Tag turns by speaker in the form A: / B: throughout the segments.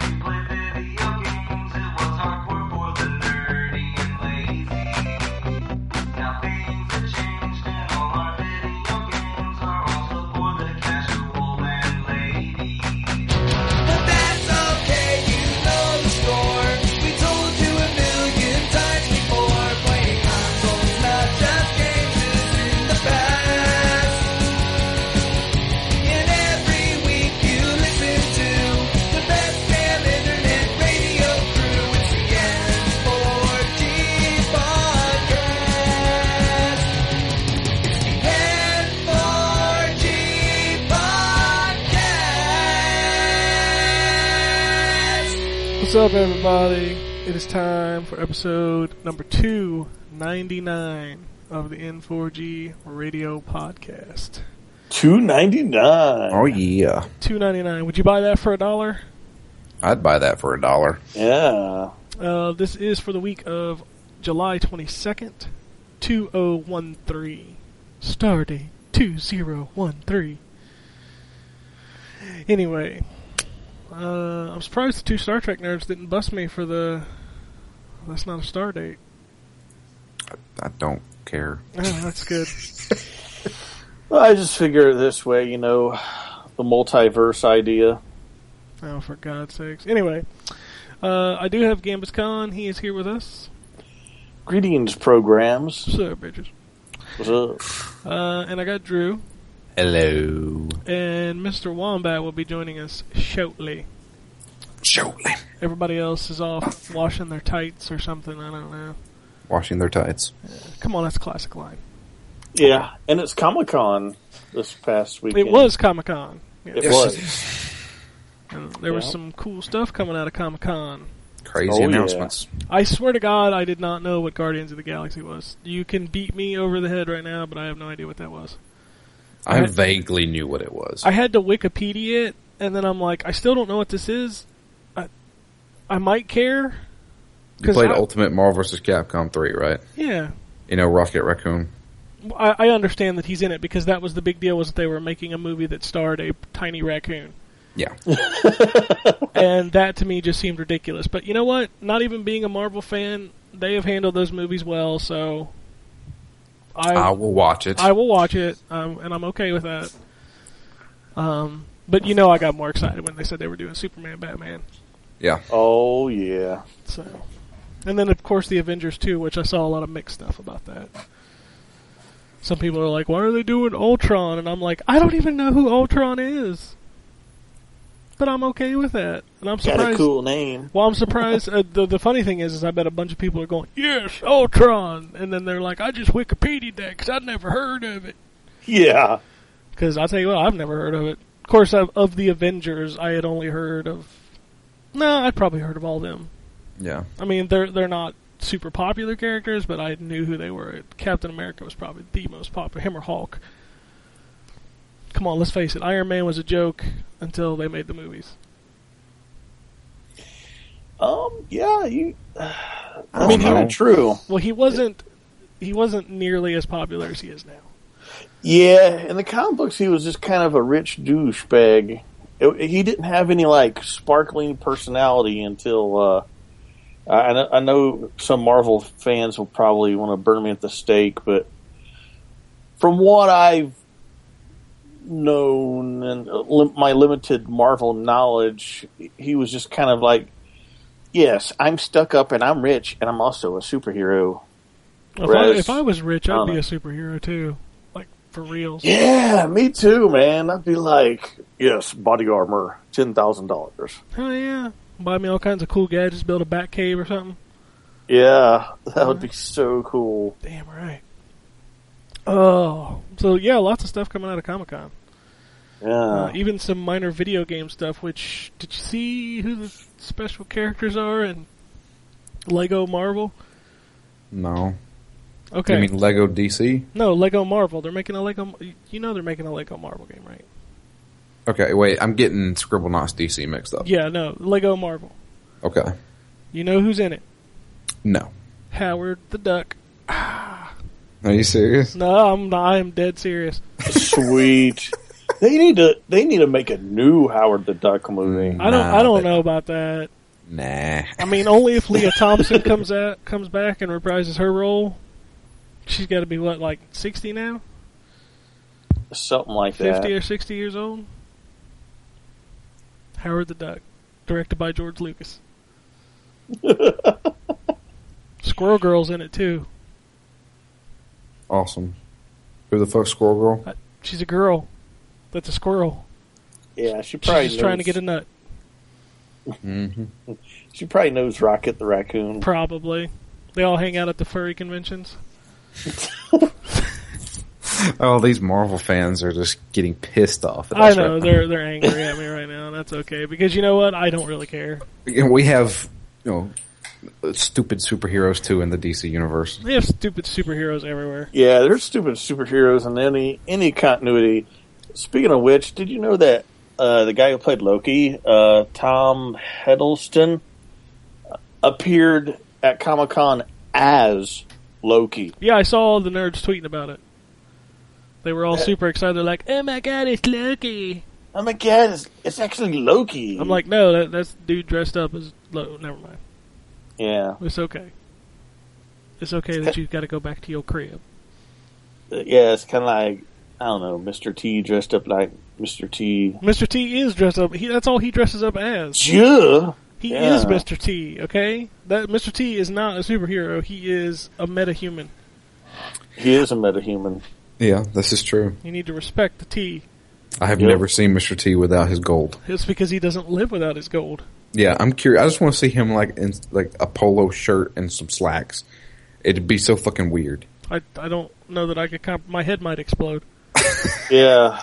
A: we played video games, it was hardcore for the nerdy and lazy. Now things have changed and all our video games are also for the casual and lady.
B: But that's okay, you know the score. We told you a million times before. Playing consoles, not just games, is in the past. And every week you listen to the best damn internet radio crew. It's the N4G podcast. It's the N4G podcast.
C: What's up, everybody? It is time for episode number 299 of the N4G Radio Podcast.
D: Two ninety nine.
E: Oh yeah,
C: 299. Would you buy that for a dollar?
E: I'd buy that for a dollar.
D: Yeah.
C: Uh, this is for the week of July oh 22nd, 2013. Stardate 2013. Anyway, uh, I'm surprised the two Star Trek nerds didn't bust me for the. That's not a star date.
E: I don't care.
C: Oh, that's good.
D: Well, I just figure this way, you know, the multiverse idea.
C: Oh, for God's sakes. Anyway, uh, I do have Gambus Khan. He is here with us.
D: Greetings programs.
C: What's up, bitches?
D: What's up?
C: Uh, and I got Drew.
E: Hello,
C: And Mr. Wombat will be joining us shortly.
E: Shortly.
C: Everybody else is off washing their tights or something. I don't know.
E: Washing their tights.
C: Come on, that's a classic line.
D: Yeah, and it's Comic Con this past
C: It
D: weekend.
C: was Comic Con.
D: It was.
C: There was
D: Yeah.
C: some cool stuff coming out of Comic Con.
E: Crazy
D: Oh, yeah.
E: announcements.
C: I swear to God, I did not know what Guardians of the Galaxy was. You can beat me over the head right now, but I have no idea what that was.
E: I
C: Yeah.
E: vaguely knew what it was.
C: I had to Wikipedia it, and then I'm like, I still don't know what this is. I, I might care.
E: you
C: 'cause
E: played
C: I-
E: Ultimate Marvel vs. Capcom three, right?
C: Yeah,
E: You know Rocket Raccoon.
C: I, I understand that he's in it because that was the big deal was that they were making a movie that starred a tiny raccoon,
E: Yeah,
C: and that to me just seemed ridiculous. But you know what? Not even being a Marvel fan, they have handled those movies well. So I
E: I will watch it.
C: I will watch it, um, and I'm okay with that. Um, but you know, I got more excited when they said they were doing Superman, Batman.
E: yeah,
D: Oh yeah.
C: So, and then of course the Avengers too, which I saw a lot of mixed stuff about that. Some people are like, "Why are they doing Ultron?" And I'm like, "I don't even know who Ultron is," but I'm okay with that, and I'm surprised.
D: Got a cool name.
C: Well, I'm surprised. uh, the The funny thing is, is I bet a bunch of people are going, "Yes, Ultron," and then they're like, "I just Wikipedia that because I'd never heard of it."
D: Yeah.
C: Because I tell you what, I've never heard of it. Of course, of, of the Avengers, I had only heard of. No, I'd probably heard of all them.
E: yeah.
C: I mean, they're they're not super popular characters, but I knew who they were. Captain America was probably the most popular. Him or Hulk. Come on, let's face it. Iron Man was a joke until they made the movies.
D: Um. Yeah. You.
E: I
D: I
E: don't
D: mean,
E: know.
D: kind of true.
C: Well, he wasn't. He wasn't nearly as popular as he is now.
D: Yeah. In the comic books, he was just kind of a rich douchebag. It- He didn't have any like sparkling personality until. uh I I know, I know some Marvel fans will probably want to burn me at the stake, but from what I've known and uh, lim- my limited Marvel knowledge, he was just kind of like, "Yes, I'm stuck up and I'm rich and I'm also a superhero."
C: If, I,
D: Whereas-
C: if I was rich, I'd be a
D: Comic.
C: superhero too. Like for reals.
D: Yeah, me too, man. I'd be like, "Yes, body armor, ten thousand dollars."
C: Hell yeah! Buy me all kinds of cool gadgets. Build a bat cave or something.
D: Yeah, that would be so cool.
C: Damn right. Oh, so yeah, lots of stuff coming out of Comic Con. Uh,
D: Yeah,
C: even some minor video game stuff. Which did you see who the special characters are in Lego Marvel?
E: No,
C: Okay,
E: you mean Lego DC?
C: no Lego Marvel. They're making a Lego. You know they're making a Lego Marvel game, right?
E: Okay, wait. I'm getting Scribble Knots DC mixed up.
C: Yeah, no Lego Marvel.
E: Okay.
C: You know who's in it?
E: No.
C: Howard the Duck.
E: Are you serious?
C: No, I'm I am dead serious.
D: Sweet. they need to. They need to make a new Howard the Duck movie.
C: I don't
E: Nah,
C: I don't
E: but-
C: know about that.
E: Nah.
C: I mean, only if Leah Thompson comes out comes back and reprises her role. She's got to be what like 60 now,
D: Something like
C: 50
D: that.
C: or 60 years old. Howard the Duck, directed by George Lucas. Squirrel Girl's in it too.
E: Awesome. Who the fuck, Squirrel Girl?
C: Uh, She's a girl. That's a squirrel.
D: Yeah, she
C: She's
D: probably
C: just
D: knows,
C: trying to get a nut,
E: Mm-hmm.
D: She probably knows Rocket the raccoon.
C: probably. They all hang out at the furry conventions.
E: Oh, these Marvel fans are just getting pissed off. At
C: I
E: us
C: know
E: right
C: they're they're angry at me right now. and That's okay because you know what? I don't really care.
E: now. We have, you know, stupid superheroes too in the DC universe.
C: They have stupid superheroes everywhere.
D: Yeah, there's stupid superheroes in any any continuity. Speaking of which, did you know that uh, the guy who played Loki, uh, Tom Hiddleston, uh, appeared at Comic Con as Loki?
C: Yeah, I saw all the nerds tweeting about it. They
D: Eh.
C: were all super excited. They're like, "Oh my god, it's Loki!"
D: Oh my god, it's, it's actually Loki.
C: I'm like, "No, that that's the dude dressed up as Lo. Never mind.
D: yeah,
C: It's okay. It's okay that you've got to go back to your crib."
D: yeah. It's kind of like I don't know, Mr. T dressed up like Mr. T.
C: Mr. T is dressed up. He, that's all he dresses up as.
D: Yeah.
C: He
D: Yeah.
C: is Mr. T. Okay, that Mr. T is not a superhero. He is a metahuman.
D: He is a metahuman.
E: Yeah, this is true.
C: You need to respect the T.
E: I have
D: Yep.
E: never seen Mr. T without his gold.
C: It's because he doesn't live without his gold.
E: Yeah, I'm curious. I just want to see him like in like a polo shirt and some slacks. It'd be so fucking weird.
C: I I don't know that I could. Comp- my head might explode.
D: Yeah.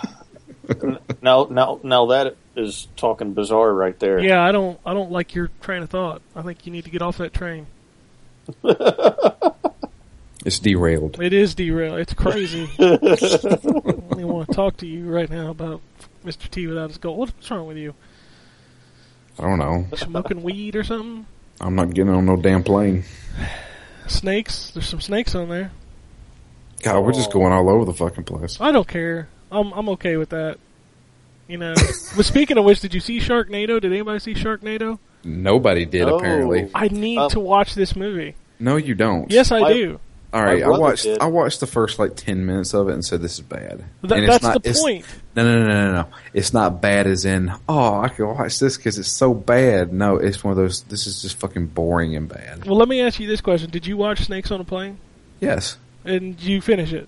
D: N- now, now, now that is talking bizarre right there.
C: Yeah, I don't. I don't like your train of thought. I think you need to get off that train.
E: It's derailed.
C: It is derailed. It's crazy. I don't even want to talk to you right now about Mr. T without his gold. What's wrong with you?
E: I don't know.
C: Smoking weed or something?
E: I'm not getting on no damn plane.
C: Snakes? There's some snakes on there.
E: God, we're just going all over the fucking place.
C: I don't care. I'm I'm okay with that. You know. but speaking of which, did you see Sharknado? Did anybody see Sharknado?
E: Nobody did
D: Oh.
E: apparently.
C: I need
D: Um,
C: to watch this movie.
E: No, you don't.
C: Yes, I
D: I-
C: do.
E: All right. I
D: brother
E: watched.
D: did.
E: I watched the first like ten minutes of it and said this is bad.
C: Th-
E: And it's
C: that's
E: not-
C: the
E: it's-
C: point.
E: No, no, no, no, no. It's not bad as in, oh, I can watch this because it's so bad. No, it's one of those. This is just fucking boring and bad.
C: Well, let me ask you this question: Did you watch Snakes on a Plane?
E: Yes,
C: And did you finish it?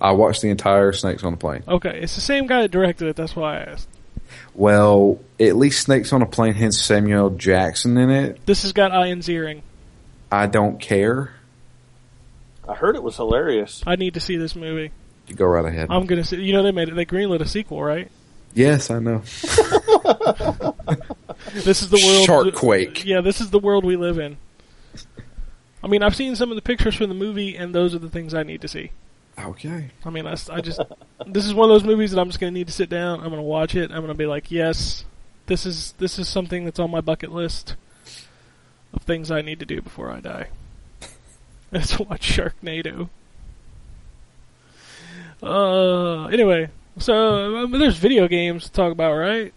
E: I watched the entire Snakes on a Plane.
C: Okay, it's the same guy that directed it. That's why I asked.
E: Well, at least Snakes on a Plane has Samuel L. Jackson in it.
C: This has got Ian Ziering.
E: I don't care.
D: Oh, I heard it was hilarious.
C: I need to see this movie.
E: You go right ahead.
C: I'm gonna see. You know they made it. They greenlit a sequel, right?
E: yes, I know.
C: This is the world.
E: Sharkquake.
C: Yeah, this is the world we live in. I mean, I've seen some of the pictures from the movie, and those are the things I need to see.
E: Okay.
C: I mean, I, s- I just this is one of those movies that I'm just gonna need to sit down. I'm gonna watch it. I'm gonna be like, yes, this is this is something that's on my bucket list of things I need to do before I die. Let's watch Sharknado. Uh, anyway, so um, there's video games to talk about, right?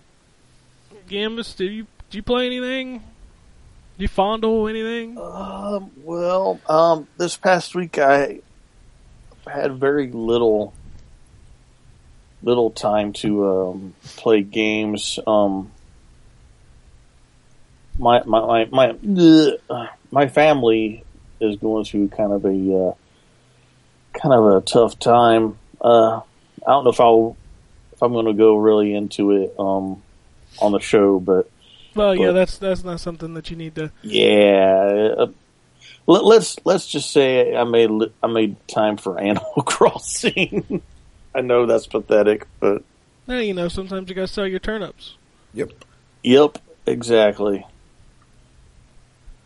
C: Gambus, do you do you play anything? Do you fondle anything?
D: Um, well, um, this past week I had very little little time to um, play games. Um, my my my my, ugh, my family is going through kind of a uh, kind of a tough time. Uh, I don't know if I'll if I'm going to go really into it um, on the show, but
C: Well, yeah,
D: Well-
C: that's that's not something that you need to.
D: Yeah. uh, Let, let's let's just say I made li- I made time for Animal Crossing. I know that's pathetic, but
C: Now eh, you know. Sometimes you gotta sell your turnips.
E: Yep.
D: yep, exactly.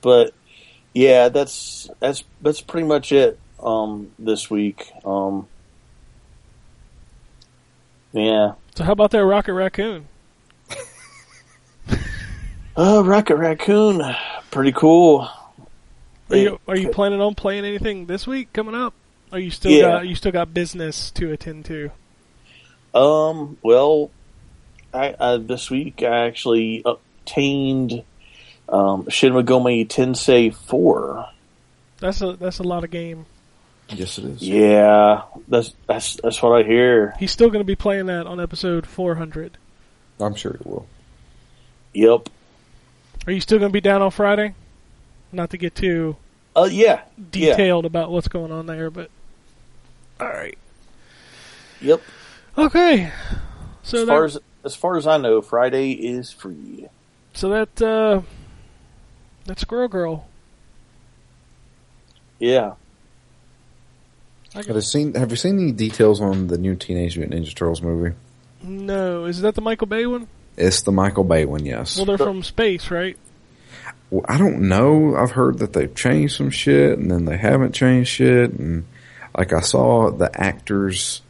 D: But yeah, that's that's that's pretty much it um this week. Um Yeah.
C: So how about that Rocket Raccoon?
D: Oh, Rocket Raccoon, pretty cool.
C: Are you
D: It-
C: are you planning on playing anything this week coming up? Oh, you still
D: Yeah.
C: got you still got business to attend to.
D: Um, well, I, I this week I actually obtained um, Shin Megami Tensei Four.
C: That's a that's a lot of game.
E: Yes, it is.
D: Yeah, that's that's that's what I hear.
C: He's still going to be playing that on episode 400.
E: I'm sure it will.
D: Yep.
C: Are you still going to be down on Friday? Not to get too
D: Uh, yeah. Yeah.
C: detailed about what's going on there, but all right.
D: Yep.
C: Okay. So
D: as
C: that,
D: far as as far as I know, Friday is free.
C: so that uh that Squirrel Girl.
D: Yeah.
C: I
E: Have
C: got,
E: you seen Have you seen any details on the new Teenage Mutant Ninja Turtles movie?
C: no, is that the Michael Bay one?
E: It's the Michael Bay one, yes.
C: Well, they're from space, right?
E: Well, I don't know. I've heard that they've changed some shit, and then they haven't changed shit. And like I saw the actors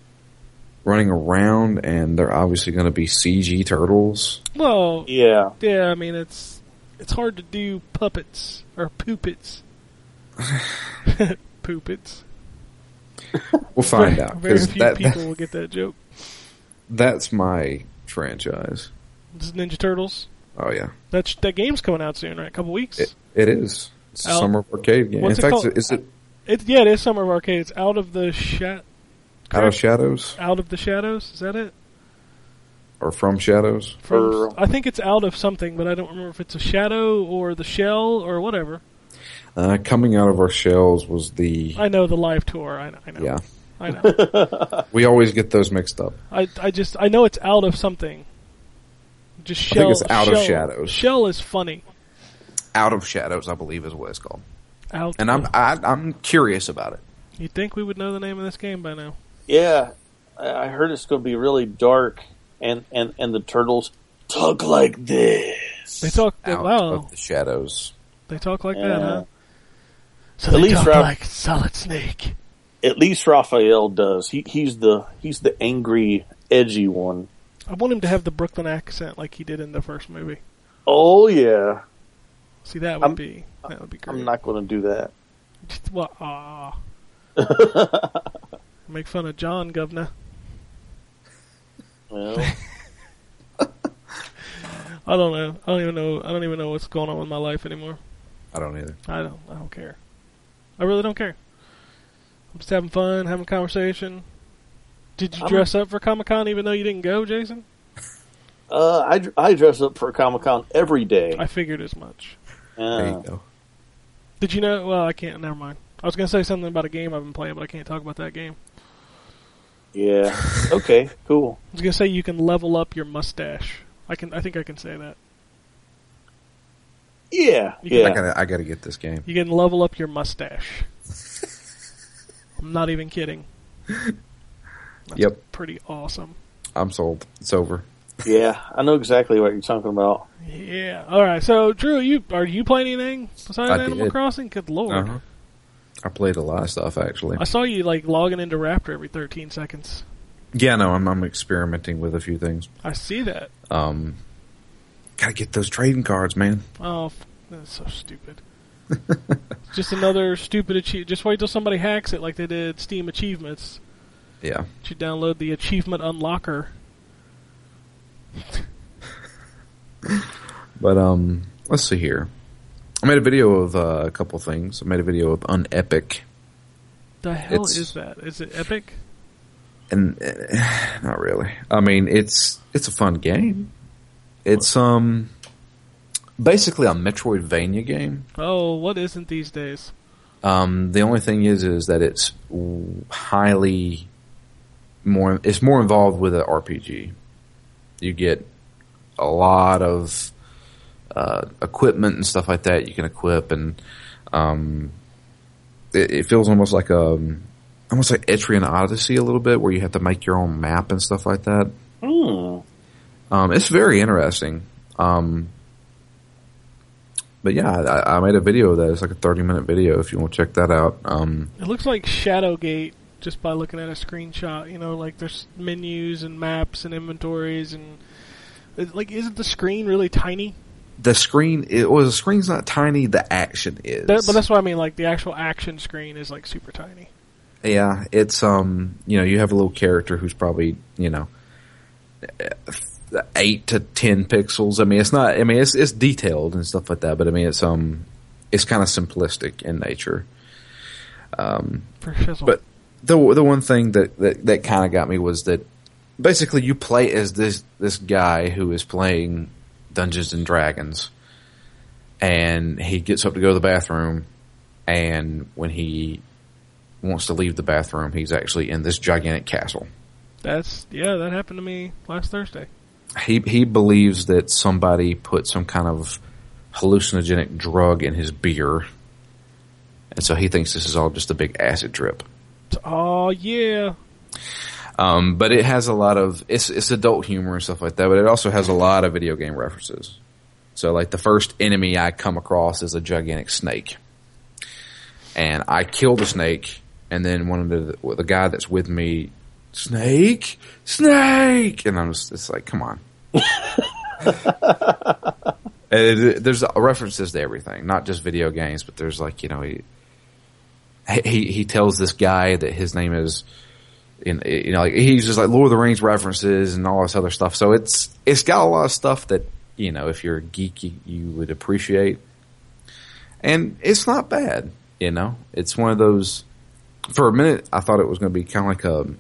E: running around, and they're obviously going to be CG turtles.
C: Well,
D: Yeah.
C: yeah. I mean, it's it's hard to do puppets or poopits. poopits.
E: We'll find out
C: Very
E: because
C: few
E: Oh, that,
C: people
E: that
C: will get that joke.
E: that's my franchise.
C: This is Ninja Turtles.
E: Oh yeah,
C: That's that game's coming out soon, right? A couple weeks.
E: it, it is. It's a
C: Al-
E: summer arcade game.
C: what's
E: In
C: it
E: fact,
C: called?
E: is it
C: It, yeah, it is Summer of Arcade. It's out of the sha-
E: Out of
C: correct?
E: Shadows
C: out of the shadows. Is that it?
E: or From Shadows?
C: From,
D: Or-
C: I think it's out of something, but I don't remember if it's a shadow or the shell or whatever.
E: Uh, coming out of our shells was the
C: I know the live tour. I, I know.
E: yeah.
C: I know.
E: We always get those mixed up.
C: I I just I know it's out of something. Just
E: I
C: shell.
E: think it's Out of
C: shell-
E: Shadows.
C: Shell is funny.
E: Out of Shadows, I believe, is what it's called.
C: Out.
E: And I'm I, I'm curious about it.
C: You'd think we would know the name of this game by now.
D: Yeah. I I heard it's going to be really dark, and and and the turtles talk like this.
C: They talk.
E: Out
C: wow.
E: of the shadows.
C: They talk like
D: Yeah.
C: that, huh? So
D: At
C: they
D: least
C: talk
D: Rob-
C: like Solid Snake.
D: At least Raphael does. He he's the he's the angry, edgy one.
C: I want him to have the Brooklyn accent like he did in the first movie.
D: Oh yeah.
C: See, that would
D: I'm-
C: be that would be great.
D: I'm not going to do that.
C: Just- well, aw. Make fun of John, Governor.
D: Well,
C: I don't know. I don't even know. I don't even know what's going on with my life anymore.
E: I don't either.
C: I don't. I don't care. I really don't care. I'm just having fun, having a conversation. Did you
D: I'm-
C: dress up for Comic Con even though you didn't go, Jason?
D: uh, I dr- I dress up for Comic Con every day. Uh,
C: I figured as much.
E: There
D: Yeah.
E: you go.
C: Did you know? Well, I can't. Never mind. I was gonna say something about a game I've been playing, but I can't talk about that game.
D: yeah. Okay. Cool.
C: I was gonna say you can level up your mustache. I can. I think I can say that.
D: Yeah.
C: You can-
E: I
D: Yeah.
E: gotta I gotta get this game.
C: You can level up your mustache. I'm not even kidding. That's
E: Yep.
C: Pretty awesome.
E: I'm sold. It's over.
D: Yeah. I know exactly what you're talking about.
C: Yeah. All right. So, Drew, you are you playing anything besides
E: I
C: Animal
E: did.
C: Crossing? Good lord!
E: Uh-huh. I played a lot of stuff actually.
C: I saw you like logging into Raptor every 13 seconds.
E: Yeah, no, I'm I'm experimenting with a few things.
C: I see that.
E: Um, gotta get those trading cards, man.
C: Oh, f- that's so stupid. just another stupid achievement. Just wait till somebody hacks it like they did Steam achievements.
E: Yeah.
C: You download the achievement unlocker.
E: But um, let's see here. I made a video of uh, a couple things. I made a video of Unepic,
C: The hell
E: It's-
C: is that? Is it epic?
E: and eh, not really. I mean, it's it's a fun game. It's um, basically a Metroidvania game.
C: Oh, what isn't these days?
E: Um, the only thing is, is that it's highly more. It's more involved with an RPG. You get a lot of uh, equipment and stuff like that. You can equip, and um, it, it feels almost like a almost like Etrian Odyssey a little bit, where you have to make your own map and stuff like that.
D: Hmm.
E: Um, it's very interesting. Um, but yeah, I, I made a video of that. It's like a 30 minute video if you want to check that out. Um,
C: It looks like Shadowgate just by looking at a screenshot. You know, like there's menus and maps and inventories and it- like, isn't the screen really tiny?
E: the screen, it was, the screen's not tiny, the action is.
C: That, but that's what I mean. Like the actual action screen is like super tiny.
E: yeah, it's um, you know, you have a little character who's probably you know, eh, eight to ten pixels. I mean, it's not. I mean, it's it's detailed and stuff like that, but I mean, it's um, it's kind of simplistic in nature.
C: for shizzle.
E: But the the one thing that that, that kind of got me was that basically you play as this this guy who is playing Dungeons and Dragons, and he gets up to go to the bathroom, and when he wants to leave the bathroom, he's actually in this gigantic castle.
C: that's yeah, that happened to me last Thursday.
E: He he believes that somebody put some kind of hallucinogenic drug in his beer. And so he thinks this is all just a big acid trip.
C: It's- Oh yeah,
E: Um, but it has a lot of it's it's adult humor and stuff like that. But it also has a lot of video game references. So like the first enemy I come across is a gigantic snake, and I kill the snake, and then one of the well, the guy that's with me, snake, snake, and I'm just it's like come on. And it- there's references to everything, not just video games, but there's like you know he he he tells this guy that his name is in, you know, like he's just like Lord of the Rings references and all this other stuff. So it's it's got a lot of stuff that you know, if you're geeky, you would appreciate. And it's not bad, you know. It's one of those. For a minute, I thought it was going to be kind of like um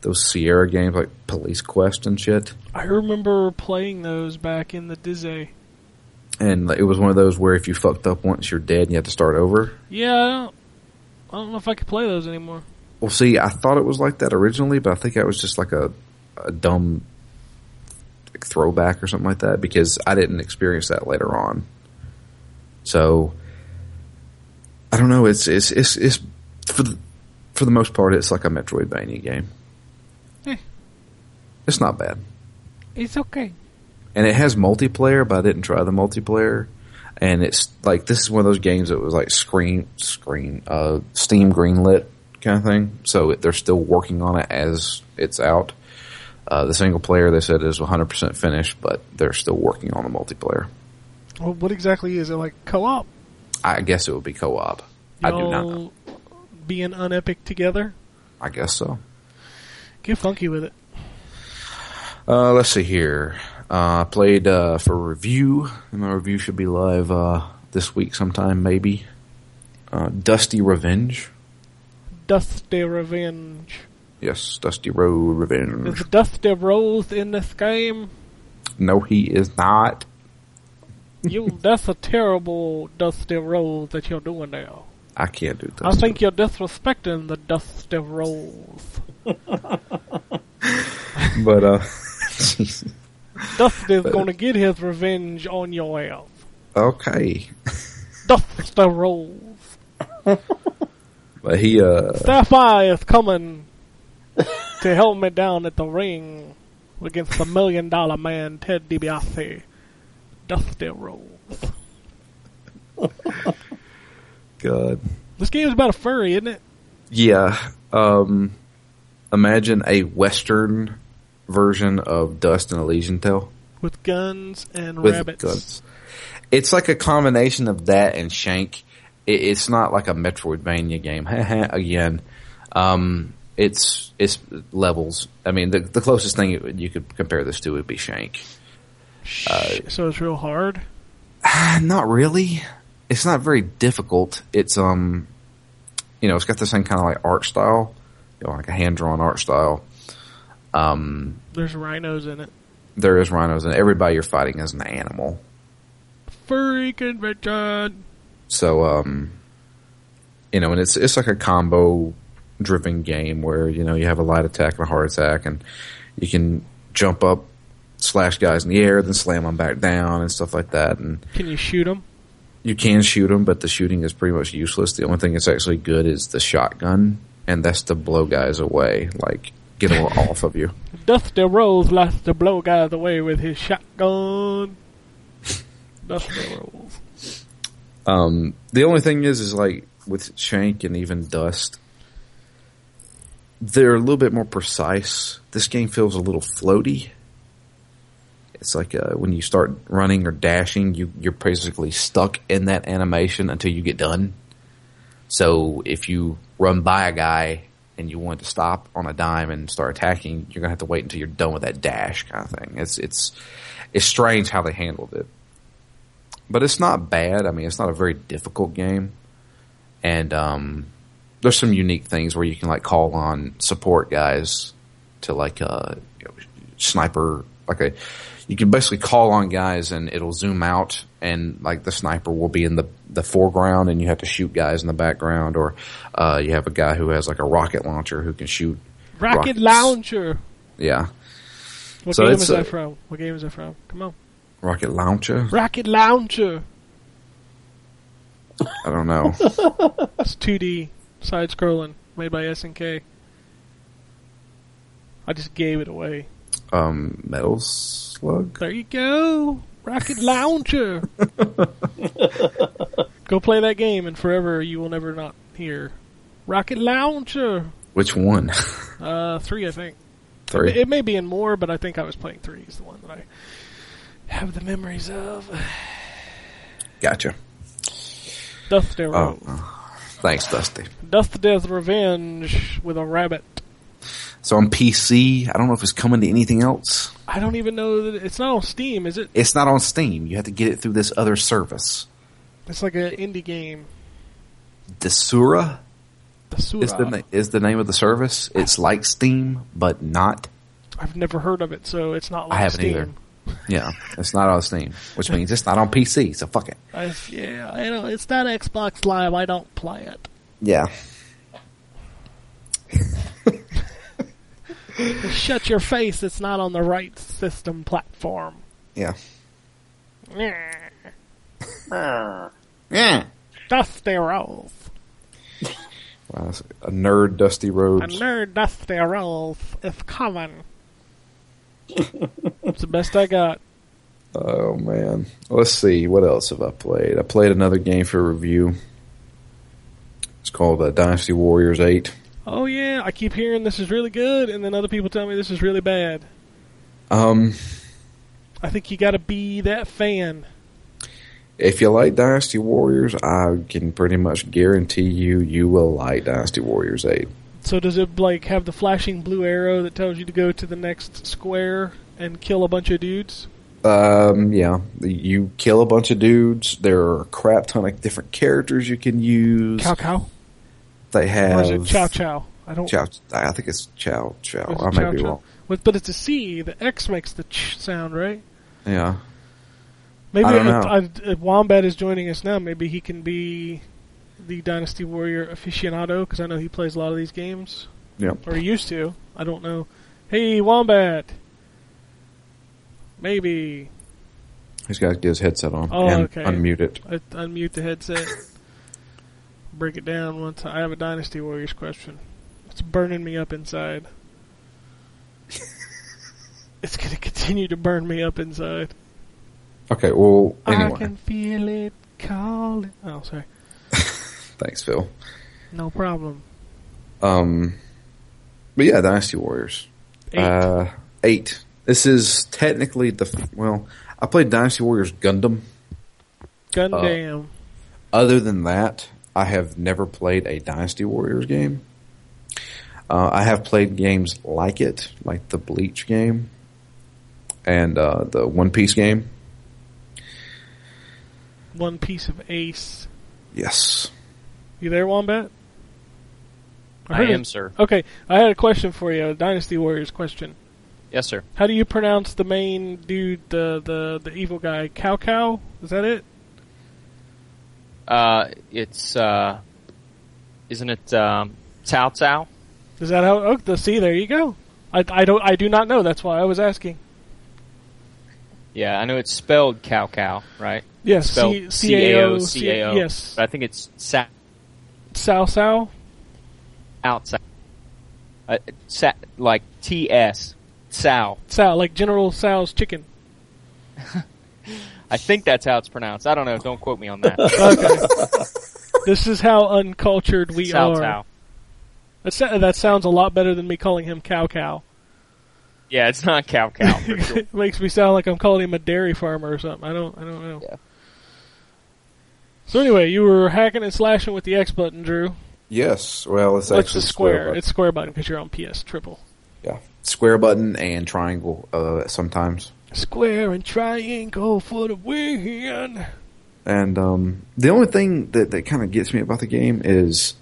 E: those Sierra games, like Police Quest and shit.
C: I remember playing those back in the Dizzy.
E: And like, it was one of those where if you fucked up once, you're dead and you have to start over.
C: Yeah, I don't, I don't know if I could play those anymore.
E: Well, see, I thought it was like that originally, but I think that was just like a, a dumb like, throwback or something like that because I didn't experience that later on. So I don't know. It's it's it's, it's for the, for the most part, it's like a Metroidvania game.
C: Eh.
E: It's not bad,
C: It's okay.
E: and it has multiplayer, but I didn't try the multiplayer. And it's like this is one of those games that was like screen screen uh, Steam greenlit kind of thing. So it, they're still working on it as it's out. Uh, the single player they said is 100% finished, but they're still working on the multiplayer.
C: Well, what exactly is it like co-op?
E: I guess it would be co-op. I do not know.
C: Y'all Being unepic together,
E: I guess so.
C: get funky with it.
E: Uh, let's see here. Uh, I played uh, for review, and my review should be live uh, this week sometime, maybe. Uh, Dusty Revenge.
C: Doth de revenge.
E: Yes, Dusty Road Revenge.
C: Is Doth de Rose in this game?
E: No, he is not.
C: You, that's a terrible Dusty Rose that you're doing now.
E: I can't do that.
C: I think you're disrespecting the Dusty Rose.
E: but uh,
C: Dusty's gonna get his revenge on your ass.
E: okay.
C: Dusty Rose.
E: But he uh,
C: Sapphire is coming to help me down at the ring against the million dollar man Ted DiBiase. Dusty Rose.
E: God.
C: This game is about a furry, isn't it?
E: Yeah. Um, imagine a Western version of Dust and Elysian Tale
C: With guns and
E: with
C: rabbits.
E: guns. It's like a combination of that and Shank. It, it's not like a Metroidvania game. Again, um, it's it's levels. I mean, the, the closest thing you, you could compare this to would be Shank.
C: Shh, so it's real hard.
E: Uh, Not really. It's not very difficult. It's um, you know, it's got the same kind of like art style, you know, like a hand drawn art style.
C: There's rhinos in it.
E: There is rhinos, and everybody you're fighting is an animal.
C: Furry convention.
E: So um, you know, and it's it's like a combo driven game where you know you have a light attack and a hard attack, and you can jump up, slash guys in the air, then slam them back down and stuff like that, and
C: Can you shoot them?
E: you can shoot them, but the shooting is pretty much useless. The only thing that's actually good is the shotgun, and that's to blow guys away, like get them off of you.
C: Dusty Rose likes to blow guys away with his shotgun. Dusty Rose.
E: Um, the only thing is, is like with Shank and even Dust, they're a little bit more precise. This game feels a little floaty. It's like uh, when you start running or dashing, you you're basically stuck in that animation until you get done. So if you run by a guy and you want to stop on a dime and start attacking, you're gonna have to wait until you're done with that dash kind of thing. It's it's it's strange how they handled it, but it's not bad. I mean, it's not a very difficult game, and um, there's some unique things where you can like call on support guys to like uh you know, sniper like a you can basically call on guys and it'll zoom out and like the sniper will be in the the foreground and you have to shoot guys in the background or uh you have a guy who has like a rocket launcher who can shoot
C: Rocket
E: rockets.
C: Launcher.
E: yeah
C: What
E: So
C: game
E: it's
C: is
E: a-
C: that from? What game is that from? Come on.
E: rocket launcher
C: Rocket Launcher.
E: i don't know
C: It's 2D side scrolling made by SNK. I just gave it away.
E: um metal slug
C: There you go. Rocket Launcher. go play that game and forever you will never not hear. Rocket Launcher.
E: which one
C: Uh, three, I think.
E: three
C: It may be in more, but I think I was playing three is the one that I have the memories of.
E: gotcha
C: Doth their
E: oh uh, thanks dusty
C: Doth Death Revenge with a rabbit.
E: so on pc i don't know if it's coming to anything else
C: I don't even know that it's not on Steam, is it?
E: It's not on Steam. You have to get it through this other service.
C: It's like an indie game.
E: Desura
C: The Sura.
E: is the na- is the name of the service. It's like Steam, but not.
C: I've never heard of it, so it's not like
E: I haven't
C: Steam.
E: either. Yeah, it's not on Steam, which means it's not on PC. So fuck it.
C: I, yeah, I don't, it's not Xbox Live. I don't play it.
E: Yeah,
C: Shut your face. It's not on the right system platform.
E: yeah,
C: Yeah.
E: yeah.
C: Dusty Rolls.
E: Wow, that's a nerd, Dusty
C: A
E: Rhodes.
C: nerd Dusty Rolls is coming. it's the best I got.
E: Oh man, let's see what else have I played. I played another game for review. It's called uh, Dynasty Warriors Eight.
C: Oh yeah, I keep hearing this is really good, and then other people tell me this is really bad.
E: Um,
C: I think you gotta be that fan.
E: If you like Dynasty Warriors, I can pretty much guarantee you you will like Dynasty Warriors 8.
C: So does it like have the flashing blue arrow that tells you to go to the next square and kill a bunch of dudes?
E: Um, yeah, you kill a bunch of dudes. There are a crap ton of different characters you can use.
C: Cow cow,
E: they have
C: or is it chow chow? I don't.
E: Chow- I think it's Chow Chow.
C: is it
E: Oh, I might
C: chow
E: be
C: chow?
E: wrong.
C: But, but it's a C. The X makes the ch sound, right?
E: Yeah,
C: Maybe
E: I
C: if-
E: don't know.
C: I- if Wombat is joining us now. Maybe he can be the Dynasty Warrior aficionado because I know he plays a lot of these games,
E: yeah.
C: or he used to. I don't know. Hey, Wombat. Maybe
E: He's got to get his headset on
C: Oh,
E: and
C: okay.
E: unmute it.
C: I unmute the headset. Break it down one time. I have a Dynasty Warriors question. It's burning me up inside. it's gonna continue to burn me up inside.
E: Okay. Well,
C: I
E: anyway,
C: can feel it calling. Oh, sorry.
E: thanks, Phil.
C: No problem.
E: Um, but yeah, Dynasty Warriors.
C: Eight.
E: Uh, eight. This is technically the f- well. I played Dynasty Warriors Gundam.
C: Gundam.
E: Other than that, I have never played a Dynasty Warriors game. Uh, I have played games like it, like the Bleach game and uh, the One Piece game.
C: One piece of ace.
E: Yes.
C: You there, Wombat?
F: I
C: heard
F: am,
C: it.
F: sir.
C: Okay, I had a question for you. A Dynasty Warriors question.
F: Yes, sir.
C: How do you pronounce the main dude, the the, the evil guy? Cow Cow? Is that it?
F: Uh, it's uh, isn't it um, Cao Cao?
C: Is that how? Oh, the, see, there you go. I, I don't. I do not know. That's why I was asking.
F: Yeah, I know it's spelled Cao Cao, right?
C: Yes, C-
F: Spelled
C: C-A-O,
F: C A O.
C: Yes,
F: But I think it's Sa-
C: Sao Sao.
F: outside. Uh, sa- like T S Sao.
C: Sao, like General Sal's chicken.
F: I think that's how it's pronounced. I don't know. Don't quote me on that.
C: Okay. this is how uncultured we
F: Cao
C: are.
F: Cao.
C: That, sa- that sounds a lot better than me calling him Cow Cow.
F: Yeah, it's not Cao Cao for sure.
C: it makes me sound like I'm calling him a dairy farmer or something. I don't. I don't know.
F: Yeah.
C: So anyway, you were hacking and slashing with the X button, Drew.
E: Yes. Well, it's
C: Well, it's
E: actually
C: the square.
E: button.
C: It's square button because you're on PS triple.
E: yeah, square button and triangle. Uh, sometimes.
C: Square and triangle for the win.
E: And um, the only thing that, that kind of gets me about the game is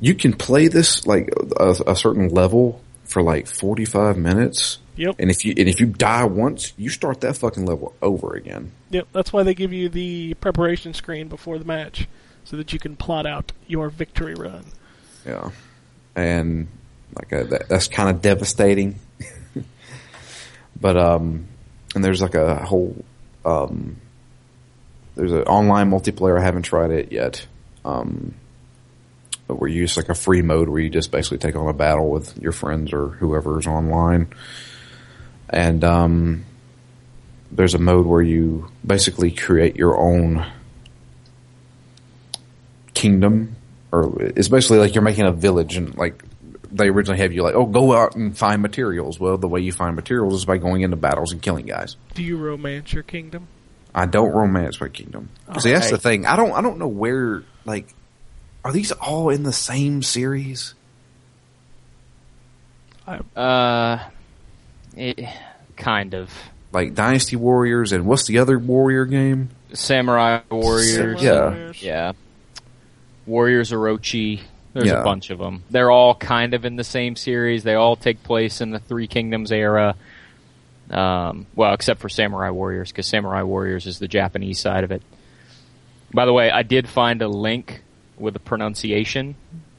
E: you can play this like a, a certain level for like forty five minutes,
C: Yep,
E: and if you and if you die once, you start that fucking level over again.
C: yep. That's why they give you the preparation screen before the match, so that you can plot out your victory run.
E: Yeah, and like uh that, that's kind of devastating. but um, and there's like a whole um, there's an online multiplayer. I haven't tried it yet. Um, but where you use like a free mode where you just basically take on a battle with your friends or whoever's online, and um, there's a mode where you basically create your own kingdom or it's basically like you're making a village and like they originally have you like oh go out and find materials well the way you find materials is by going into battles and killing guys
C: Do you romance your kingdom?
E: i don't romance my kingdom
F: Oh,
E: see that's the
C: Alright.
E: thing i don't i don't know where like are these all in the same series
F: Uh, it, kind of.
E: like dynasty warriors and what's the other warrior game
F: Samurai Warriors.
E: Yeah.
F: Yeah. Warriors Orochi. There's
E: Yeah.
F: a bunch of them. They're all kind of in the same series. They all take place in the Three Kingdoms era. Um, well, except for Samurai Warriors, because Samurai Warriors is the Japanese side of it. By the way, I did find a link with a pronunciation,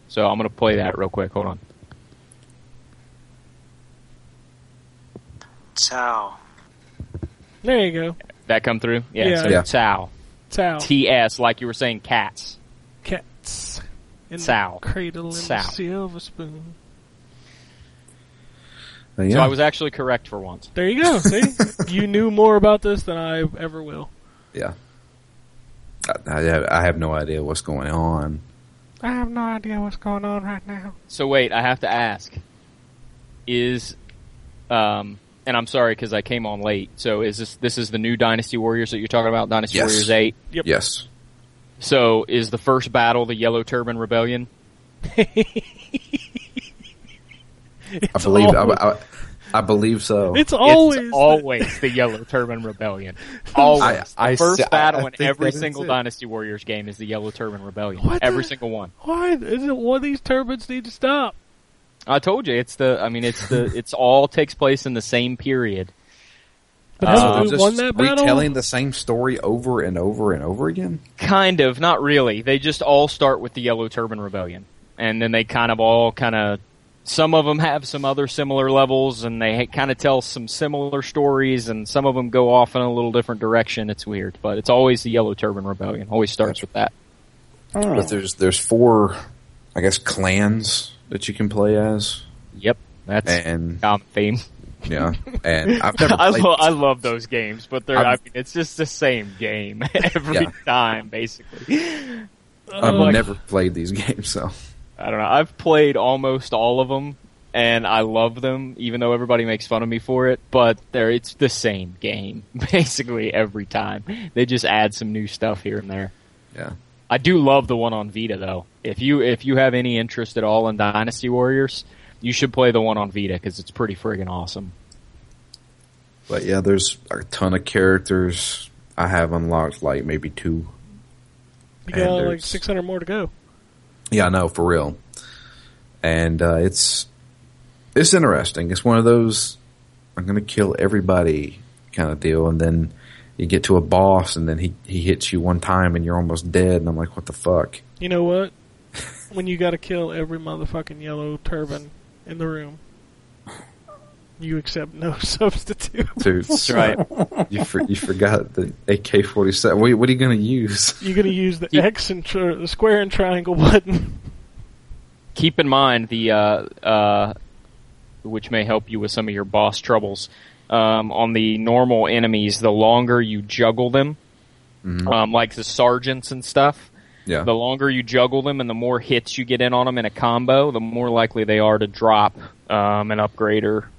F: so I'm going to play that real quick. Hold on.
G: Tao.
C: There you go.
F: That come through? Yeah.
C: Yeah.
F: So
E: Yeah.
F: Tsao.
C: Sow.
F: T-S, like you were saying cats.
C: Cats. In the
F: Sow.
C: Cradle in the
F: Sow.
C: silver spoon.
E: Uh, yeah.
F: So I was actually correct for once.
C: There you go. See, you knew more about this than I ever will.
E: yeah I, I have, I have no idea what's going on
C: I have no idea what's going on right now.
F: So wait, I have to ask: Is um, and I'm sorry because I came on late. So is this this is the new Dynasty Warriors that you're talking about, Dynasty
E: Yes.
F: Warriors Eight?
C: Yep.
E: yes
F: So is the first battle the Yellow Turban Rebellion?
E: i believe I,
C: always-
E: I, I believe so
C: It's always
F: Oh. it's always the Yellow Turban Rebellion. Always
E: I- I
F: the first
E: s- I-
F: battle
E: I
F: in
E: think
F: every
E: that is
F: single
E: it.
F: Dynasty Warriors game is the Yellow Turban Rebellion.
C: What
F: every
C: the-
F: single one.
C: why isn't one of these turbines need to stop?
F: I told you it's the. I mean, it's the. it's all takes place in the same period.
C: But
F: Uh,
C: haven't
F: I'm
C: we
E: just
C: won that battle?
E: retelling the same story over and over and over again.
F: Kind of, not really. They just all start with the Yellow Turban Rebellion, and then they kind of all kind of. Some of them have some other similar levels, and they ha- kind of tell some similar stories, and some of them go off in a little different direction. It's weird, but it's always the Yellow Turban Rebellion. Always starts with that.
C: Oh.
E: But there's there's four, I guess, clans that you can play as,
F: Yep, that's
E: and
F: common theme.
E: yeah, and I've never
F: I,
E: played.
F: lo- I love those games, but they're. I
E: I'm-
F: mean, it's just the same game every
E: Yeah.
F: time, basically.
E: I've
F: like-
E: never played these games, so
F: I don't know. I've played almost all of them, and I love them, even though everybody makes fun of me for it. But they're it's the same game basically every time. They just add some new stuff here and there.
E: yeah,
F: I do love the one on Vita though. If you if you have any interest at all in Dynasty Warriors, you should play the one on Vita because it's pretty friggin' awesome.
E: but yeah, there's a ton of characters. I have unlocked like maybe two.
C: You
E: And
C: got like
E: there's-
C: 600 more to go.
E: Yeah, I know for real, and uh, it's it's interesting. It's one of those I'm going to kill everybody kind of deal, and then you get to a boss, and then he he hits you one time, and you're almost dead, and I'm like, what the fuck?
C: You know what? when you got to kill every motherfucking yellow turban in the room, you accept no substitute.
E: Dude,
F: That's right.
E: You for, you forgot the AK forty seven. What, what are you going to use?
C: You're gonna use the
F: You-
C: X and tr- the square and triangle button.
F: keep in mind the uh, uh, which may help you with some of your boss troubles um, on the normal enemies the longer you juggle them um, like the sergeants and stuff
E: Mm-hmm. Yeah,
F: the longer you juggle them and the more hits you get in on them in a combo the more likely they are to drop um, an upgrade or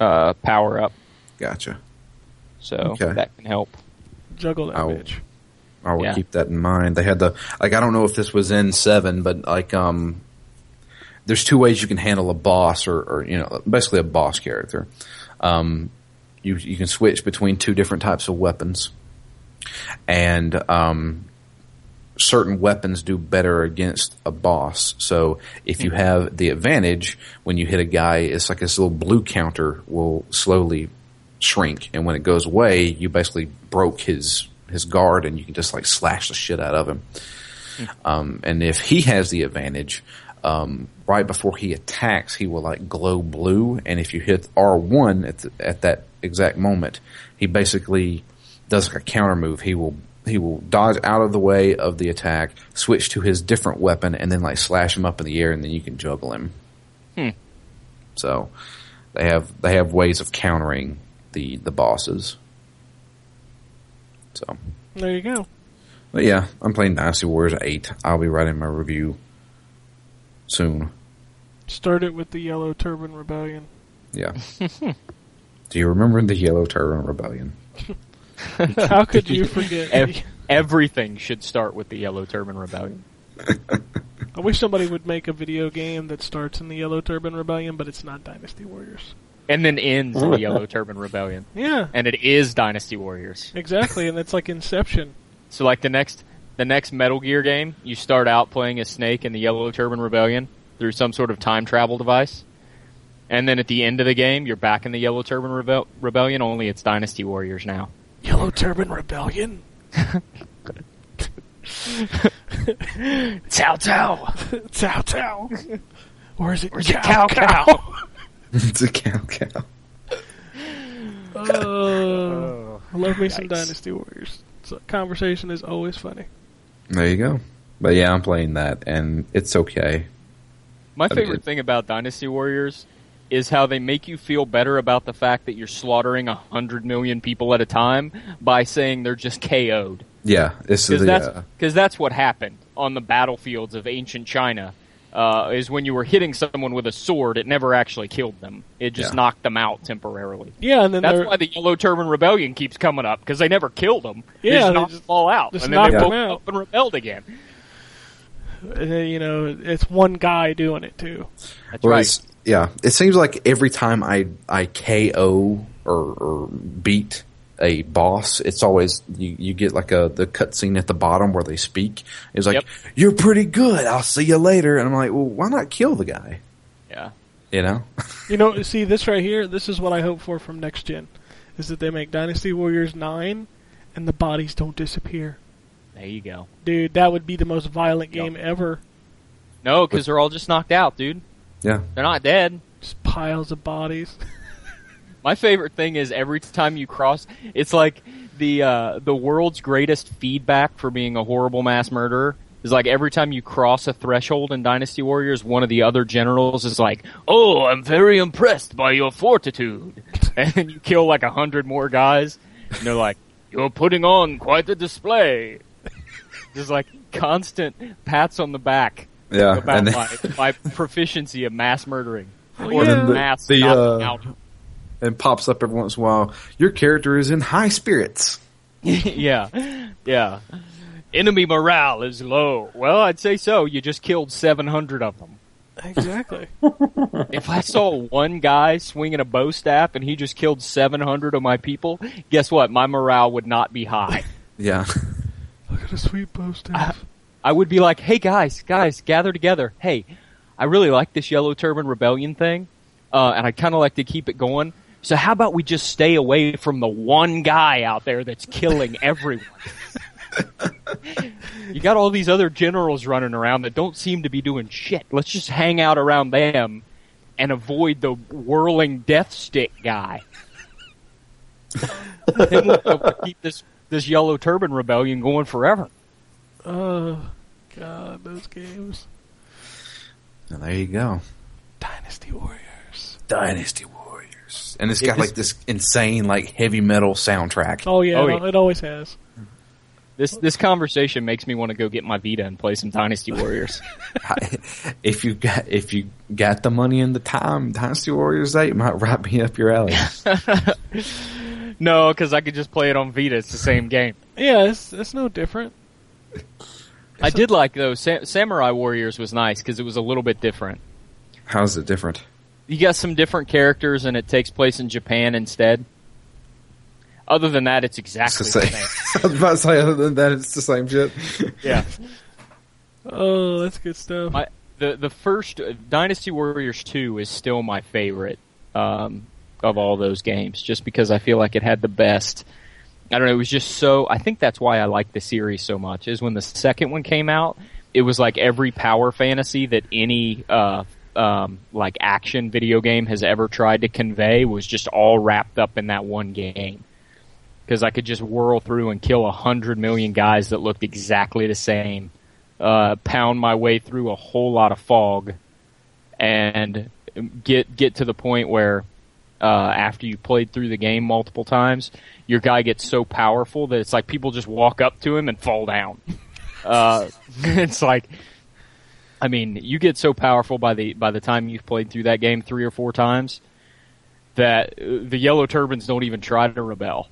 F: uh, power up
E: gotcha.
F: so
E: Okay.
F: that can help
C: Juggle that
E: Ow.
C: bitch.
E: I will
F: Yeah.
E: keep that in mind. They had the like I don't know if this was in seven, but like um there's two ways you can handle a boss or, or you know basically a boss character. Um, you you can switch between two different types of weapons, and um, certain weapons do better against a boss. So if you have the advantage when you hit a guy, it's like this little blue counter will slowly shrink, and when it goes away, you basically broke his his guard, and you can just like slash the shit out of him. Um, and if he has the advantage, um, right before he attacks, he will like glow blue. And if you hit R1 at, the, at that exact moment, he basically does like a counter move. He will, he will dodge out of the way of the attack, switch to his different weapon and then like slash him up in the air and then you can juggle him. So they have, they have ways of countering the, the bosses. So.
C: There you go.
E: But yeah, I'm playing Dynasty Warriors 8. I'll be writing my review soon.
C: Start it with the Yellow Turban Rebellion.
E: Yeah. Do you remember the Yellow Turban Rebellion?
C: How could you forget?
F: Ev- everything should start with the Yellow Turban Rebellion.
C: I wish somebody would make a video game that starts in the Yellow Turban Rebellion, but it's not Dynasty Warriors.
F: And then ends in the Yellow Turban Rebellion.
C: Yeah,
F: And it is Dynasty Warriors.
C: exactly, and it's like Inception.
F: So like the next the next Metal Gear game, you start out playing a snake in the Yellow Turban Rebellion through some sort of time travel device. And then at the end of the game, you're back in the Yellow Turban Rebel- Rebellion, only it's Dynasty Warriors now.
C: Yellow Turban Rebellion.
F: Cao Cao!
C: Tao Tao. Or is it
F: Where's your
C: Cow Cow?
E: it's a cow cow.
C: Oh, I love me some
F: Yikes.
C: Dynasty Warriors. So conversation is always funny.
E: There you go. But yeah, I'm playing that, and it's okay.
F: My
E: That'd be
F: favorite
E: good.
F: thing about Dynasty Warriors is how they make you feel better about the fact that you're slaughtering a hundred million people at a time by saying they're just KO'd.
E: Yeah, it's
F: Because
E: the
F: that's,
E: uh,
F: 'cause that's what happened on the battlefields of ancient China. Uh, is when you were hitting someone with a sword, it never actually killed them. It just
E: Yeah.
F: knocked them out temporarily.
C: Yeah, and then
F: That's
C: they're-
F: why the Yellow Turban Rebellion keeps coming up because they never killed them.
C: Yeah,
F: they just
C: they
F: knocked
C: just-
F: them all out,
C: just
F: and then they
C: knocked
F: woke
C: them out.
F: up and rebelled again.
C: uh, you know it's one guy doing it too.
F: That's
E: well,
F: right.
E: it's- yeah. It seems like every time I I KO or, or beat a boss, it's always you, you get like a the cutscene at the bottom where they speak. It's like
F: Yep.
E: you're pretty good. I'll see you later. And I'm like, well, why not kill the guy?
F: Yeah,
E: You know?
C: You know, see this right here. This is what I hope for from next gen, is that they make Dynasty Warriors nine, and the bodies don't disappear.
F: there you go.
C: Dude, that would be the most violent game ever.
F: No, because they're all just knocked out, dude.
E: yeah.
F: They're not dead.
C: Just piles of bodies.
F: My favorite thing is every time you cross, it's like the uh, the world's greatest feedback for being a horrible mass murderer is like every time you cross a threshold in Dynasty Warriors, one of the other generals is like, "Oh, I'm very impressed by your fortitude," and then you kill like a hundred more guys, and they're like, "You're putting on quite a display." Just like constant pats on the back
E: Yeah.
F: about
E: and then-
F: my, my proficiency of mass murdering or
E: And then the-
F: mass
E: the,
F: knocking
E: uh,
F: out.
E: and pops up every once in a while. Your character is in high spirits.
F: yeah, yeah. Enemy morale is low. Well, I'd say so. You just killed 700 of them.
C: exactly.
F: If I saw one guy swinging a bow staff and he just killed 700 of my people, guess what? My morale would not be high.
E: Yeah.
C: Look at a sweet bow staff.
F: I would be like, hey guys, guys, gather together. Hey, I really like this Yellow Turban Rebellion thing, uh, and I kind of like to keep it going. So how about we just stay away from the one guy out there that's killing everyone? you got all these other generals running around that don't seem to be doing shit. Let's just hang out around them and avoid the whirling death stick guy. Then we'll be able to keep this this Yellow Turban Rebellion going forever.
C: Oh, God, those games.
E: Now, there you go.
C: Dynasty Warriors.
E: Dynasty Warriors. And it's got like this insane, like heavy metal soundtrack.
C: Oh yeah,
F: Oh,
C: it-
F: yeah.
C: it always has.
F: This this conversation makes me want to go get my Vita and play some Dynasty Warriors.
E: if you got if you got the money and the time, Dynasty Warriors eight might right be up your alley.
F: no, because I could just play it on Vita. It's the same game.
C: Yeah, it's it's no different.
F: I did like though. Sa- Samurai Warriors was nice because it was a little bit different.
E: How's it different?
F: you got some different characters and it takes place in Japan instead. Other than that, it's
E: It's
F: exactly
E: the
F: the
E: same.
F: same.
E: I was about to say, other than that, it's the same shit.
F: Yeah.
C: Oh, that's good stuff.
F: My, the the first uh, Dynasty Warriors 2 is still my favorite um, of all those games just because I feel like it had the best I don't know, it was just so I think that's why I like the series so much is when the second one came out, it was like every power fantasy that any uh um, like action video game has ever tried to convey was just all wrapped up in that one game. Because I could just whirl through and kill a hundred million guys that looked exactly the same uh, pound my way through a whole lot of fog and get get to the point where uh, after you played through the game multiple times, your guy gets so powerful that it's like people just walk up to him and fall down. Uh, it's like, I mean, you get so powerful by the by the time you've played through that game three or four times that uh, the yellow turbans don't even try to rebel.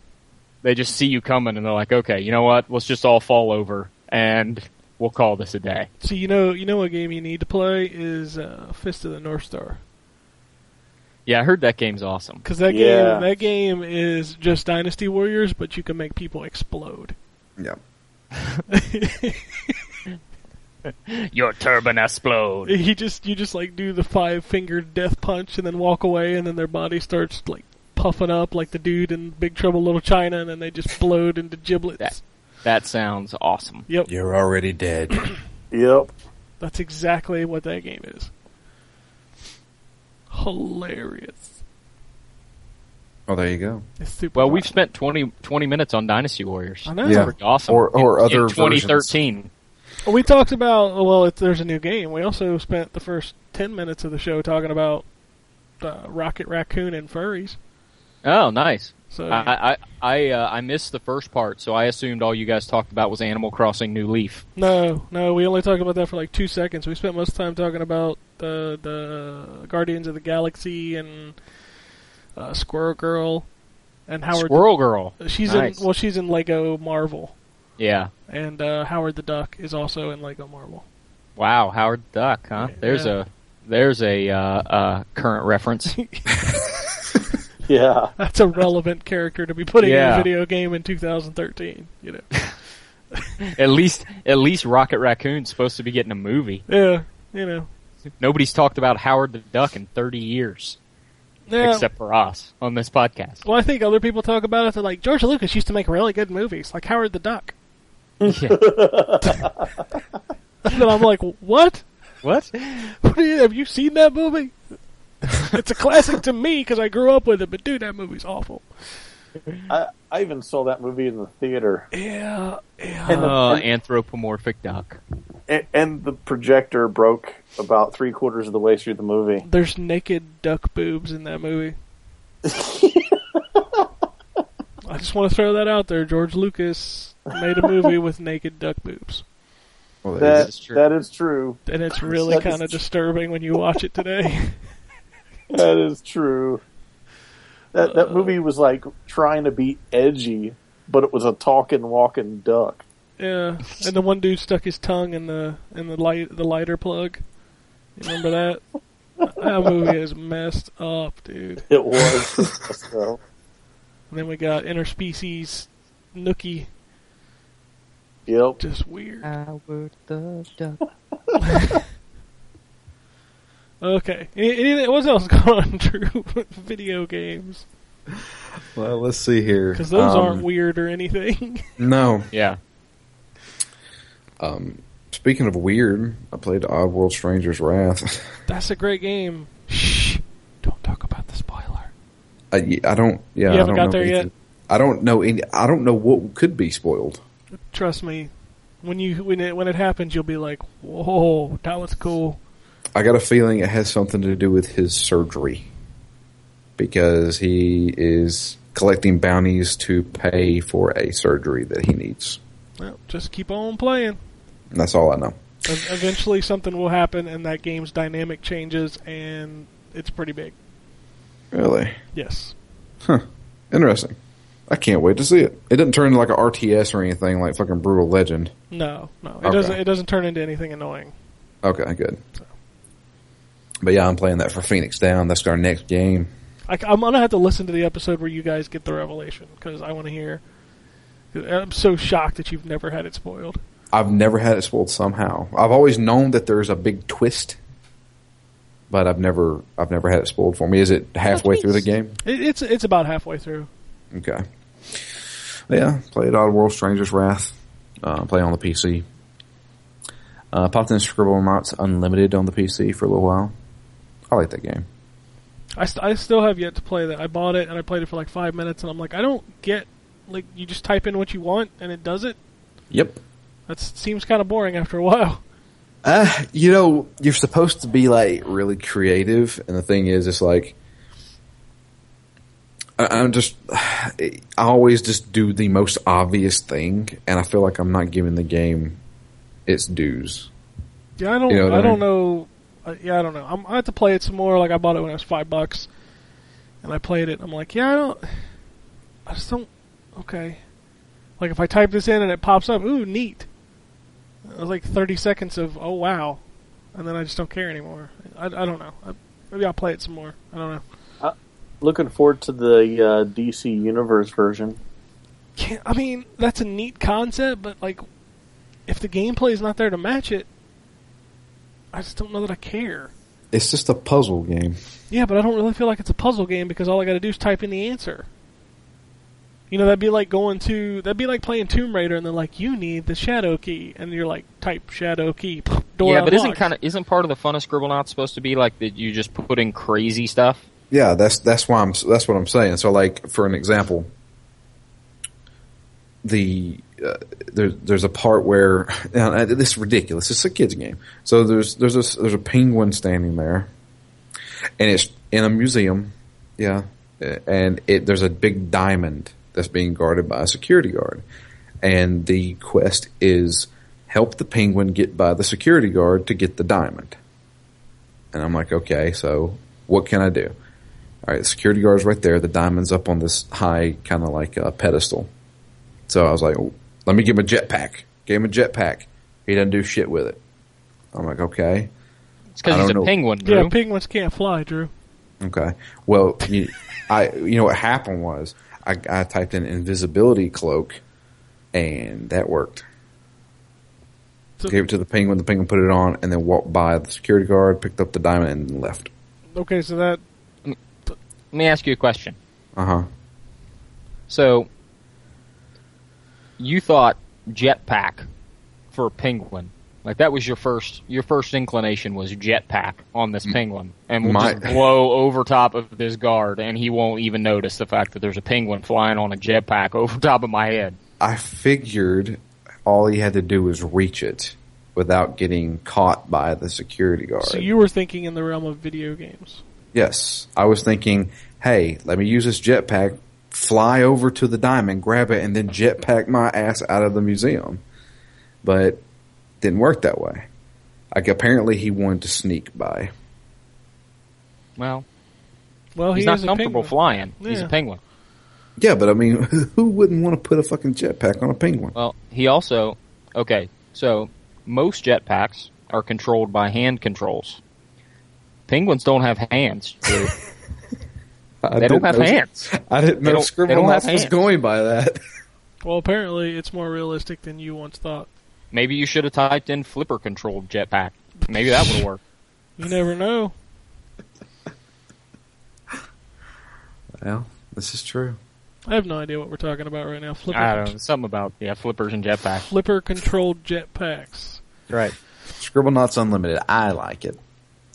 F: They just see you coming and they're like, okay, you know what? Let's just all fall over and we'll call this a day.
C: So you know, you know what game you need to play is uh, Fist of the North Star
F: Yeah, I heard that game's awesome.
C: because that
D: Yeah.
C: game that game is just Dynasty Warriors, but you can make people explode.
E: Yeah.
F: Your turban explode.
C: He just you just like do the five finger death punch and then walk away, and then their body starts like puffing up like the dude in Big Trouble Little China, and then they just blowed into giblets.
F: That- That sounds awesome.
C: Yep,
E: You're already dead.
D: Yep.
C: that's exactly what that game is. Hilarious.
E: well, there you go.
C: It's super.
F: Well,
C: fun.
F: we've spent 20, 20 minutes on Dynasty Warriors.
C: I know.
E: Yeah.
F: Pretty awesome.
E: Or- or
F: In-
E: other
F: in 2013.
C: We talked about well, it, there's a new game. We also spent the first ten minutes of the show talking about uh, Rocket Raccoon and furries.
F: Oh, nice.
C: So
F: I I I, uh, I missed the first part, so I assumed all you guys talked about was Animal Crossing New Leaf.
C: no, no, we only talked about that for like two seconds. We spent most of the time talking about the the uh, Guardians of the Galaxy and uh, Squirrel Girl and Howard. Uh,
F: Squirrel Girl.
C: She's
F: Nice.
C: in well, she's in Lego Marvel,
F: Yeah.
C: and uh, Howard the Duck is also in Lego Marvel.
F: Wow, Howard the Duck, huh? There's
C: Yeah.
F: a there's a uh, uh, current reference.
D: Yeah.
C: That's a relevant character to be putting in
F: Yeah.
C: a video game in 2013. You know.
F: at least at least Rocket Raccoon's supposed to be getting a movie.
C: Yeah, you know.
F: Nobody's talked about Howard the Duck in 30 years,
C: Yeah.
F: except for us on this podcast.
C: well, I think other people talk about it. They're like, George Lucas used to make really good movies, like Howard the Duck.
F: Yeah.
C: And I'm like, what?
F: what?
C: what are you, have you seen that movie? it's a classic to me because I grew up with it, but dude, that movie's awful.
D: I, I even saw that movie in the theater.
C: Yeah, yeah.
D: And the,
F: Uh,
D: and,
F: anthropomorphic duck.
D: and, the projector broke about three quarters of the way through the movie.
C: There's naked duck boobs in that movie. I just want to throw that out there. George Lucas made a movie with naked duck boobs.
E: Well, there you
D: That,
F: is true.
D: that is true.
C: And it's really
D: That is
C: kind of
D: true.
C: disturbing when you watch it today.
D: That is true. That that movie was like trying to be edgy, but it was a talking, walking duck.
C: Yeah, and the one dude stuck his tongue in the in the light the lighter plug. You remember that? that movie is messed up, dude.
D: It was. so,
C: And then we got interspecies Nookie,
D: yep.
C: just weird.
F: Howard the duck.
C: Okay, Any- any- what else going on, Drew? with Video games,
E: go. Well, let's see here.
C: because those
E: Um,
C: aren't weird or anything.
E: No.
F: Yeah.
E: Um, speaking of weird, I played Oddworld Stranger's Wrath.
C: That's a great game. Shh, don't talk about the spoiler.
E: I, I don't. Yeah,
C: You haven't
E: I don't
C: got
E: know
C: there yet?
E: anything. I don't know any. I don't know what could be spoiled.
C: Trust me, when you when it when it happens, you'll be like, whoa, that was cool.
E: I got a feeling it has something to do with his surgery because he is collecting bounties to pay for a surgery that he needs.
C: Well, just keep on playing.
E: And that's all I know.
C: Ev- Eventually, something will happen, and that game's dynamic changes, and it's pretty big.
E: Really
C: Yes.
E: interesting. I can't wait to see it. It doesn't turn into like an RTS or anything like fucking Brutal Legend.
C: No, no, it
E: Okay.
C: doesn't. It doesn't turn into anything annoying.
E: Okay, good. But yeah, I'm playing that for Phoenix Down. That's our next game.
C: I, am gonna have to listen to the episode where you guys get the revelation because I want to hear. I'm so shocked that you've never had it spoiled.
E: I've never had it spoiled somehow. I've always known that there's a big twist, but I've never I've never had it spoiled for me. Is it halfway through the game?
C: It, it's it's about halfway through.
E: Okay. Yeah, played Oddworld Stranger's Wrath. Uh, play on the PC. Uh, popped in Scribble Knots Unlimited on the PC for a little while. I like that game.
C: I, st- I still have yet to play that. I bought it and I played it for like five minutes and I'm like, I don't get like you just type in what you want and it does it.
E: Yep.
C: That s- seems kind of boring after a while.
E: Uh, you know, you're supposed to be like really creative, and the thing is, it's like I, I'm just I always just do the most obvious thing, and I feel like I'm not giving the game its dues.
C: Yeah, I don't
E: You know what
C: I
E: I
C: don't
E: mean?
C: know. Uh, yeah, I don't know. I'm, I have to play it some more. Like I bought it when it was five bucks, and I played it. I'm like, yeah, I don't. I just don't. Okay. Like if I type this in and it pops up, ooh, neat. It was like 30 seconds of oh wow, and then I just don't care anymore. I, I don't know. I, maybe I'll play it some more. I don't know.
D: Looking forward to the uh, DC Universe version.
C: can't, I mean, that's a neat concept, but like, if the gameplay is not there to match it, I just don't know that I care.
E: It's just a puzzle game.
C: Yeah, but I don't really feel like it's a puzzle game because all I got to do is type in the answer. You know, that'd be like going to that'd be like playing Tomb Raider and they're like, "You need the shadow key," and you're like, "Type shadow key." Door
F: yeah, but isn't
C: unlocked.
F: kind of isn't part of the fun of Scribblenauts supposed to be like that? You just put in crazy stuff.
E: Yeah, that's that's why I'm that's what I'm saying. So, like for an example, the uh, there's there's a part where now, uh, this is ridiculous. It's a kids game. So there's there's a there's a penguin standing there, and it's in a museum. Yeah, Uh, and it there's a big diamond that's being guarded by a security guard, and the quest is help the penguin get by the security guard to get the diamond. And I'm like, okay, so what can I do? All right, the security guard's right there. The diamond's up on this high kind of like uh, pedestal. So I was like, "Oh, let me give him a jetpack. Gave him a jetpack. He doesn't do shit with it. I'm like, okay,
F: It's because
E: I
F: he's a
E: don't know.
F: penguin,
C: yeah,
F: Drew.
C: penguins can't fly, Drew.
E: okay. Well, you, I you know what happened was I, I typed in invisibility cloak, and that worked.
C: So-
E: Gave it to the penguin. The penguin put it on, and then walked by the security guard, picked up the diamond, and left.
C: Okay, so that
F: Let me ask you a question.
E: Uh huh.
F: So, you thought jetpack for penguin, like that was your first your first inclination was jetpack on this penguin, and we'll
E: my-
F: just blow over top of this guard, and he won't even notice the fact that there's a penguin flying on a jetpack over top of my head.
E: I figured all he had to do was reach it without getting caught by the security guard.
C: so you were thinking in the realm of video games.
E: yes, I was thinking, hey, let me use this jetpack, fly over to the diamond, grab it, and then jetpack my ass out of the museum. But didn't work that way. Like apparently he wanted to sneak by.
F: Well,
C: Well,
F: he's
C: he
F: not
C: is a
F: comfortable
C: penguin.
F: flying. He's
C: Yeah.
F: a penguin.
E: Yeah, but I mean, who wouldn't want to put a fucking jetpack on a penguin?
F: Well, he also okay. So most jetpacks are controlled by hand controls. Penguins don't have hands. Drew.
E: I
F: They don't
E: didn't
F: have
E: know-
F: hands.
E: I didn't
F: They
E: know
F: don't- they
E: Scribble
F: don't have
E: was
F: hands.
E: going by that.
C: Well, apparently it's more realistic than you once thought.
F: Maybe you should have typed in flipper controlled jetpack. Maybe that would work.
C: You never know.
E: Well, this is true.
C: I have no idea what we're talking about right now. Flipper,
F: I don't know. Something about yeah, flippers and jetpacks.
C: flipper controlled jetpacks.
F: Right.
E: Scribble Knots Unlimited. I like it.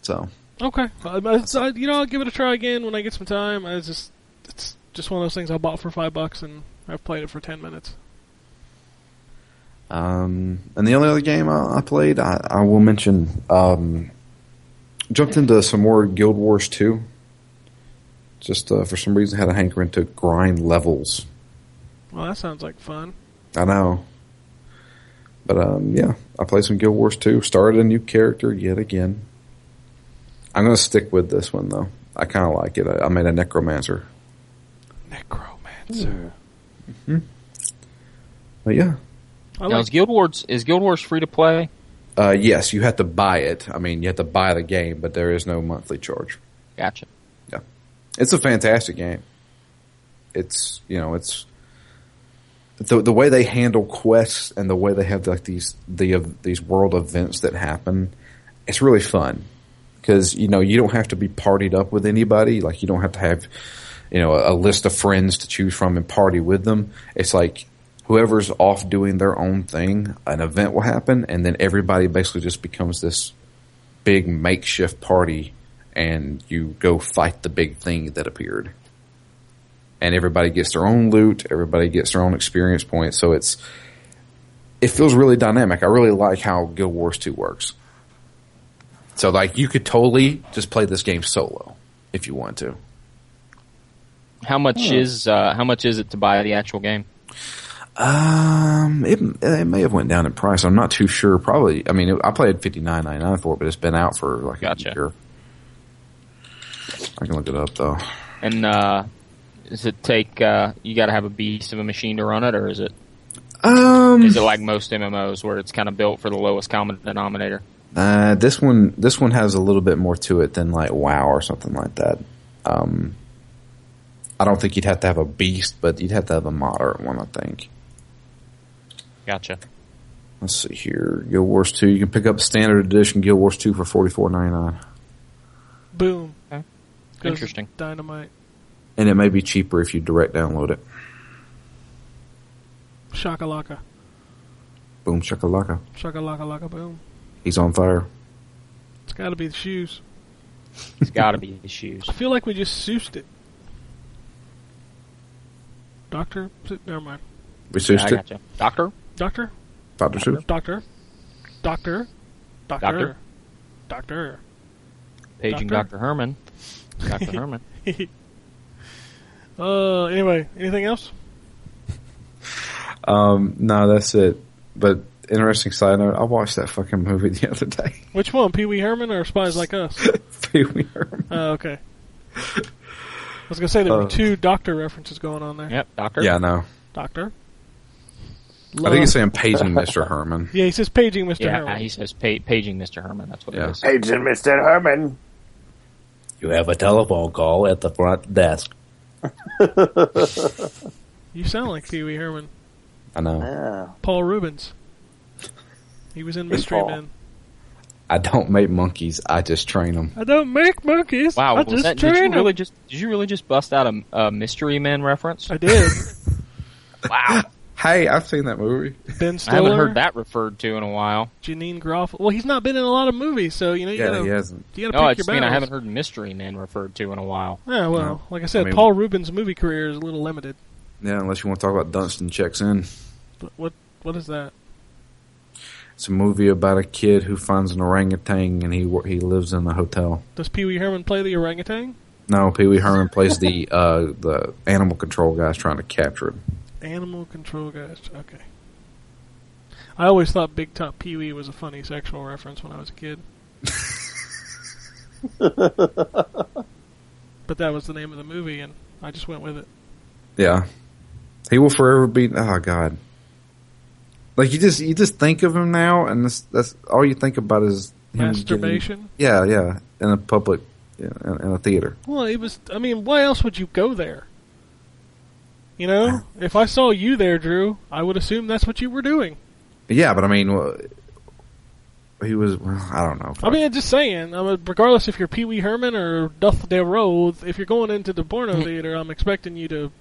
E: So
C: Okay, I, I- I- you know I'll give it a try again when I get some time. I just it's just one of those things I bought for five bucks and I've played it for ten minutes.
E: Um, and the only other game I, I played, I, I will mention, um, jumped into some more Guild Wars 2. Just uh, for some reason, had a hankering to grind levels.
C: Well, that sounds like fun.
E: I know. But um, yeah, I played some Guild Wars 2. Started a new character yet again. I'm going to stick with this one, though. I kind of like it. I, I made a necromancer.
C: Necromancer.
E: But yeah,
C: I
F: Now
C: like,
F: is Guild Wars is Guild Wars free to play?
E: Uh, yes, you have to buy it. I mean, you have to buy the game, but there is no monthly charge.
F: Gotcha.
E: It's a fantastic game. It's you know it's the the way they handle quests and the way they have like these the uh, these world events that happen. It's really fun because you know you don't have to be partied up with anybody. Like you don't have to have you know a, a list of friends to choose from and party with them. It's like whoever's off doing their own thing, an event will happen, and then everybody basically just becomes this big makeshift party and you go fight the big thing that appeared. And everybody gets their own loot, everybody gets their own experience points, so it's it feels really dynamic. I really like how Guild Wars 2 works. So like you could totally just play this game solo if you want to.
F: How much
C: Hmm.
F: is uh, how much is it to buy the actual game?
E: Um, it, it may have went down in price. I'm not too sure. Probably. I mean, it, I played fifty nine ninety nine for it, but it's been out for like
F: Gotcha.
E: a year. I can look it up though.
F: And uh, does it take? Uh, you got to have a beast of a machine to run it, or is it
E: Um,
F: is it like most MMOs where it's kind of built for the lowest common denominator?
E: uh, this one this one has a little bit more to it than like WoW or something like that. Um, I don't think you'd have to have a beast, but you'd have to have a moderate one. I think.
F: Gotcha.
E: Let's see here. Guild Wars Two. You can pick up standard edition Guild Wars Two for forty four ninety nine.
C: Boom.
F: Okay.
C: Goes
F: Interesting.
C: Dynamite.
E: And it may be cheaper if you direct download it.
C: Shakalaka.
E: Boom shakalaka.
C: Shakalaka laka boom.
E: He's on fire.
C: It's got to be the shoes.
F: It's got to be the shoes.
C: I feel like we just soused it. Doctor? Seuss- Never mind.
E: We switched
F: I
E: it.
F: gotcha. Doctor.
C: Doctor?
E: Doctor Seuss.
C: Doctor? Doctor? Doctor?
F: Doctor?
C: Doctor.
F: Paging
C: Doctor?
F: Doctor Herman. Doctor Herman.
C: uh, anyway, anything else?
E: Um, no, that's it. But interesting side note, I watched that fucking movie the other day.
C: Which one? Pee Wee Herman or Spies Like Us?
E: Pee Wee Herman.
C: Oh, okay. I was going to say there were
E: Uh.
C: two Doctor references going on there.
F: Yep. Doctor.
E: Yeah, I know.
C: Doctor?
E: I think it's saying paging Mr. Herman.
C: Yeah, he says paging Mr.
F: Yeah,
C: Herman.
F: he says pa- paging Mr. Herman. That's what
E: Yeah.
F: it is.
D: Agent Mr. Herman.
H: You have a telephone call at the front desk.
C: You sound like Pee Wee Herman.
E: I know.
D: Yeah.
C: Paul Rubens. He was in Mystery
D: Paul.
C: Men.
E: I don't make monkeys. I just train them.
C: I don't make monkeys.
F: Wow,
C: I
F: was
C: just
F: that, did you
C: train 'em.
F: really just did you really just bust out a, a Mystery Man reference?
C: I did.
F: wow,
E: Hey, I've seen that movie.
C: Ben
F: I
C: Stiller.
F: haven't heard that referred to in a while.
C: Janine Groff. Well, he's not been in a lot of movies, so you know you
E: Yeah,
C: gotta
E: he hasn't.
C: you gotta
F: No, I
C: pick
F: just
C: your
F: mean
C: battles.
F: I haven't heard Mystery Man referred to in a while.
C: Yeah, well, like I said,
E: I mean-
C: Paul Rubin's movie career is a little limited.
E: Yeah, unless you want to talk about Dunstan Checks In.
C: But what what is that?
E: It's a movie about a kid who finds an orangutan and he wo- he lives in a hotel.
C: Does Pee Wee Herman play the orangutan?
E: No, Pee Wee Herman plays the uh, the animal control guys trying to capture him.
C: Animal control guys. Okay. I always thought Big Top Pee Wee was a funny sexual reference when I was a kid. but that was the name of the movie, and I just went with it.
E: Yeah. He will forever be oh god. Like you just you just think of him now and that's, that's all you think about is him
C: Masturbation.
E: Getting, yeah, yeah, in a public yeah, in, in a theater.
C: Well, it was. I mean, why else would you go there? You know, if I saw you there, Drew, I would assume that's what you were doing.
E: Yeah, but I mean wha- he was well, I don't know.
C: I mean, I'm just saying. I mean, regardless if you're Pee Wee Herman or Duff De Rose, if you're going into the porno theater, I'm expecting you to.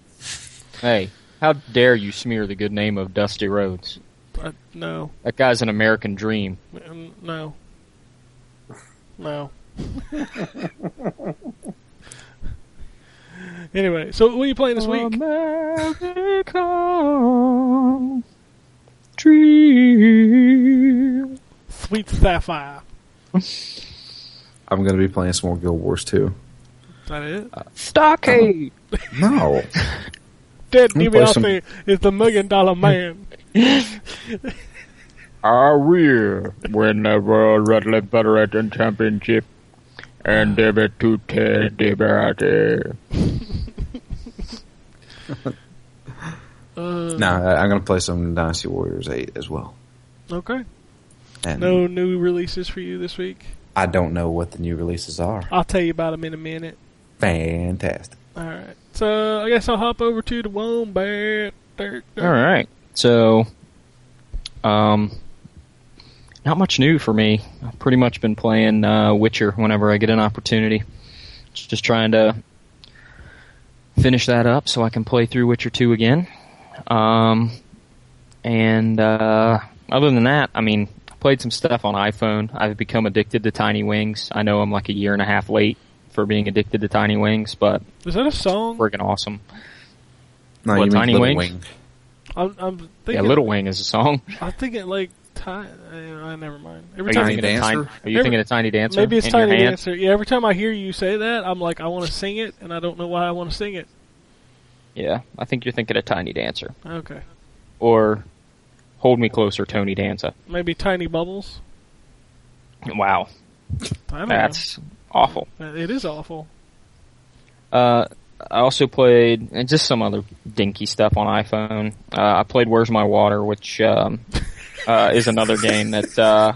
F: Hey, how dare you smear the good name of Dusty Rhodes?
C: Uh, no,
F: That guy's an American dream.
C: Mm, no, no. anyway, so what are you playing this week?
F: Dream.
C: Sweet Sapphire.
E: I'm gonna be playing some more Guild Wars too.
C: Is that it?
E: Uh,
F: Stockade.
E: No.
C: Ted
E: I'm gonna play some-
C: DiBiase is the million dollar man.
I: I will win the World Wrestling Federation Championship and give it to Ted DiBiase.
C: Uh,
E: no, I- I'm gonna play some Dynasty Warriors eight as well.
C: Okay.
E: And
C: No new releases for you this week.
E: I don't know what the new releases are.
C: I'll tell you about them in a minute.
E: Fantastic.
C: All right. So I guess I'll hop over to the Wombat. Dirk, Dirk.
F: All right. So, um, not much new for me. I've pretty much been playing uh, Witcher whenever I get an opportunity. Just just trying to finish that up so I can play through Witcher 2 again. Um, and uh, other than that, I mean, I played some stuff on iPhone. I've become addicted to Tiny Wings. I know I'm like a year and a half late for being addicted to Tiny Wings, but
C: Is that a song?
F: freaking awesome.
E: No,
F: What,
E: you mean
F: Tiny
E: Little
F: Wings?
E: Wing.
C: I'm, I'm
F: Yeah,
C: thinking.
F: Little Wing is a song.
C: I'm thinking like. Ti- uh, never mind. Every
F: Are
C: time
E: Tiny
F: you, thinking of, tiny,
E: Dancer?
F: are you
C: Every-
F: thinking of Tiny Dancer?
C: Maybe it's
F: in your
C: Tiny
F: hand?
C: Dancer. Yeah, every time I hear you say that, I'm like, I want to sing it, and I don't know why I want to sing it.
F: Yeah, I think you're thinking of Tiny Dancer.
C: Okay.
F: Or Hold Me Closer, Tony Danza.
C: Maybe Tiny Bubbles?
F: Wow,
C: I don't
F: that's awful.
C: know. It is awful.
F: Uh, I also played, and just some other dinky stuff on iPhone. Uh, I played Where's My Water, which um, uh, is another game that uh,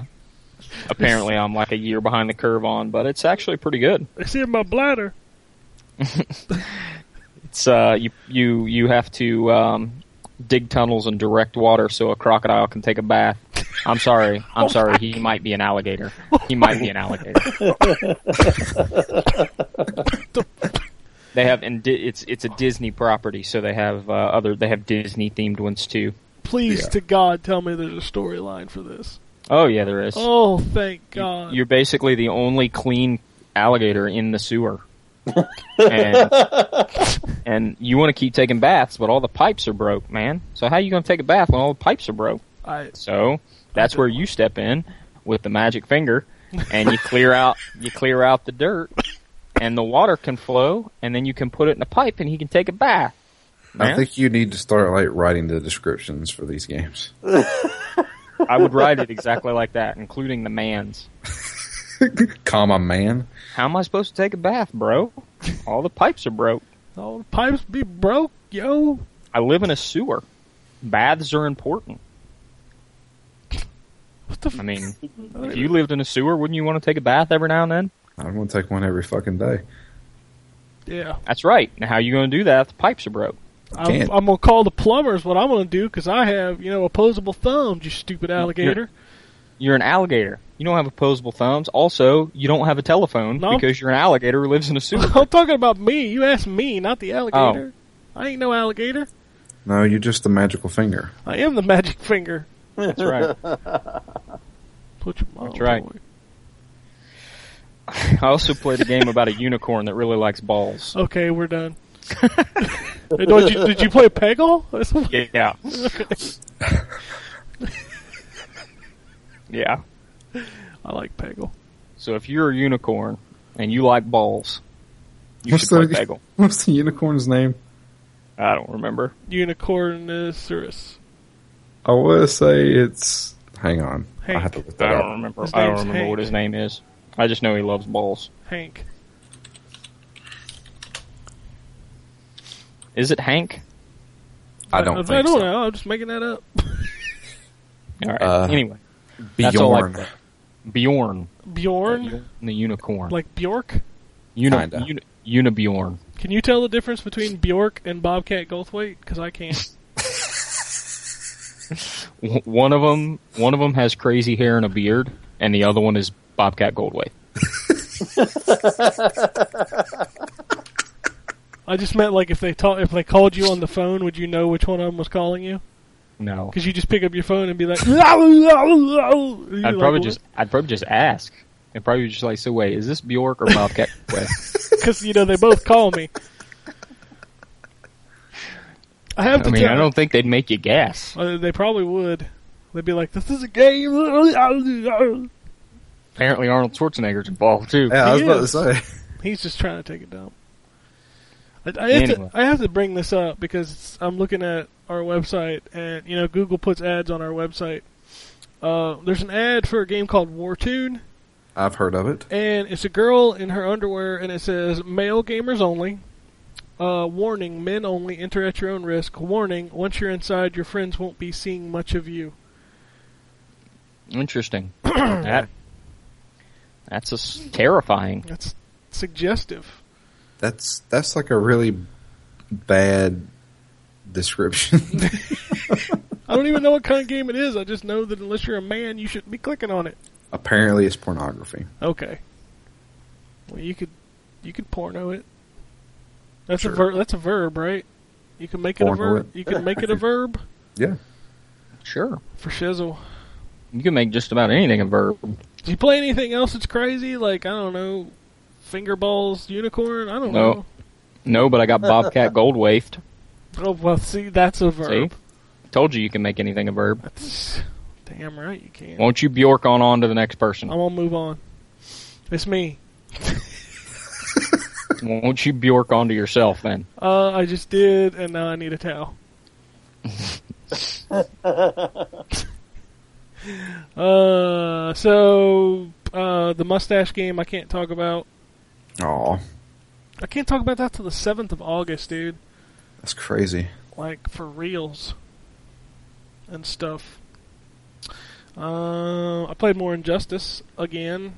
F: apparently I'm like a year behind the curve on, but it's actually pretty good.
C: It's in my bladder.
F: It's uh, you you you have to um, dig tunnels and direct water so a crocodile can take a bath. I'm sorry. I'm sorry. He might be an alligator. He might be an alligator. they have and di- it's it's a Disney property, so they have uh, other they have Disney themed ones too.
C: Please to God tell me there's a storyline for this.
F: Oh yeah, there is.
C: Oh, thank God.
F: You're basically the only clean alligator in the sewer. and, and you want to keep taking baths, but all the pipes are broke, man. So how you going to take a bath when all the pipes are broke?
C: I,
F: So that's where you step in with the magic finger, and you clear out you clear out the dirt, and the water can flow, and then you can put it in a pipe, and he can take a bath.
E: I
F: Man.
E: think you need to start like writing the descriptions for these games.
F: I would write it exactly like that, including the man's.
E: Comma man.
F: How am I supposed to take a bath, bro? All the pipes are broke.
C: all the oh, pipes be broke, yo.
F: I live in a sewer. Baths are important.
C: What the f-
F: I mean, if you lived in a sewer, wouldn't you want to take a bath every now and then?
E: I'm gonna take one every fucking day.
C: Yeah.
F: That's right. Now, how are you going to do that if the pipes are broke?
C: I'm,
E: Can't.
C: I'm going to call the plumbers what I'm going to do because I have, you know, opposable thumbs, you stupid
F: Mm.
C: alligator.
F: You're an alligator. You don't have opposable thumbs. Also, you don't have a telephone
C: No.
F: because you're an alligator who lives in a sewer.
C: I'm talking about me. You asked me, not the alligator.
E: Oh.
C: I ain't no alligator.
E: No, you're just the magical finger.
C: I am the magic finger.
F: That's right.
C: Put your mom
F: That's right.
C: away.
F: I also played a game about a unicorn that really likes balls.
C: Okay, we're done. did, you, did you play Peggle? That's what-
F: Yeah. yeah.
C: I like Peggle.
F: So if you're a unicorn and you like balls, you
E: What's
F: should play
E: the-
F: Bagel.
E: What's the unicorn's name?
F: I don't remember.
C: Unicornosaurus.
E: I want to say it's. Hang on, I
C: Hank.
E: have to look
F: I
E: that
F: don't
E: up.
F: remember.
C: His
F: I don't
C: name's
F: remember
C: Hank.
F: what his name is. I just know he loves balls.
C: Hank.
F: Is it Hank?
E: I don't
C: I
E: think
C: don't
E: so.
C: know. I'm just making that up.
F: All right.
E: Uh,
F: anyway, that's all I
E: Bjorn.
F: played. Bjorn,
C: Bjorn,
F: the unicorn,
C: like Bjork.
F: Uni-
E: kinda.
F: Uni- Unibjorn.
C: Can you tell the difference between Bjork and Bobcat Goldthwait? Because I can't.
F: W- One of them, one of them has crazy hair and a beard, and the other one is Bobcat Goldthwait.
C: I just meant like if they ta- if they called you on the phone, would you know which one of them was calling you?
F: No,
C: Because you just pick up your phone and be like, I'd
F: I'd probably just, I'd probably just ask, and probably just like, so wait, is this Bjork or Bobcat Goldthwait?
C: because you know they both call me. I have to
F: I mean,
C: tell.
F: I don't think they'd make you guess.
C: Uh, they probably would. They'd be like, "This is a game."
F: Apparently, Arnold Schwarzenegger's involved too.
E: Yeah, I was
C: He
E: about to
C: is.
E: say.
C: He's just trying to take it down. I, I, have
F: Anyway.
C: to, I have to bring this up because I'm looking at our website, and you know Google puts ads on our website. Uh, there's an ad for a game called Wartune,
E: I've heard of it.
C: and it's a girl in her underwear, and it says "Male gamers only." Uh, warning: Men only. Enter at your own risk. Warning: Once you're inside, your friends won't be seeing much of you.
F: Interesting. that that's just terrifying.
C: That's suggestive.
E: That's that's like a really bad description.
C: I don't even know what kind of game it is. I just know that unless you're a man, you shouldn't be clicking on it.
E: Apparently, it's pornography.
C: Okay. Well, you could you could porno it. That's
E: Sure.
C: a ver- that's a verb, right? You can make it
E: Porno
C: a verb.
E: it.
C: You can make it a verb
E: Yeah,
F: Sure,
C: for shizzle.
F: you can make just about anything a verb.
C: Do you play anything else that's crazy? Like I don't know, fingerballs, unicorn. I don't
F: No.
C: know.
F: No, but I got Bobcat Goldwafed.
C: Oh well, see that's a
F: See,
C: verb.
F: told you you can make anything a verb.
C: That's- damn right you can.
F: Won't you Bjork on on to the next person?
C: I'm gonna move on. It's me.
F: Won't you Bjork on to yourself then?
C: Uh, I just did, and now I need a towel. uh, so uh, the mustache game I can't talk about.
E: oh,
C: I can't talk about that till the seventh of August, dude.
E: that's crazy.
C: Like for reals and stuff. Uh, I played more Injustice again.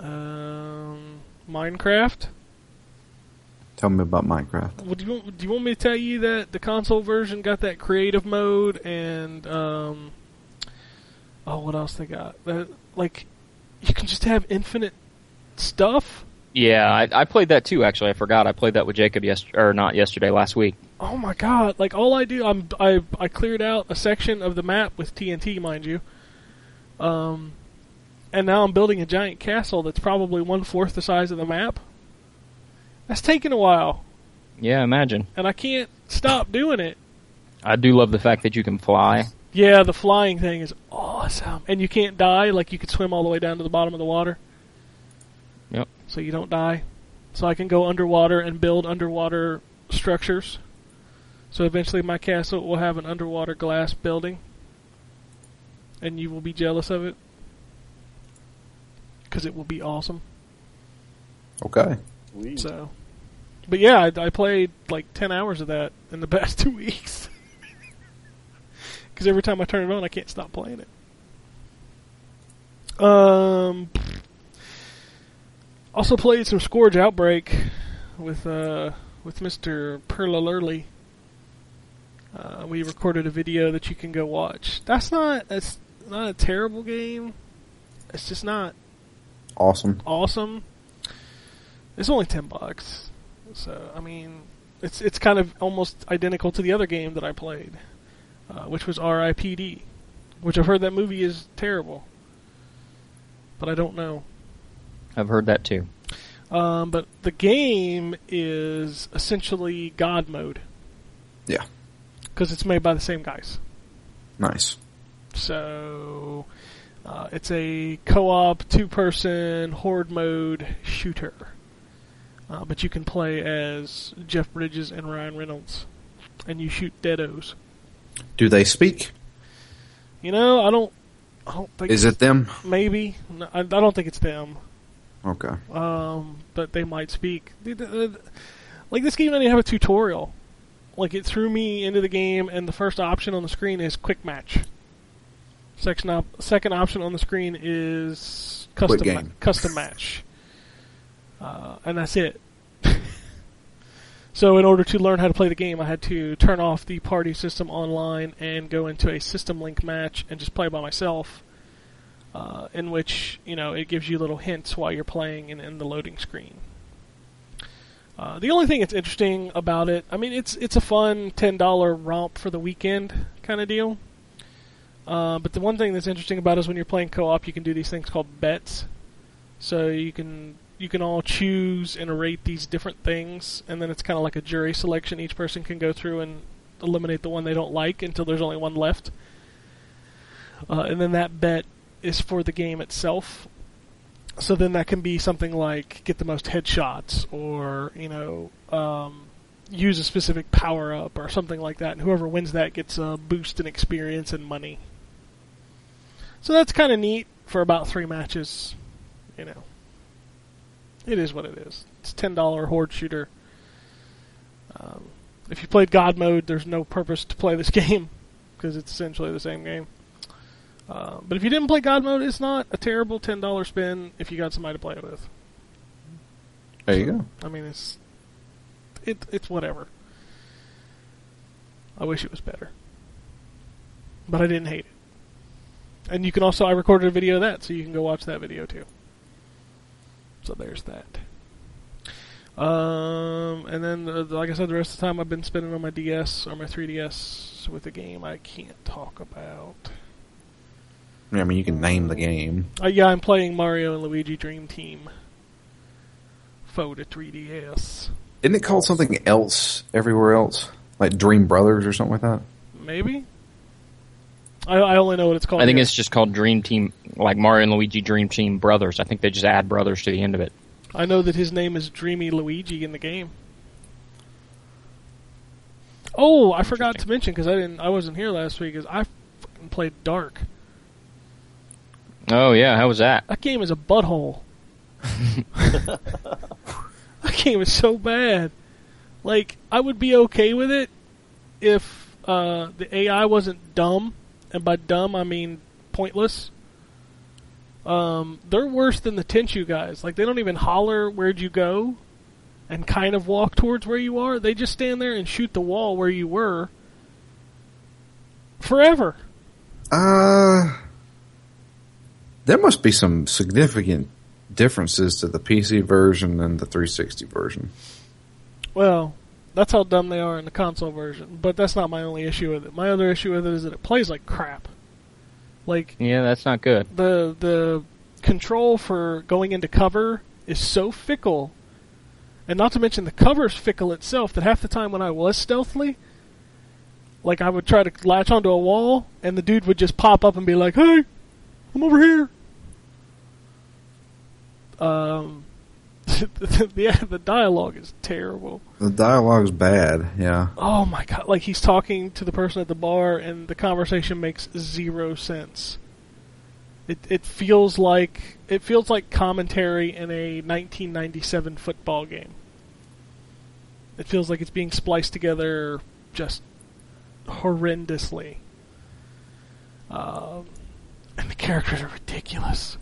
C: Um, Minecraft.
E: Tell me about Minecraft.
C: Well, do you want, do you want me to tell you that the console version got that creative mode and um, oh, what else they got? That, like, you can just have infinite stuff.
F: Yeah, I, I played that too. Actually, I forgot. I played that with Jacob yesterday, or not yesterday, last week.
C: Oh my god! Like all I do, I'm I I cleared out a section of the map with TNT, mind you. Um, and now I'm building a giant castle that's probably one fourth the size of the map. That's taken a while,
F: Yeah, imagine.
C: and I can't stop doing it.
F: I do love the fact that you can fly.
C: Yeah, the flying thing is awesome. And you can't die, like you could swim all the way down to the bottom of the water.
F: Yep.
C: So you don't die. So I can go underwater and build underwater structures. So eventually my castle will have an underwater glass building. And you will be jealous of it. Because it will be awesome.
E: Okay,
C: So. But yeah, I, I played like 10 hours of that in the past two weeks. Because every time I turn it on, I can't stop playing it. Um, also played some Scourge Outbreak with uh, with Mr. Perla Lurley. Uh, we recorded a video that you can go watch. That's not that's not a terrible game. It's just not
E: awesome.
C: awesome. It's only ten bucks, so I mean, it's it's kind of almost identical to the other game that I played, uh, which was R.I.P.D., which I've heard that movie is terrible, but I don't know.
F: I've heard that too.
C: Um, but the game is essentially God mode
E: Yeah,
C: because it's made by the same guys.
E: nice.
C: So uh, it's a co-op two-person horde mode shooter, uh, but you can play as Jeff Bridges and Ryan Reynolds, and you shoot deados.
E: Do they speak?
C: You know, I don't, I don't think
E: Is it them?
C: maybe. No, I, I don't think it's them,
E: Okay.
C: um, but they might speak. Dude, uh, Like this game doesn't even have a tutorial. Like it threw me into the game, and the first option on the screen is quick match. Section op- second option on the screen is custom
E: Quick game.
C: ma- custom match, uh, and that's it. so, in order to learn how to play the game, I had to turn off the party system online and go into a system link match and just play by myself. Uh, in which you know it gives you little hints while you're playing and in the loading screen. Uh, the only thing that's interesting about it, I mean, it's it's a fun ten dollar romp for the weekend kind of deal. Uh, but the one thing that's interesting about it is when you're playing co-op, you can do these things called bets. So you can you can all choose and rate these different things, and then it's kind of like a jury selection. Each person can go through and eliminate the one they don't like until there's only one left. Uh, and then that bet is for the game itself, so then that can be something like get the most headshots or you know um, use a specific power up or something like that and whoever wins that gets a boost in experience and money so that's kind of neat for about three matches you know it is what it is it's $10 horde shooter um, if you played god mode there's no purpose to play this game because it's essentially the same game Uh, but if you didn't play God mode, it's not a terrible ten dollar spin if you got somebody to play it with.
E: There you go.
C: I mean, it's it it's whatever. I wish it was better, but I didn't hate it. And you can also I recorded a video of that, so you can go watch that video too. So there's that. Um, and then uh, like I said, the rest of the time I've been spending on my DS or my 3DS with a game I can't talk about.
E: I mean, you can name the game.
C: Uh, yeah, I'm playing Mario and Luigi Dream Team. Foe to 3DS.
E: Isn't it called something else everywhere else? Like Dream Brothers or something like that?
C: Maybe? I, I only know what it's called.
F: I think
C: here.
F: it's just called Dream Team, like Mario and Luigi Dream Team Brothers. I think they just add brothers to the end of it.
C: I know that his name is Dreamy Luigi in the game. Oh, I forgot to mention because I didn't, I wasn't here last week. Is I fucking played Dark.
F: Oh yeah, how was that?
C: That game is a butthole. that game is so bad. Like, I would be okay with it if uh, the AI wasn't dumb, and by dumb I mean pointless. Um, they're worse than the Tenchu guys. Like, they don't even holler where'd you go, and kind of walk towards where you are. They just stand there and shoot the wall where you were. Forever.
E: Uh, there must be some significant differences to the PC version and the 360 version.
C: Well, that's how dumb they are in the console version, but that's not my only issue with it. My other issue with it is that it plays like crap. Like
F: Yeah, that's not good.
C: the the control for going into cover is so fickle. And not to mention the cover's fickle itself that half the time when I was stealthily like I would try to latch onto a wall and the dude would just pop up and be like, "Hey, I'm over here." Um the, the, the dialogue is terrible.
E: The dialogue's bad, yeah.
C: Oh my god! Like he's talking to the person at the bar, and the conversation makes zero sense. It it feels like it feels like commentary in a 1997 football game. It feels like it's being spliced together just horrendously. Um, and the characters are ridiculous.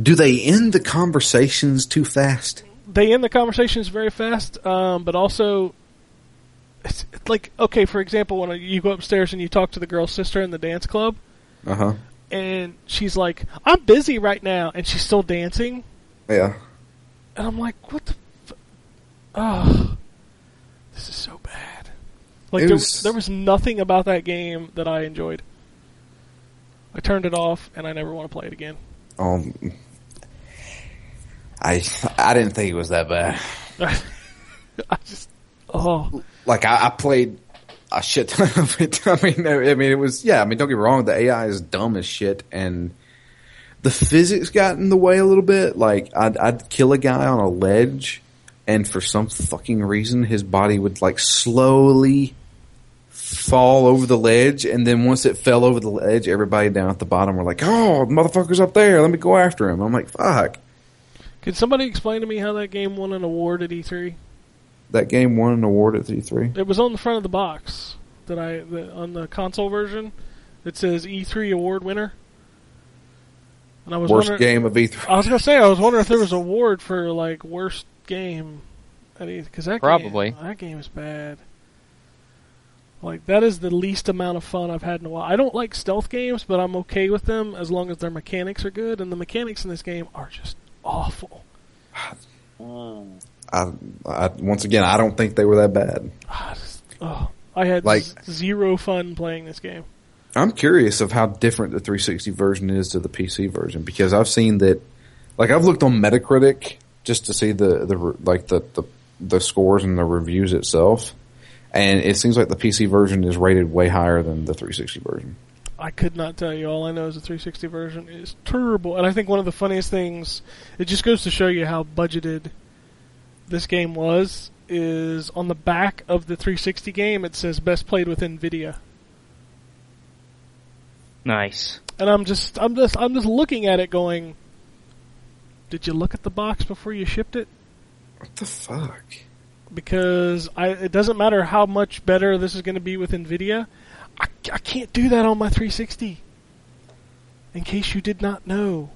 E: Do they end the conversations too fast?
C: they end the conversations very fast, um, but also it's, it's like okay, for example, when you go upstairs and you talk to the girl's sister in the dance club,
E: Uh huh.
C: and she's like, "I'm busy right now," and she's still dancing,
E: Yeah.
C: and I'm like, "What the? F- oh, this is so bad." Like
E: It
C: there
E: was-
C: there was nothing about that game that I enjoyed. I turned it off, and I never want to play it again.
E: Um, I I didn't think it was that bad.
C: I just oh
E: Like I, I played a shit ton of it. I mean, I I mean, it was yeah. I mean, don't get me wrong. The AI is dumb as shit, and the physics got in the way a little bit. Like I'd, I'd kill a guy on a ledge, and for some fucking reason, his body would like slowly fall over the ledge, and then once it fell over the ledge, everybody down at the bottom were like, "Oh, motherfucker's up there! Let me go after him." I'm like, "Fuck."
C: can somebody explain to me how that game won an award at E E3?
E: That game won an award at E3.
C: It was on the front of the box that I the, on the console version. It says E3 award winner, and I was
E: Worst
C: wondering.
E: game of E E3.
C: I was gonna say I was wondering if there was an award for like worst game, because that
F: Probably.
C: game, that game is bad. Like that is the least amount of fun I've had in a while. I don't like stealth games, but I'm okay with them as long as their mechanics are good, and the mechanics in this game are just awful.
E: I, I, once again, I don't think they were that bad.
C: I, just, oh, I had
E: Like-
C: z- zero fun playing this game.
E: I'm curious of how different the 360 version is to the PC version because I've seen that, like I've looked on Metacritic just to see the the re- like the the, the scores and the reviews itself, and it seems like the PC version is rated way higher than the 360 version.
C: I could not tell you. All I know is the 360 version is terrible. And I think one of the funniest things, it just goes to show you how budgeted this game was, is on the back of the 360 game, it says best played with NVIDIA.
F: Nice.
C: And I'm just, I'm just, I'm just looking at it going, did you look at the box before you shipped it?
E: What the fuck?
C: Because I, it doesn't matter how much better this is going to be with NVIDIA. I, I can't do that on my 360. in case you did not know.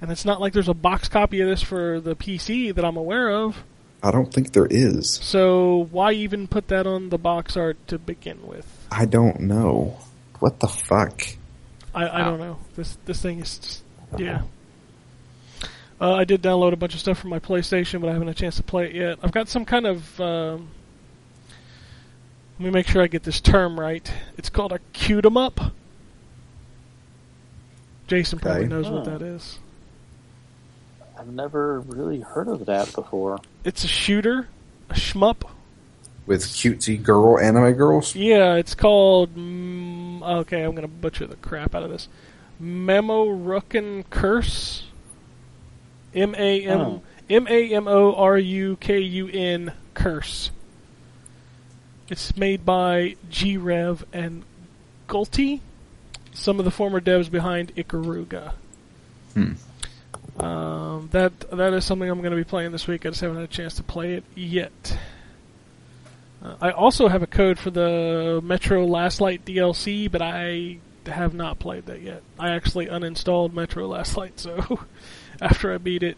C: And it's not like there's a box copy of this for the PC that I'm aware of.
J: I don't think there is.
C: So why even put that on the box art to begin with?
J: I don't know. What the fuck?
C: I, I don't know. This this thing is just- yeah. Uh, I did download a bunch of stuff from my PlayStation, but I haven't had a chance to play it yet. I've got some kind of. Um, let me make sure I get this term right. It's called a cute 'em up. Jason probably
J: Okay.
C: knows what
D: Oh.
C: that is.
D: I've never really heard of that before.
C: It's a shooter, a shmup.
E: with cutesy girl anime girls.
C: Yeah, it's called. Mm, okay, I'm gonna butcher the crap out of this. Memo Ruckin Curse. M A M
D: Oh.
C: M A M O R U K U N Curse. It's made by G Rev and Gulti, some of the former devs behind Ikaruga. Um, that that is something I'm going to be playing this week. I just haven't had a chance to play it yet. Uh, I also have a code for the Metro Last Light DLC, but I have not played that yet. I actually uninstalled Metro Last Light, so after I beat it,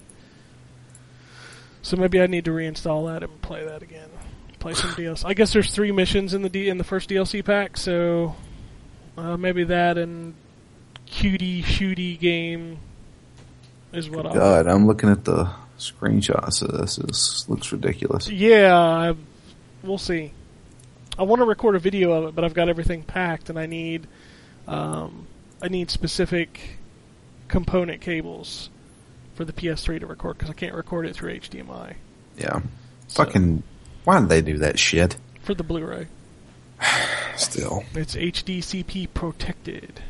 C: so maybe I need to reinstall that and play that again. Play some DLC. I guess there's three missions in the D- in the first DLC pack, so uh, maybe that and cutie shooty game is what I'll
E: God, I'm looking at the screenshots of this. This looks ridiculous.
C: Yeah, I, we'll see. I want to record a video of it, but I've got everything packed, and I need, um, I need specific component cables for the PS3 to record because I can't record it through HDMI
E: Yeah.
C: So-
E: Fucking, why did they do that shit?
C: for the Blu-ray.
E: Still.
C: It's HDCP protected.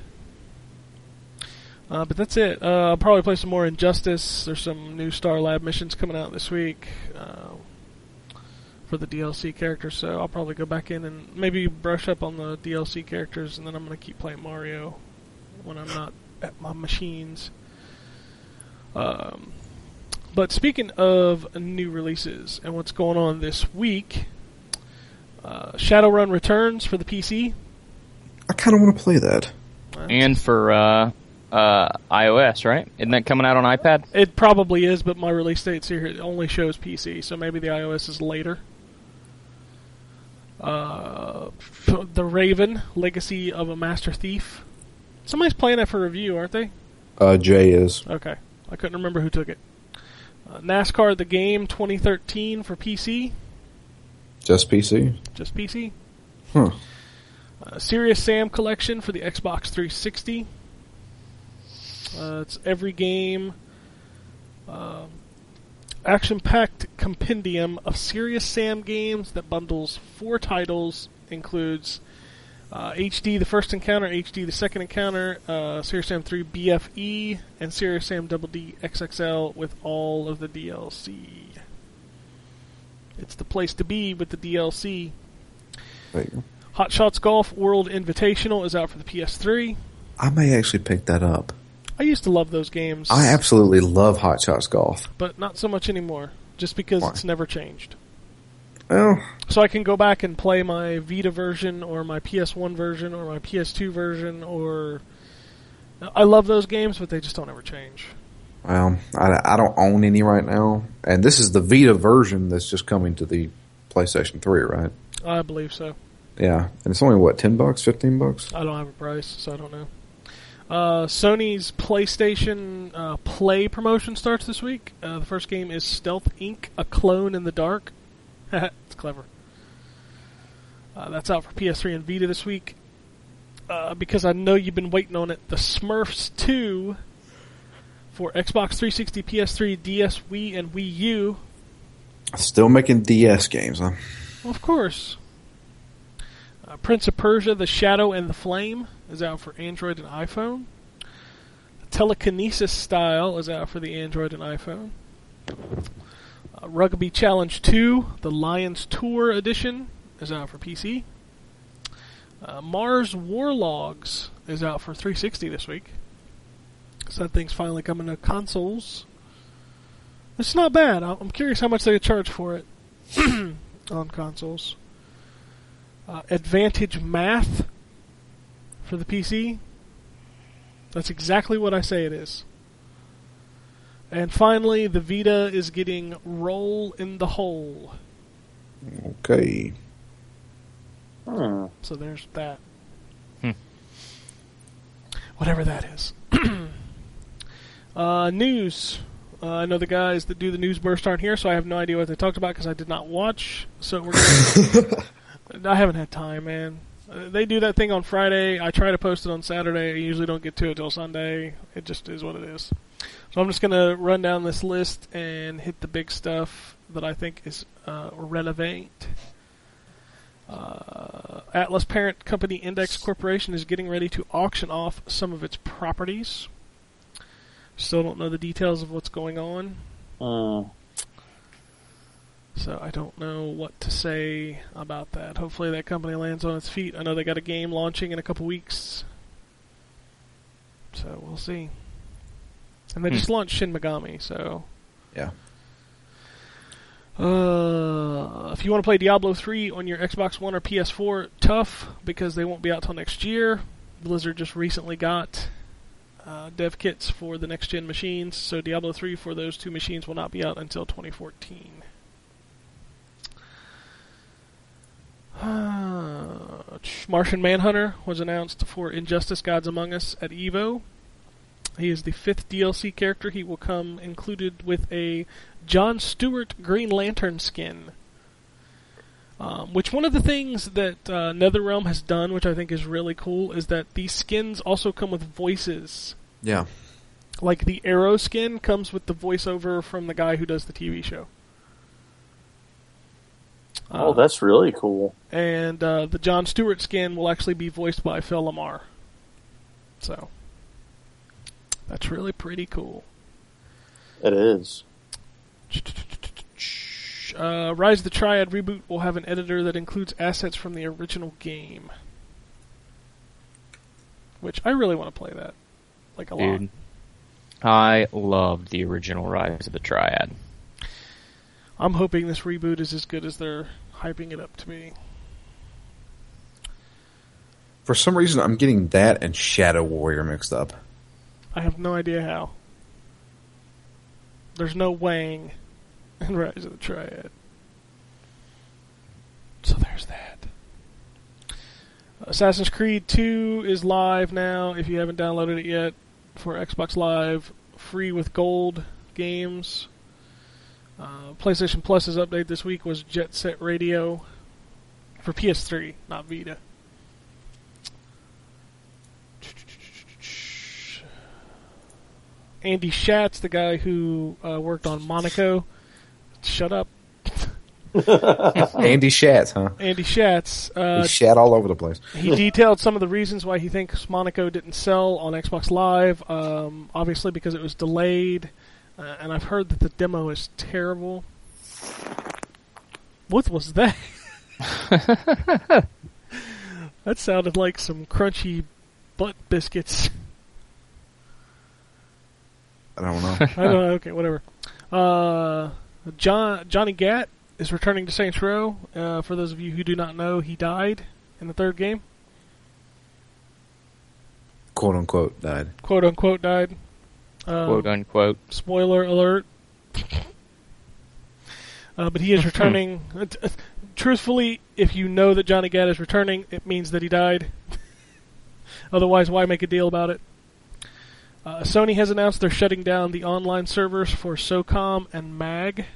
C: Uh, but that's it. Uh, I'll probably play some more Injustice. There's some new Star Lab missions coming out this week uh, for the DLC characters, so I'll probably go back in and maybe brush up on the DLC characters, and then I'm going to keep playing Mario when I'm not at my machines. Um, but speaking of new releases and what's going on this week, uh, Shadowrun returns for the PC.
J: I kind of want to play that.
F: and for uh, uh, iOS, right? Isn't that coming out on iPad?
C: It probably is, but my release dates here it only shows PC, so maybe the iOS is later. Uh, f- the Raven Legacy of a Master Thief. Somebody's playing that for review, aren't they?
E: Uh, Jay is.
C: Okay, I couldn't remember who took it. Uh, NASCAR the Game 2013 for PC,
E: Just PC?
C: just PC.
E: Huh.
C: Uh, Serious Sam collection for the Xbox 360. Uh, it's every game, um, action-packed compendium of Serious Sam games that bundles four titles, includes uh, HD: The First Encounter, HD: The Second Encounter, uh, Serious Sam 3 BFE, E, and Serious Sam Double D XXL with all of the DLC. It's the place to be with the DLC.
J: There you go.
C: Hot Shots Golf World Invitational is out for the PS3.
E: I may actually pick that up.
C: I used to love those games,
E: I absolutely love Hot Shots Golf.
C: but not so much anymore, just because
E: Why?
C: it's never changed.
E: Well,
C: So I can go back and play my Vita version, or my PS1 version, or my PS2 version, or I love those games, but they just don't ever change.
E: well, I, I don't own any right now. And this is the Vita version that's just coming to the PlayStation 3, right?
C: I believe so.
E: Yeah. And it's only, what, 10 bucks, 15 bucks?
C: I don't have a price, so I don't know. Uh, Sony's PlayStation uh, Play promotion starts this week. Uh, the first game is Stealth Inc., A Clone in the Dark. it's clever. Uh, that's out for PS3 and Vita this week. Uh, because I know you've been waiting on it, The Smurfs 2 for Xbox 360, PS3, DS, Wii, and Wii U.
E: Still making DS games, huh?
C: Well, of course. Uh, Prince of Persia: The Shadow and the Flame is out for Android and iPhone. Telekinesis Style is out for the Android and iPhone. Uh, Rugby Challenge 2: The Lions Tour Edition is out for PC. Uh, Mars Warlogs is out for 360 this week. So that thing's finally coming to consoles. It's not bad. I- I'm curious how much they charge for it on consoles. Uh, Advantage Math for the PC. That's exactly what I say it is. And finally, the Vita is getting Roll in the Hole.
J: Okay.
D: Hmm.
C: So there's that.
F: Hmm.
C: Whatever that is. uh, news. Uh, I know the guys that do the news burst aren't here, so I have no idea what they talked about because I did not watch. So we're. Gonna... I haven't had time, man. Uh, they do that thing on Friday. I try to post it on Saturday. I usually don't get to it till Sunday. It just is what it is. So I'm just gonna run down this list and hit the big stuff that I think is uh, relevant. Uh, Atlas parent company Index Corporation is getting ready to auction off some of its properties. Still don't know the details of what's going on,
D: Hmm.
C: so I don't know what to say about that. Hopefully, that company lands on its feet. I know they got a game launching in a couple weeks, so we'll see. And they
F: Hmm.
C: just launched Shin Megami, so
J: Yeah.
C: Uh, if you want to play Diablo 3 on your Xbox One or PS4, tough because they won't be out till next year. Blizzard just recently got uh, dev kits for the next gen machines, so Diablo 3 for those two machines will not be out until 2014. Uh, Martian Manhunter was announced for Injustice Gods Among Us at EVO. He is the fifth DLC character. He will come included with a John Stewart Green Lantern skin. Um, which one of the things that uh, NetherRealm has done, which I think is really cool, is that these skins also come with voices.
J: Yeah.
C: Like the Arrow skin comes with the voiceover from the guy who does the TV show. uh,
D: Oh, that's really cool.
C: and uh, the John Stewart skin will actually be voiced by Phil Lamar. So that's really pretty cool.
D: It is.
C: Uh, Rise of the Triad reboot will have an editor that includes assets from the original game, which I really want to play that, like a lot.
F: dude. I loved the original Rise of the Triad.
C: I'm hoping this reboot is as good as they're hyping it up to be.
J: For some reason, I'm getting that and Shadow Warrior mixed up.
C: I have no idea how. There's no Wang in Rise of the Triad. So there's that. Assassin's Creed 2 is live now if you haven't downloaded it yet for Xbox Live, free with gold games. Uh, PlayStation Plus's update this week was Jet Set Radio for PS3, not Vita. Andy Schatz, the guy who uh, worked on Monaco. Shut up.
J: Andy Shatz, huh?
C: Andy Schatz. Uh,
J: he shat all over the place.
C: he detailed some of the reasons why he thinks Monaco didn't sell on Xbox Live. Um, obviously, because it was delayed, uh, and I've heard that the demo is terrible. What was that? that sounded like some crunchy butt biscuits.
J: I don't know.
C: I don't know. Okay, whatever. Uh, John Johnny Gat is returning to Saints Row. Uh, for those of you who do not know, he died in the third game.
J: Quote unquote died.
C: "Quote unquote" died. Um,
F: Quote unquote.
C: Spoiler alert. Uh, but he is returning. Uh, Truthfully, if you know that Johnny Gat is returning, it means that he died. Otherwise, why make a deal about it? Uh, Sony has announced they're shutting down the online servers for SOCOM and MAG.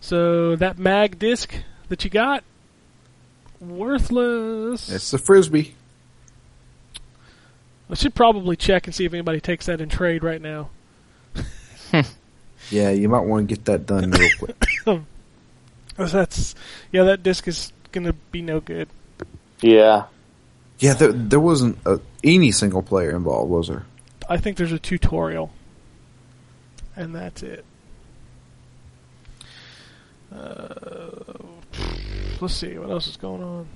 C: So that MAG disc that you got, worthless.
J: It's the frisbee.
C: I should probably check and see if anybody takes that in trade right now.
J: Yeah, you might want to get that done real quick.
C: 'Cause That's yeah, that disc is gonna be no good.
D: Yeah.
J: Yeah, there, there wasn't a, any single player involved, was there?
C: I think there's a tutorial, and that's it. Uh, let's see what else is going on.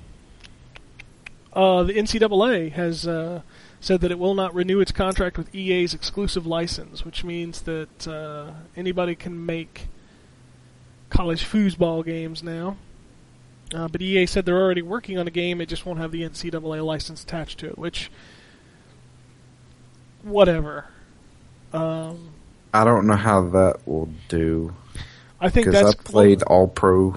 C: Uh, the NCAA has uh, said that it will not renew its contract with EA's exclusive license, which means that uh, anybody can make college foosball games now. Uh, but EA said they're already working on a game. It just won't have the NCAA license attached to it, which, whatever. Um,
E: I don't know how that will do
C: I think
E: because
C: that's
E: I played All Pro.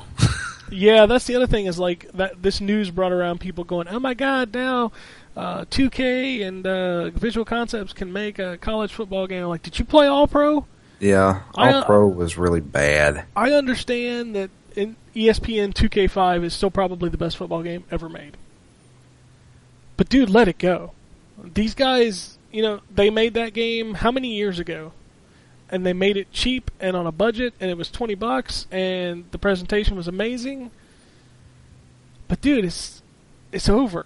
C: Yeah, that's the other thing is like that. This news brought around people going, "Oh my God, now uh, 2K and uh, Visual Concepts can make a college football game." I'm like, did you play All Pro?
E: Yeah, All
C: I, uh,
E: Pro was really bad.
C: I understand that in E ESPN 2K5 is still probably the best football game ever made. But dude, let it go. These guys, you know, they made that game how many years ago? And they made it cheap and on a budget and it was 20 bucks and the presentation was amazing. But dude, it's it's over.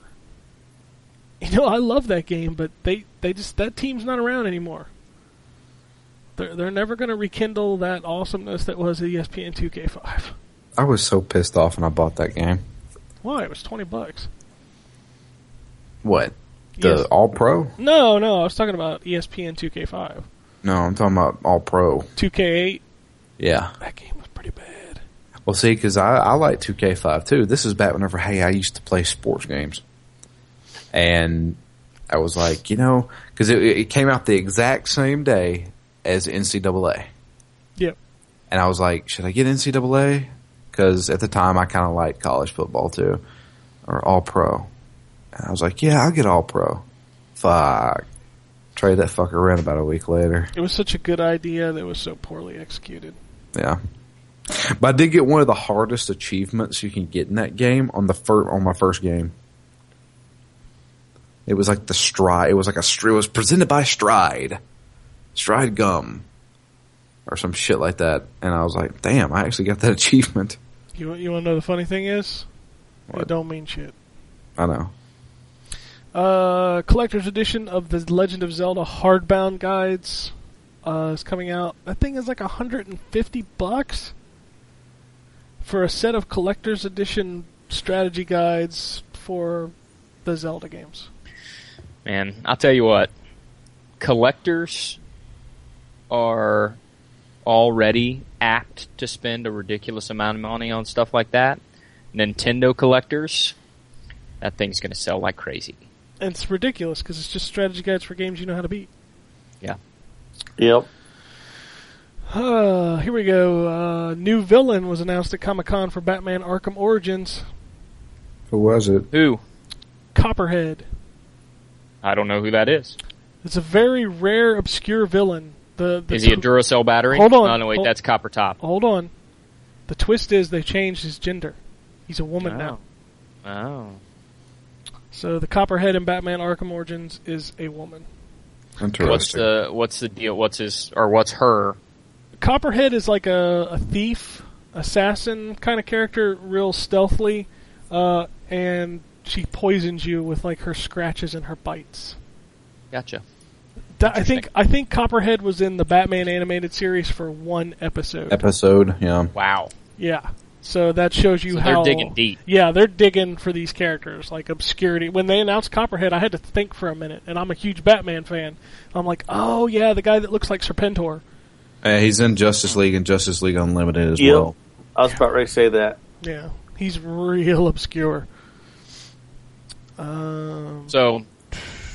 C: You know, I love that game, but they they just that team's not around anymore. They're, they're never going to rekindle that awesomeness that was E ESPN 2K5.
E: I was so pissed off when I bought that game.
C: Why? It was 20 bucks.
E: What? The
C: Yes.
E: All Pro?
C: No, no, I was talking about E ESPN 2K5.
E: No, I'm talking about All Pro.
C: 2K8,
E: Yeah.
C: that game was pretty bad.
E: Well, see, because I, I like 2K5 too. This is back whenever, hey, I used to play sports games. And I was like, you know, because it, it came out the exact same day as NCAA.
C: Yep.
E: And I was like, should I get NCAA? Because at the time I kind of liked college football too, or all pro. And I was like, yeah, I'll get all pro. Fuck. Trade that fucker around about a week later.
C: It was such a good idea that was so poorly executed.
E: Yeah. But I did get one of the hardest achievements you can get in that game on the fir- on my first game. It was like the stride. It was like a str- it was presented by Stride, Stride Gum, or some shit like that. And I was like, "Damn, I actually got that achievement."
C: You, you want to know the funny thing is? It
E: What?
C: don't mean shit.
E: I know.
C: Uh, collector's edition of the Legend of Zelda Hardbound Guides uh, is coming out. That thing is like 150 bucks for a set of collector's edition strategy guides for the Zelda games.
F: Man, I'll tell you what. Collectors are already apt to spend a ridiculous amount of money on stuff like that. Nintendo collectors, that thing's going to sell like crazy.
C: And it's ridiculous because it's just strategy guides for games you know how to beat.
F: Yeah.
D: Yep.
C: Uh, here we go. Uh, new villain was announced at Comic Con for Batman Arkham Origins
E: Who was it?
F: Who?
C: Copperhead.
F: I don't know who that is.
C: It's a very rare, obscure villain. The, the
F: Is he a Duracell battery?
C: Hold on.
F: Oh, no, wait,
C: Hold-
F: that's Copper Top.
C: Hold on. The twist is they changed his gender. He's a woman now.
F: Oh.
C: So the Copperhead in Batman Arkham Origins is a woman.
F: What's
E: Interesting.
F: the what's the deal? What's his or what's her?
C: Copperhead is like a, a thief, assassin kind of character, real stealthily, uh, and she poisons you with like her scratches and her bites.
F: Gotcha.
C: That, I think I think Copperhead was in the Batman animated series for one episode.
E: episode? Yeah.
F: Wow.
C: Yeah. So that shows you
F: So they're
C: how
F: digging deep.
C: Yeah, they're digging for these characters like obscurity. When they announced Copperhead, I had to think for a minute, and I'm a huge Batman fan. I'm like, oh yeah, the guy that looks like Serpentor.
E: Uh, he's in Justice League and Justice League Unlimited as
D: Yep.
E: well.
D: I was about ready to say that.
C: Yeah, he's real obscure. Um,
F: So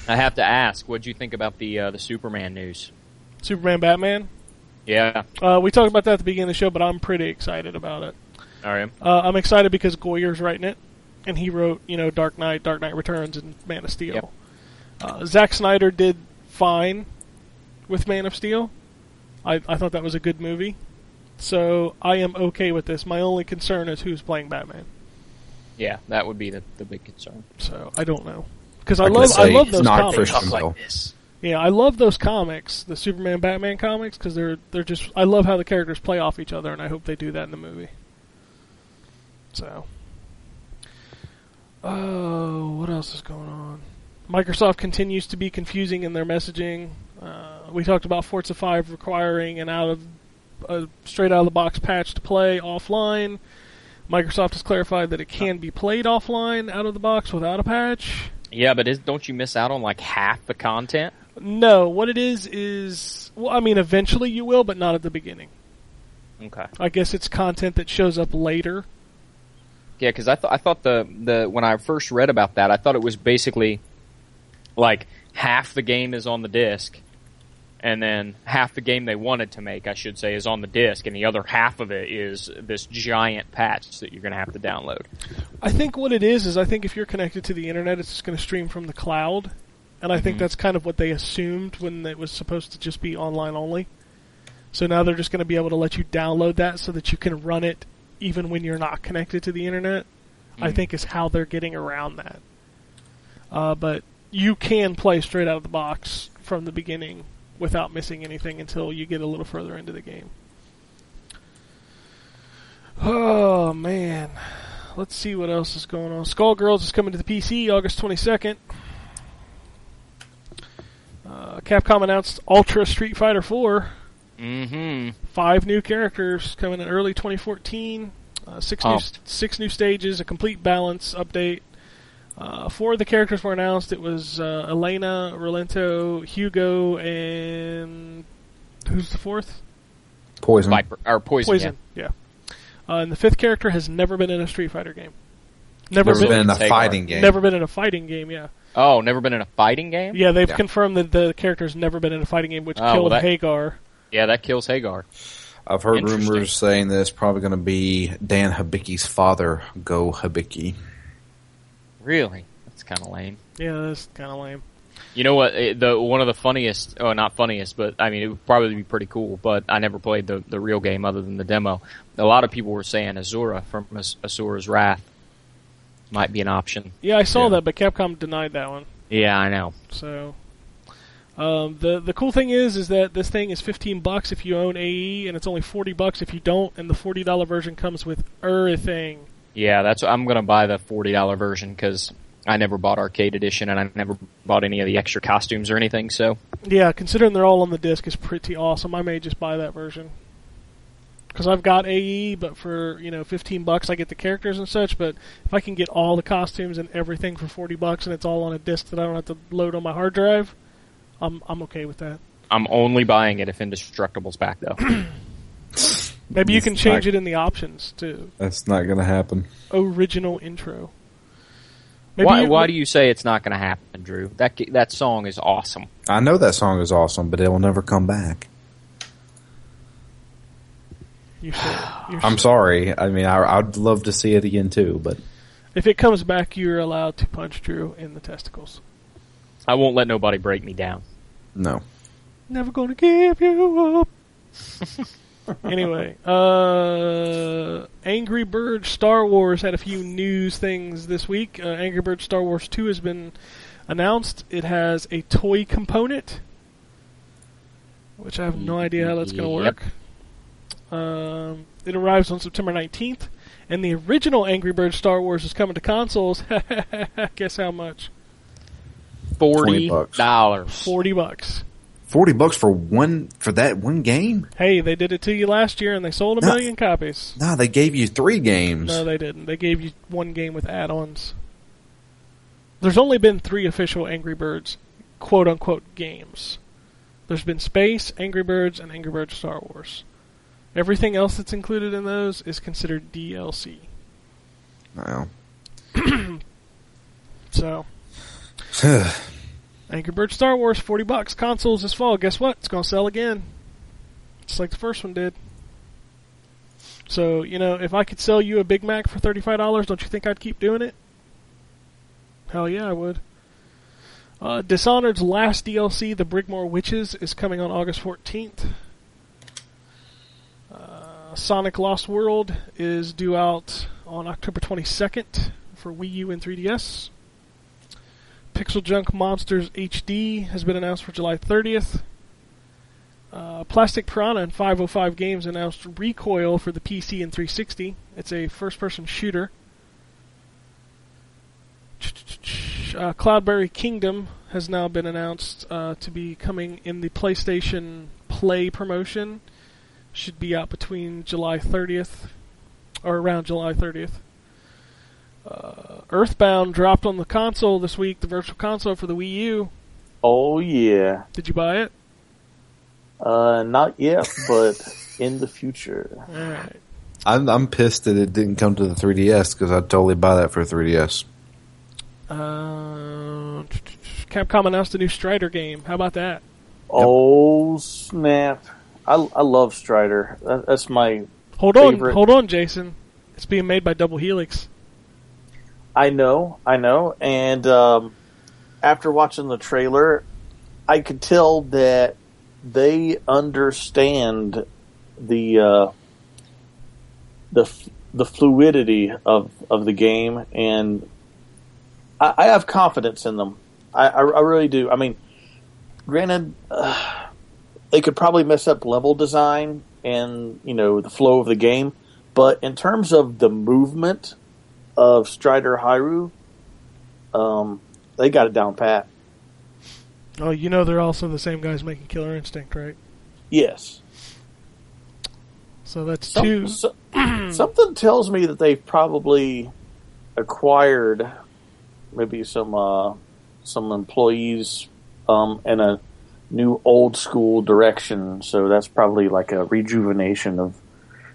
F: I have to ask, what'd you think about the uh, the Superman news?
C: Superman, Batman.
F: Yeah.
C: Uh, we talked about that at the beginning of the show, but I'm pretty excited about it.
F: All right.
C: Uh, I'm excited because Goyer's writing it, and he wrote, you know, Dark Knight, Dark Knight Returns, and Man of Steel.
F: Yep.
C: Uh, Zack Snyder did fine with Man of Steel. I, I thought that was a good movie. So I am okay with this. My only concern is who's playing Batman.
F: Yeah, that would be the, the big concern.
C: So I don't know because I
E: Like I
C: love I
E: say,
C: love
E: it's
C: those
E: not
C: comics.
E: Christian
G: Talk
E: Bale.
G: like this.
C: Yeah, I love those comics, the Superman Batman comics, because they're they're just I love how the characters play off each other, and I hope they do that in the movie. So, oh, what else is going on? Microsoft continues to be confusing in their messaging. Uh, we talked about Forza 5 requiring an out of a straight out of the box patch to play offline. Microsoft has clarified that it can be played offline out of the box without a patch.
F: Yeah, but is, don't you miss out on like half the content?
C: No, what it is is well, I mean, eventually you will, but not at the beginning.
F: Okay.
C: I guess it's content that shows up later.
F: Yeah, because I thought I thought the the when I first read about that, I thought it was basically like half the game is on the disc, and then half the game they wanted to make, I should say, is on the disc, and the other half of it is this giant patch that you're going to have to download.
C: I think what it is is I think if you're connected to the internet, it's just going to stream from the cloud, and I think that's kind of what they assumed when it was supposed to just be online only. So now they're just going to be able to let you download that so that you can run it even when you're not connected to the internet. I think is how they're getting around that. Uh, but you can play straight out of the box from the beginning without missing anything until you get a little further into the game. Oh man let's see what else is going on. Skullgirls is coming to the PC August 22nd. Uh, Capcom announced Ultra Street Fighter 4.
F: Mm-hmm.
C: Five new characters coming in early 2014. Uh, six, new,
F: Pumped.
C: six new stages, a complete balance update. Uh, four of the characters were announced. It was uh, Elena, Rolento, Hugo, and who's the fourth?
E: Poison.
F: Viper or poison.
C: Poison. Yeah. Uh, and the fifth character has never been in a Street Fighter game. Never,
E: Never been in a
F: Take
E: fighting
F: our-
E: game.
C: Never been in a fighting game, yeah.
F: yeah. Oh, never been in a fighting game.
C: Yeah, they've
E: Yeah.
C: confirmed that the character's never been in a fighting game, which
F: Oh, well,
C: killed
F: that-
C: Hagar.
F: Yeah, that kills Hagar.
E: I've heard
F: Interesting.
E: rumors saying that it's probably going to be Dan Hibicki's father, Go Hibiki.
F: Really, that's kind of lame.
C: Yeah, that's kind of lame.
F: You know what? eh, The one of the funniest, oh, not funniest, but I mean, it would probably be pretty cool. But I never played the the real game other than the demo. A lot of people were saying Azura from As- Azura's Wrath might be an option.
C: Yeah, I saw
E: Yeah.
C: that, but Capcom denied that one.
F: Yeah, I know.
C: So, um, the the cool thing is, is that this thing is 15 bucks if you own AE, and it's only 40 bucks if you don't. And the 40 dollar version comes with everything.
F: Yeah, that's. I'm gonna buy the forty dollar version because I never bought Arcade Edition and I never bought any of the extra costumes or anything. So
C: Yeah, considering they're all on the disc, is pretty awesome. I may just buy that version because I've got AE, but for you know 15 bucks, I get the characters and such. But if I can get all the costumes and everything for 40 bucks, and it's all on a disc that I don't have to load on my hard drive, I'm I'm okay with that.
F: I'm only buying it if Indestructible's back though.
C: Maybe
F: Mm,
C: you
E: It's
C: can change
E: not-
C: it in the options to
E: That's not going to happen.
C: original intro.
F: why? why do you say it's not gonna happen, Drew? That ge- that song is awesome.
E: I know that song is awesome, but it will never come back.
C: you should- you
E: I'm
C: should-
E: sorry. I mean, I, I'd love to see it again too, but
C: If it comes back, you're allowed to punch Drew in the testicles.
F: I won't let nobody break me down.
E: no.
C: Never gonna give you up. anyway, uh, Angry Bird Star Wars had a few news things this week. Uh, Angry Bird Star Wars 2 has been announced. It has a toy component, which I have no idea how that's going to
F: Yep.
C: work. Um, it arrives on September 19th, and the original Angry Bird Star Wars is coming to consoles. Guess how much?
F: Forty
E: bucks.
F: dollars.
C: 40 bucks.
E: Forty bucks for one for that one game?
C: Hey, they did it to you last year and they sold a
E: No.
C: million copies.
E: Nah, they gave you three games.
C: No, they didn't. They gave you one game with add-ons. There's only been three official Angry Birds, quote unquote, games. There's been Space, Angry Birds, and Angry Birds Star Wars. Everything else that's included in those is considered DLC.
E: Well,
C: So, Angry Birds Star Wars, forty bucks, consoles this fall. Guess what? It's gonna sell again, just like the first one did. So you know, if I could sell you a Big Mac for thirty-five dollars, don't you think I'd keep doing it? Hell yeah, I would. Uh, Dishonored's last DLC, The Brigmore Witches, is coming on August fourteenth. Uh, Sonic Lost World is due out on October twenty-second for Wii U and 3DS. Pixel Junk Monsters HD has been announced for July 30th. Uh, Plastic Piranha and 505 Games announced Recoil for the PC and 360. It's a first person shooter. Uh, Cloudberry Kingdom has now been announced uh, to be coming in the PlayStation Play promotion. Should be out between July 30th, or around July 30th. Earthbound dropped on the console this week, the virtual console for the Wii U.
D: Oh yeah,
C: Did you buy it?
D: uh, not yet, but in the future.
C: Alright.
E: I'm, I'm pissed that it didn't come to the 3DS because I'd totally buy that for a 3DS.
C: Uh, Capcom announced a new Strider game. How about that?
D: Oh snap! I, I love Strider. That, that's my.
C: Hold
D: Favorite.
C: on, hold on, Jason. It's being made by Double Helix.
D: I know, I know. And um, after watching the trailer, I could tell that they understand the uh, the f- the fluidity of of the game, and I, I have confidence in them. I, I, I really do. I mean, granted, uh, they could probably mess up level design and you know the flow of the game, but in terms of the movement of Strider Hyru, um, they got it down pat.
C: Oh, you know they're also the same guys making Killer Instinct, right?
D: Yes.
C: So that's
D: Some-
C: two.
D: so- something tells me that they've probably acquired maybe some uh, some employees um, in a new old school direction. So that's probably like a rejuvenation of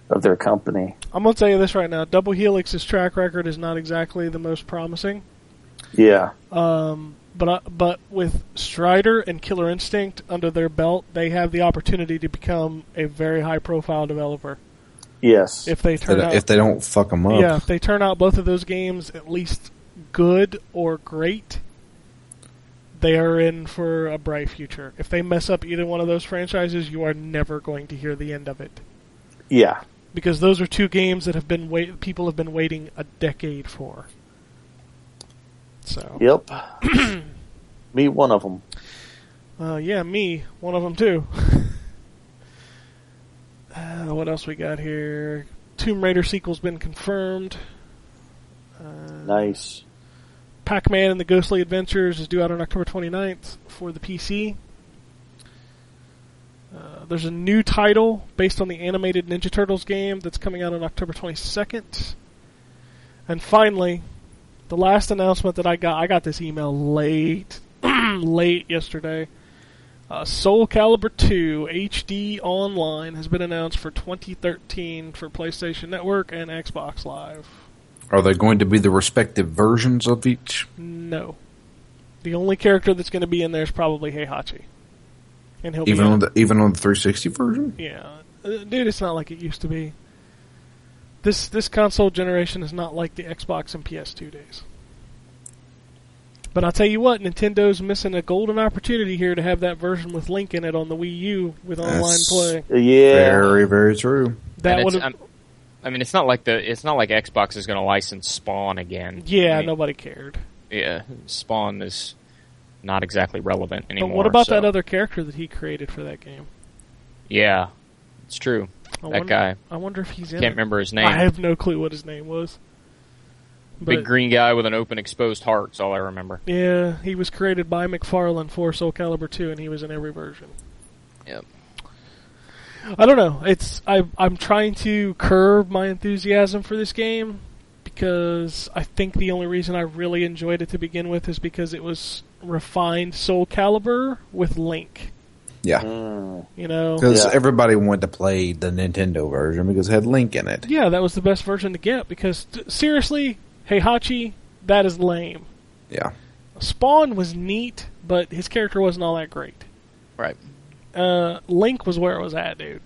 D: of their company.
C: I'm gonna tell you this right now. Double Helix's track record is not exactly the most promising.
D: Yeah.
C: Um, but I, but with Strider and Killer Instinct under their belt, they have the opportunity to become a very high profile developer
D: Yes.
C: if they
E: If they
C: turn
E: don't-
C: out.
E: if they don't fuck them up,
C: yeah, if they turn out both of those games at least good or great, they are in for a bright future. If they mess up either one of those franchises, you are never going to hear the end of it
D: yeah.
C: because those are two games that have been wait- people have been waiting a decade for. So
D: Yep. me, one of them.
C: Uh, yeah, me, one of them too. uh, what else we got here? Tomb Raider sequel's been confirmed.
D: Nice.
C: Pac-Man and the Ghostly Adventures is due out on October 29th for the PC. Uh, there's a new title based on the animated Ninja Turtles game that's coming out on October 22nd. And finally, the last announcement that I got, I got this email late, late yesterday. Uh, Soul Calibur 2 HD Online has been announced for 2013 for PlayStation Network and Xbox Live.
E: are they going to be the respective versions of each?
C: No. The only character that's going to be in there is probably Heihachi. And he'll
E: Even
C: be
E: on the even on the 360 version?
C: Yeah. Uh, Dude, it's not like it used to be. This this console generation is not like the Xbox and PS2 days. But I'll tell you what, Nintendo's missing a golden opportunity here to have that version with Link in it on the Wii U with online
E: That's-
C: play.
D: Yeah.
E: Very very true.
C: That
F: And
C: would
F: it's-
C: have
F: I'm- I mean, it's not like the it's not like Xbox is going to license Spawn again.
C: Yeah,
F: I mean,
C: nobody cared.
F: Yeah, Spawn is not exactly relevant anymore.
C: But what about
F: so-
C: that other character that he created for that game?
F: Yeah, it's true.
C: I
F: that
C: wonder,
F: guy
C: I wonder if he's in
F: can't
C: it.
F: remember his name.
C: I have no clue what his name was.
F: Big
C: But-
F: green guy with an open exposed heart's all I remember.
C: Yeah, he was created by McFarlane for Soul Calibur 2, and he was in every version.
F: Yep.
C: I don't know. It's I, I'm trying to curb my enthusiasm for this game because I think the only reason I really enjoyed it to begin with is because it was refined Soul Calibur with Link.
E: Yeah,
F: Mm-hmm.
C: You know,
E: because
D: Yeah.
E: everybody wanted to play the Nintendo version because it had Link in it.
C: yeah, that was the best version to get because t- seriously, Heihachi, that is lame.
E: Yeah,
C: Spawn was neat, but his character wasn't all that great.
F: Right.
C: Uh, Link was where it was at, dude.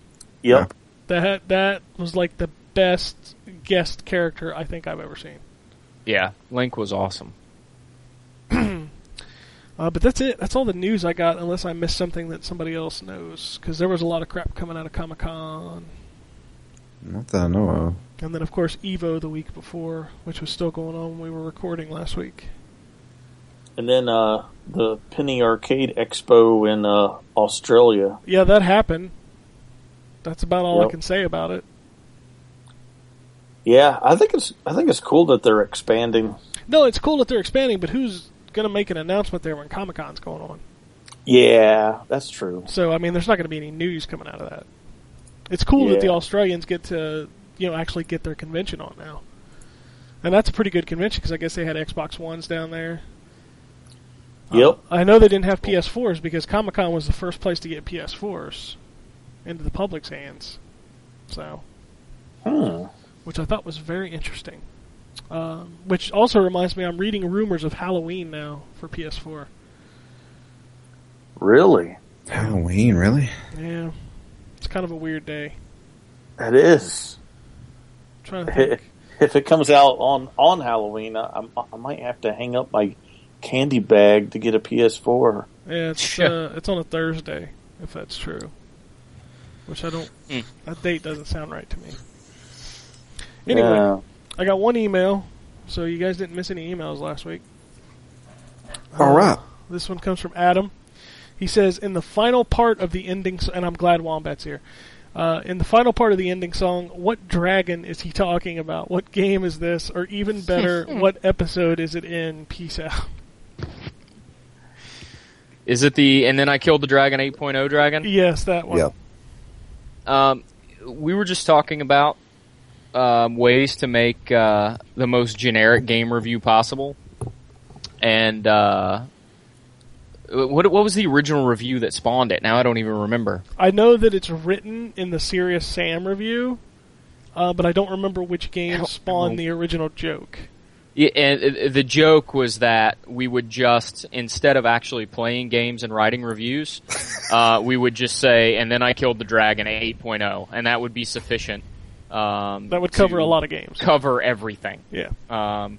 D: Yep.
C: That that was like the best guest character I think I've ever seen.
F: Yeah, Link was awesome.
C: Uh, but that's it. That's all the news I got, unless I missed something that somebody else knows. Because there was a lot of crap coming out of Comic Con,
E: not that I know of.
C: and then of course Evo the week before, which was still going on when we were recording last week.
D: And then uh, the Penny Arcade Expo in uh, Australia.
C: Yeah, that happened. That's about all
D: Yep.
C: I can say about it.
D: Yeah, I think it's I think it's cool that they're expanding.
C: No, it's cool that they're expanding, but who's gonna make an announcement there when Comic Con's going on?
D: Yeah, that's true.
C: So I mean, there's not going to be any news coming out of that. It's cool that the
D: Yeah.
C: Australians get to you know actually get their convention on now, and that's a pretty good convention because I guess they had Xbox Ones down there.
D: Uh-huh.
C: Um,
D: Yep.
C: I know they didn't have PS4s because Comic Con was the first place to get PS4s into the public's hands. So
D: Hmm.
C: which I thought was very interesting. Um, which also reminds me, I'm reading rumors of Halloween now for PS4.
D: Really?
J: Halloween, really?
C: Yeah, it's kind of a weird day.
D: It is.
C: I'm trying to think.
D: if it comes out on on Halloween, I, I, I might have to hang up my candy bag to get a PS4.
C: Yeah, it's uh, it's on a Thursday, if that's true. Which I don't.
F: Hmm.
C: That date doesn't sound right to me. Anyway, I got one email, so you guys didn't miss any emails last week.
J: All right.
C: This one comes from Adam. He says, "In the final part of the ending, s- and I'm glad Wombat's here. Uh, in the final part of the ending song, what dragon is he talking about? What game is this? Or even better, what episode is it in? Peace out."
F: Is it the and then I killed the dragon 8.0 dragon?
C: Yes, that one.
J: Yeah.
F: Um, we were just talking about um, ways to make uh, the most generic game review possible, and uh, what what was the original review that spawned it? Now I don't even remember.
C: I know that it's written in the Serious Sam review, uh, but I don't remember which game spawned the original joke.
F: Yeah, and uh, the joke was that we would just instead of actually playing games and writing reviews, uh, we would just say, "And then I killed the dragon 8.0," oh," and that would be sufficient. Um,
C: That would cover
F: to
C: a lot of games.
F: Cover everything.
C: Yeah.
F: Um,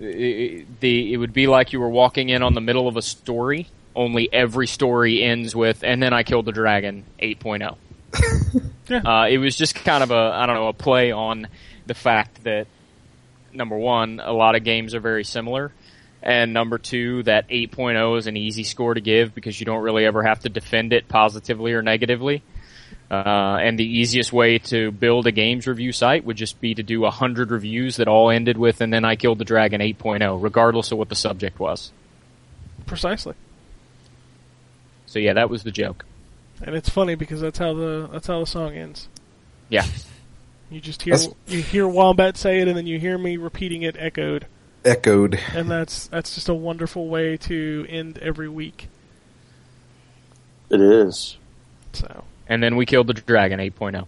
F: i- i the it would be like you were walking in on the middle of a story. Only every story ends with, and then I killed the dragon 8.0.
C: Yeah.
F: Uh, it was just kind of a I don't know a play on the fact that number one, a lot of games are very similar. And number two, that 8.0 is an easy score to give because you don't really ever have to defend it positively or negatively. Uh, and the easiest way to build a games review site would just be to do 100 reviews that all ended with, and then I killed the dragon 8.0, regardless of what the subject was.
C: Precisely.
F: So yeah, that was the joke.
C: And it's funny because that's how the that's how the song ends.
F: Yeah.
C: You just hear
J: That's-
C: you hear Wombat say it, and then you hear me repeating it echoed,
J: Echoed.
C: and that's that's just a wonderful way to end every week.
D: It is.
C: So,
F: And then we killed the dragon oh. 8.0.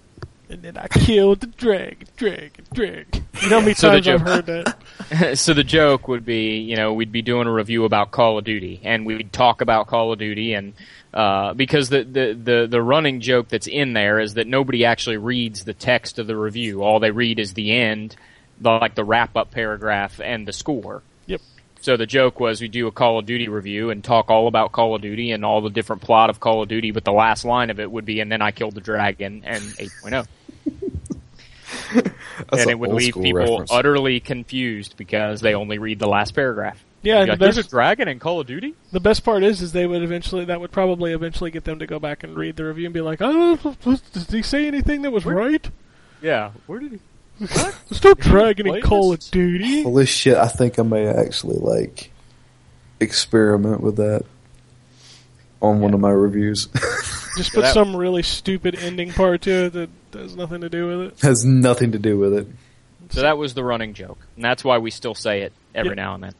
C: and then I killed the dragon, dragon, dragon. You know how many
F: So did
C: times I've
F: you.
C: heard that?
F: so the joke would be, you know, we'd be doing a review about Call of Duty, and we'd talk about Call of Duty, and uh, because the, the the the running joke that's in there is that nobody actually reads the text of the review. All they read is the end, the, like the wrap up paragraph and the score.
C: Yep.
F: So the joke was we do a Call of Duty review and talk all about Call of Duty and all the different plot of Call of Duty, but the last line of it would be, and then I killed the dragon and 8.0
J: That's
F: and
J: an
F: it would
J: old
F: leave
J: school
F: people
J: reference.
F: utterly confused because they only read the last paragraph.
C: Yeah,
F: You're
C: and
F: like,
C: the
F: there's a
C: best-
F: dragon in Call of Duty.
C: The best part is, is they would eventually that would probably eventually get them to go back and read the review and be like, oh, did he say anything that was right?
F: Yeah, where did he?
C: There's no dragon in
F: Wait,
C: Call of
F: this- Oh,
C: Duty.
J: Holy shit! I think I may actually like experiment with that on one of my reviews.
C: Just put
F: that-
C: some really stupid ending part to it that has nothing to do with it.
J: Has nothing to do with it.
F: So that was the running joke, and that's why we still say it every
C: Yeah.
F: now and then,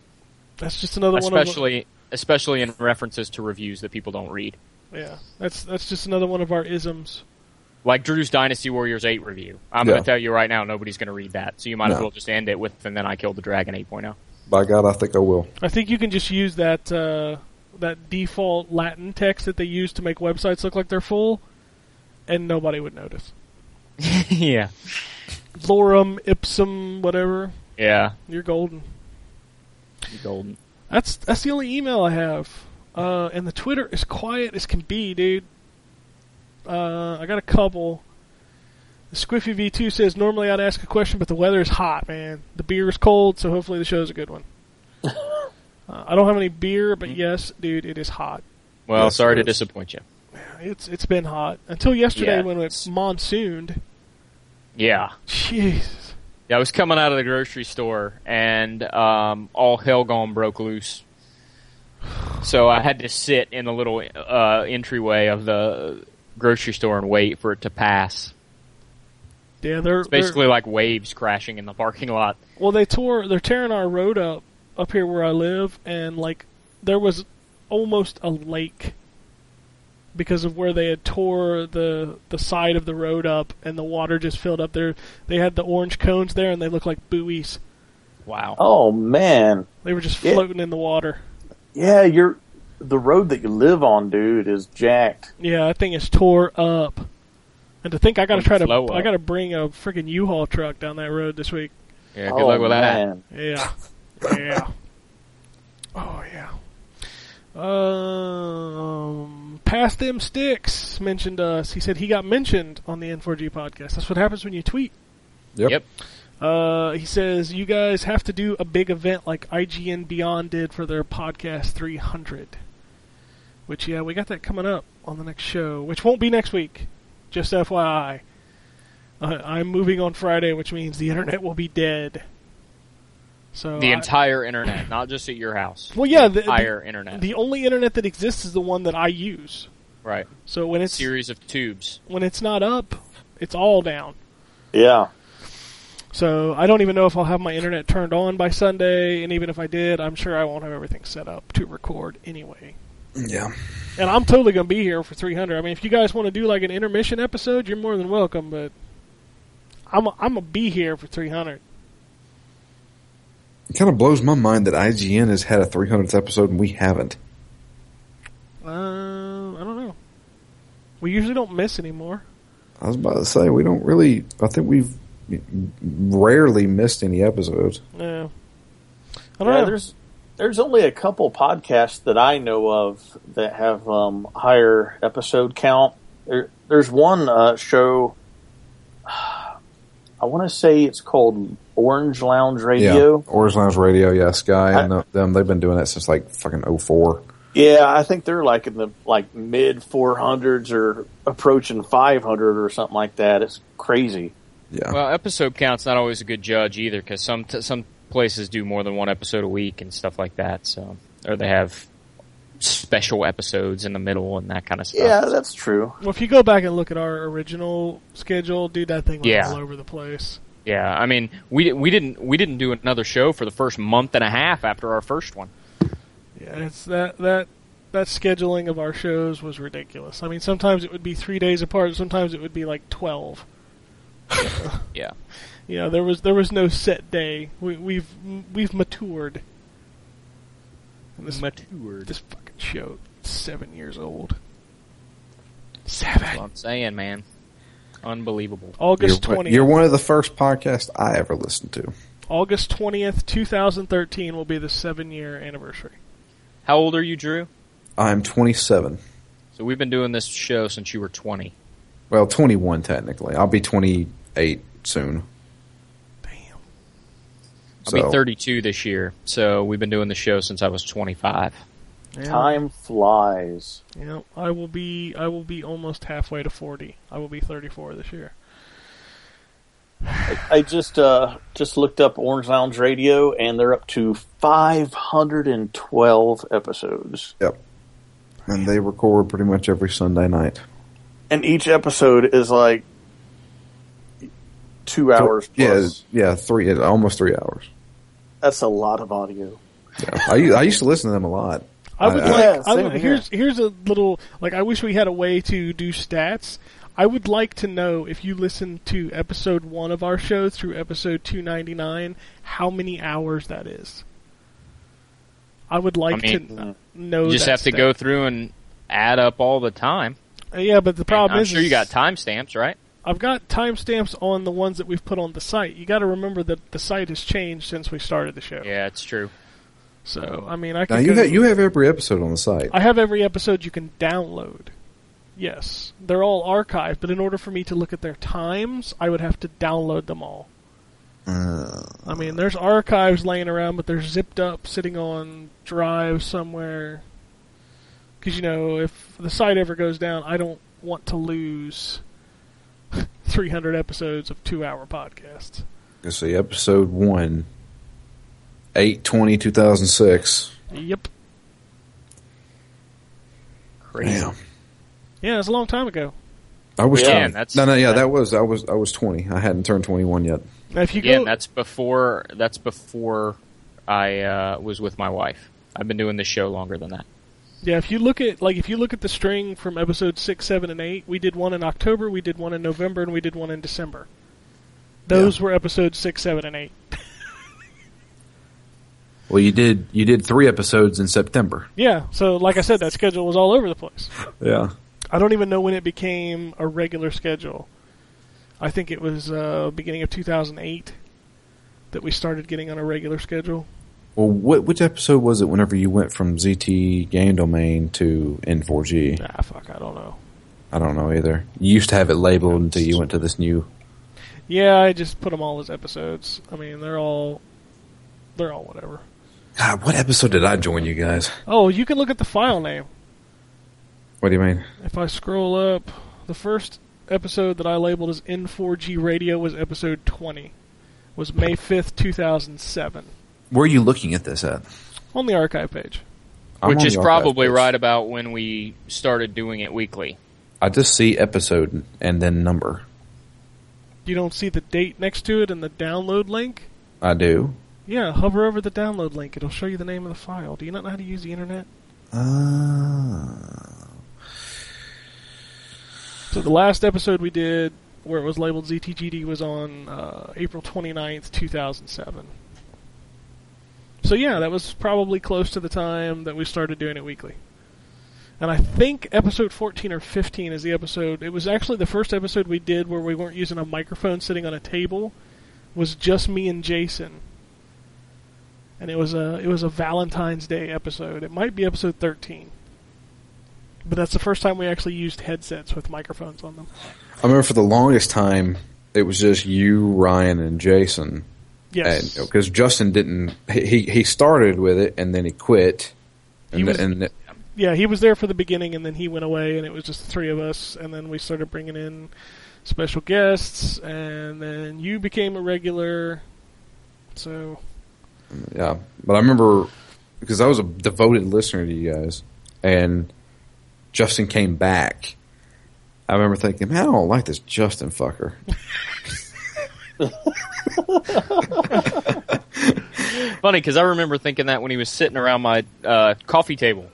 C: That's just another one.
F: especially especially in references to reviews that people don't read,
C: Of, yeah, that's that's just another one of our isms.
F: like Drew's Dynasty Warriors Eight review. I'm
J: Yeah.
F: going to tell you right now, nobody's going to read that, so you might as
J: No.
F: well just end it with, and then I killed the dragon oh." 8.0.
J: By God, I think I will.
C: I think you can just use that uh, that default Latin text that they use to make websites look like they're full, and nobody would notice.
F: yeah,
C: Lorem ipsum, whatever.
F: yeah,
C: You're golden.
F: golden.
C: That's that's the only email I have. Uh, and the Twitter is quiet as can be, dude. Uh, I got a couple. Squiffy V2 says normally I'd ask a question, but the weather is hot, man. The beer is cold, so hopefully the show's a good one. uh, I don't have any beer, but
F: Mm-hmm.
C: yes, dude, it is hot.
F: Well,
J: Yes,
F: sorry to
J: it is.
F: disappoint you.
C: It's it's been hot until yesterday
F: Yeah,
C: when it
F: it's-
C: monsooned.
F: Yeah,
C: Jeez,
F: Yeah, I was coming out of the grocery store and um, all hell gone broke loose. So I had to sit in the little uh, entryway of the grocery store and wait for it to pass.
C: yeah, they're
F: It's basically like waves crashing in the parking lot.
C: Well, they tore they're tearing our road up up here where I live, and like there was almost a lake because of where they had tore the the side of the road up and the water just filled up there. They had the orange cones there and they looked like buoys.
F: Wow.
D: Oh man,
C: They were just
D: Yeah.
C: floating in the water.
D: yeah, you're the road that you live on, dude, is jacked.
C: Yeah, that thing is tore up. And to think I gotta
F: Wouldn't
C: try to
F: flow
C: I
F: up.
C: gotta bring a freaking U-Haul truck down that road this week.
F: Yeah,
D: oh,
F: good luck with that.
D: man.
C: Yeah. Yeah. Oh yeah. Um Past them sticks mentioned us. He said he got mentioned on the N4G podcast. That's what happens when you tweet.
E: Yep.
F: Yep.
C: Uh, he says you guys have to do a big event like IGN Beyond did for their podcast 300. Which yeah, we got that coming up on the next show, which won't be next week. Just FYI, uh, I'm moving on Friday, which means the internet will be dead. So
F: The
C: I-
F: entire internet, not just at your house.
C: well, yeah,
F: the
C: the,
F: entire
C: the,
F: internet.
C: the only internet that exists is the one that I use.
F: right.
C: So when it's
F: Series of tubes.
C: when it's not up, it's all down.
D: Yeah,
C: So I don't even know if I'll have my internet turned on by Sunday, and even if I did, I'm sure I won't have everything set up to record anyway.
E: Yeah.
C: And I'm totally gonna be here for 300. I mean, if you guys want to do like an intermission episode, you're more than welcome. But I'm a, I'm gonna be here for 300.
E: It kind of blows my mind that IGN has had a 300th episode and we haven't.
C: Uh, I don't know. We usually don't miss anymore.
E: I was about to say we don't really. I think we've rarely missed any episodes.
C: No. I don't
D: yeah.
C: know.
D: There's there's only a couple podcasts that I know of that have um, higher episode count. There, there's one uh, show. I want to say it's called Orange Lounge Radio.
E: Yeah, Orange Lounge Radio. Yeah, Sky and
D: I-
E: them. They've been doing that since like fucking 04.
D: Yeah, I think they're like in the like mid 400s or approaching 500 or something like that. It's crazy.
E: Yeah.
F: Well, episode count's not always a good judge either, because some t- some places do more than one episode a week and stuff like that. So, or they have special episodes in the middle and that kind of stuff.
D: Yeah, that's true.
C: Well, if you go back and look at our original schedule, dude, that thing was
F: Yeah.
C: all over the place.
F: Yeah, I mean, we di- we didn't we didn't do another show for the first month and a half after our first one.
C: Yeah, it's that that that scheduling of our shows was ridiculous. I mean, sometimes it would be three days apart, sometimes it would be like twelve.
F: Yeah.
C: You know, there was there was no set day. We, we've we've matured. And this matured. This fucking show, is seven years old.
F: That's what
C: Seven.
F: I'm saying, man. Unbelievable.
C: August
E: you're,
C: twentieth.
E: you're one of the first podcasts I ever listened to.
C: August twentieth, two thousand thirteen, will be the seven year anniversary.
F: How old are you, Drew?
E: I'm 27.
F: So we've been doing this show since you were 20.
E: Well, 21 technically. I'll be 28 soon.
C: Damn.
F: I'll
E: So-
F: be 32 this year. So we've been doing the show since I was 25.
C: Yeah.
D: Time flies.
C: Yeah, I will be I will be almost halfway to 40. I will be 34 this year.
D: I just uh, just looked up Orange Lounge Radio, and they're up to 512 episodes,
E: Yep. And they record pretty much every Sunday night.
D: and each episode is like two hours.
E: Yeah,
D: Plus.
E: yeah, three, yeah, almost three hours.
D: that's a lot of audio.
E: Yeah. I, u- I used to listen to them a lot.
C: I would
E: I-
C: like
D: Oh, Yeah,
C: I
D: same
C: would,
D: here.
C: here's here's a little like I wish we had a way to do stats. I would like to know if you listen to episode 1 of our show through episode 299 how many hours that is. I would like
F: I
C: to
F: mean,
C: kn- know
F: You just
C: that
F: have to
C: stat.
F: go through and add up all the time.
C: Uh, Yeah, but the problem
F: I'm
C: is
F: sure you
C: is
F: got timestamps, right?
C: I've got timestamps on the ones that we've put on the site. You got to remember that the site has changed since we started the show.
F: Yeah, it's true.
C: So, I mean, I
E: Now
C: could
E: you
C: go-
E: have, you have every episode on the site.
C: I have every episode you can download. Yes, they're all archived, but in order for me to look at their times, I would have to download them all. I mean, there's archives laying around, but they're zipped up, sitting on drive somewhere. Because you know, if the site ever goes down, I don't want to lose 300 episodes of two-hour podcasts.
E: Let's see, episode one, 820, 2006.
C: Yep.
F: Crazy.
E: Damn.
C: Yeah, it's a long time ago.
E: I was
F: Yeah,
E: 20.
F: that's-
E: no, no, yeah,
F: that-
E: that was, I was, I was 20. I hadn't turned 21 yet.
C: Now, if you
F: Again,
C: go,
F: that's before that's before I uh, was with my wife. I've been doing this show longer than that.
C: Yeah, if you look at like if you look at the string from episode six, seven, and eight, we did one in October, we did one in November, and we did one in December. Those were episodes six, seven, and eight.
E: Well, you did you did three episodes in September.
C: Yeah, so like I said, that schedule was all over the place.
E: Yeah.
C: I don't even know when it became a regular schedule. I think it was uh, beginning of 2008 that we started getting on a regular schedule.
E: Well, what which episode was it? Whenever you went from ZT Game Domain to N4G,
C: Ah, fuck, I don't know.
E: I don't know either. You used to have it labeled until you went to this new.
C: Yeah, I just put them all as episodes. I mean, they're all they're all whatever.
E: God, what episode did I join you guys?
C: Oh, you can look at the file name.
E: What do you mean?
C: If I scroll up, the first episode that I labeled as N4G Radio was episode 20. Was May 5th, 2007.
E: Where are you looking at this at?
C: On the archive page.
E: I'm
F: which
E: on
F: is
E: the archive
F: probably
E: page.
F: right about when we started doing it weekly.
E: I just see episode and then number.
C: You don't see the date next to it and the download link?
E: I do.
C: Yeah, hover over the download link. It'll show you the name of the file. Do you not know how to use the internet?
E: Uh,
C: So the last episode we did where it was labeled ZTGD was on uh, April 29th, 2007. So yeah, that was probably close to the time that we started doing it weekly. And I think episode 14 or 15 is the episode. It was actually the first episode we did where we weren't using a microphone sitting on a table. Was just me and Jason. And it was a it was a Valentine's Day episode. It might be episode 13. But that's the first time we actually used headsets with microphones on them.
E: I remember for the longest time it was just you, Ryan, and Jason.
C: Yes.
E: because Justin didn't. He he- he started with it and then he quit. And,
C: He was-
E: th- and th-
C: Yeah, he was there for the beginning, and then he went away, and it was just the three of us. And then we started bringing in special guests, and then you became a regular. So
E: yeah, but I remember because I was a devoted listener to you guys, and Justin came back. I remember thinking, man, I don't like this Justin fucker.
F: Funny because I remember thinking that when he was sitting around my uh, coffee table.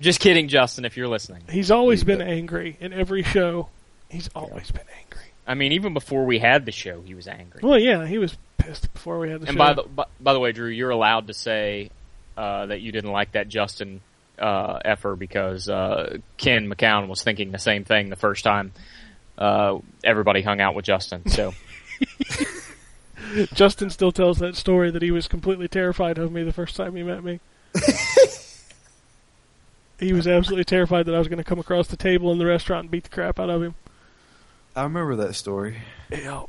F: Just kidding, Justin. If you're listening,
C: he's always been angry in every show. He's always been angry.
F: I mean, even before we had the show, he was angry.
C: Well, yeah, he was pissed before we had the
F: And
C: show.
F: by the by, by the way, Drew, you're allowed to say uh, that you didn't like that Justin uh, effer because uh, Ken McCown was thinking the same thing the first time uh, everybody hung out with Justin. So
C: Justin still tells that story that he was completely terrified of me the first time he met me. he was absolutely terrified that I was going to come across the table in the restaurant and beat the crap out of him.
E: I remember that story.
C: Yeah.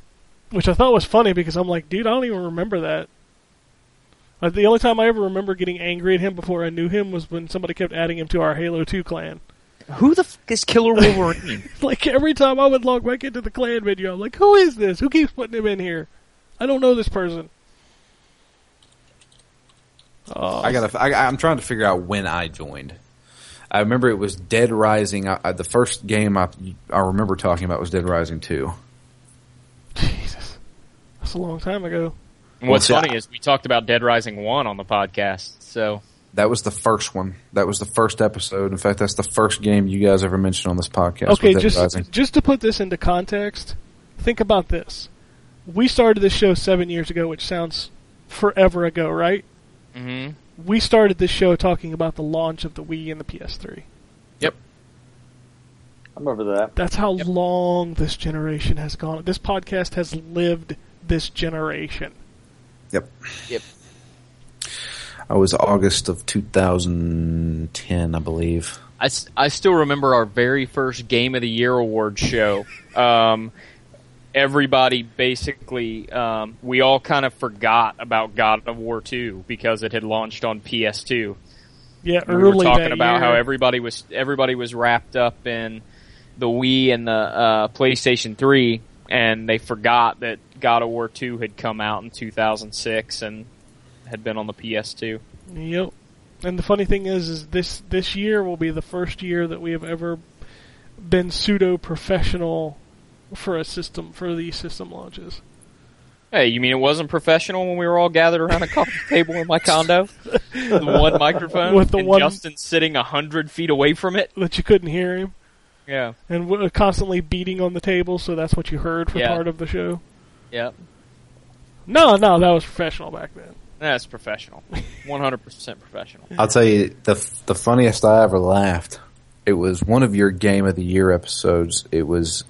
C: Which I thought was funny because I'm like, dude, I don't even remember that. Like, the only time I ever remember getting angry at him before I knew him was when somebody kept adding him to our Halo 2 clan.
F: who the fuck is Killer Wolverine?
C: Like, every time I would log back into the clan menu, I'm like, who is this? Who keeps putting him in here? I don't know this person. Oh,
E: I gotta. I, I'm trying to figure out when I joined. I remember it was Dead Rising. I, I, the first game I I remember talking about was Dead Rising Two.
C: Jesus. That's a long time ago.
F: And What's
E: Well, see,
F: funny is we talked about Dead Rising One on the podcast, so
E: That was the first one. That was the first episode. In fact, that's the first game you guys ever mentioned on this podcast.
C: okay,
E: was Dead
C: just
E: Rising.
C: just to put this into context, think about this. We started this show seven years ago, which sounds forever ago, right?
F: hmm
C: we started this show talking about the launch of the Wii and the PS3.
D: I remember that.
C: That's how long this generation has gone. This podcast has lived this generation.
E: Yep.
F: Yep.
E: I was August of 2010, I believe.
F: I, s- I still remember our very first Game of the Year award show. Um, everybody basically, um, we all kind of forgot about God of War 2 because it had launched on PS2.
C: Yeah,
F: We
C: early
F: were
C: that
F: talking about
C: year.
F: how everybody was everybody was wrapped up in the Wii and the uh, PlayStation 3, and they forgot that God of War 2 had come out in 2006 and had been on the PS2.
C: Yep. And the funny thing is, is this this year will be the first year that we have ever been pseudo professional for a system for these system launches.
F: Hey, you mean it wasn't professional when we were all gathered around a coffee table in my condo, the one microphone,
C: With the
F: and
C: one-
F: Justin sitting a hundred feet away from it?
C: that you couldn't hear him
F: Yeah,
C: and w- uh, constantly beating on the table, so that's what you heard for
F: Yeah.
C: part of the show.
F: yeah,
C: No, no, that was professional back then.
F: that's professional, one hundred percent professional.
E: I'll tell you the the funniest I ever laughed. It was one of your Game of the Year episodes. It was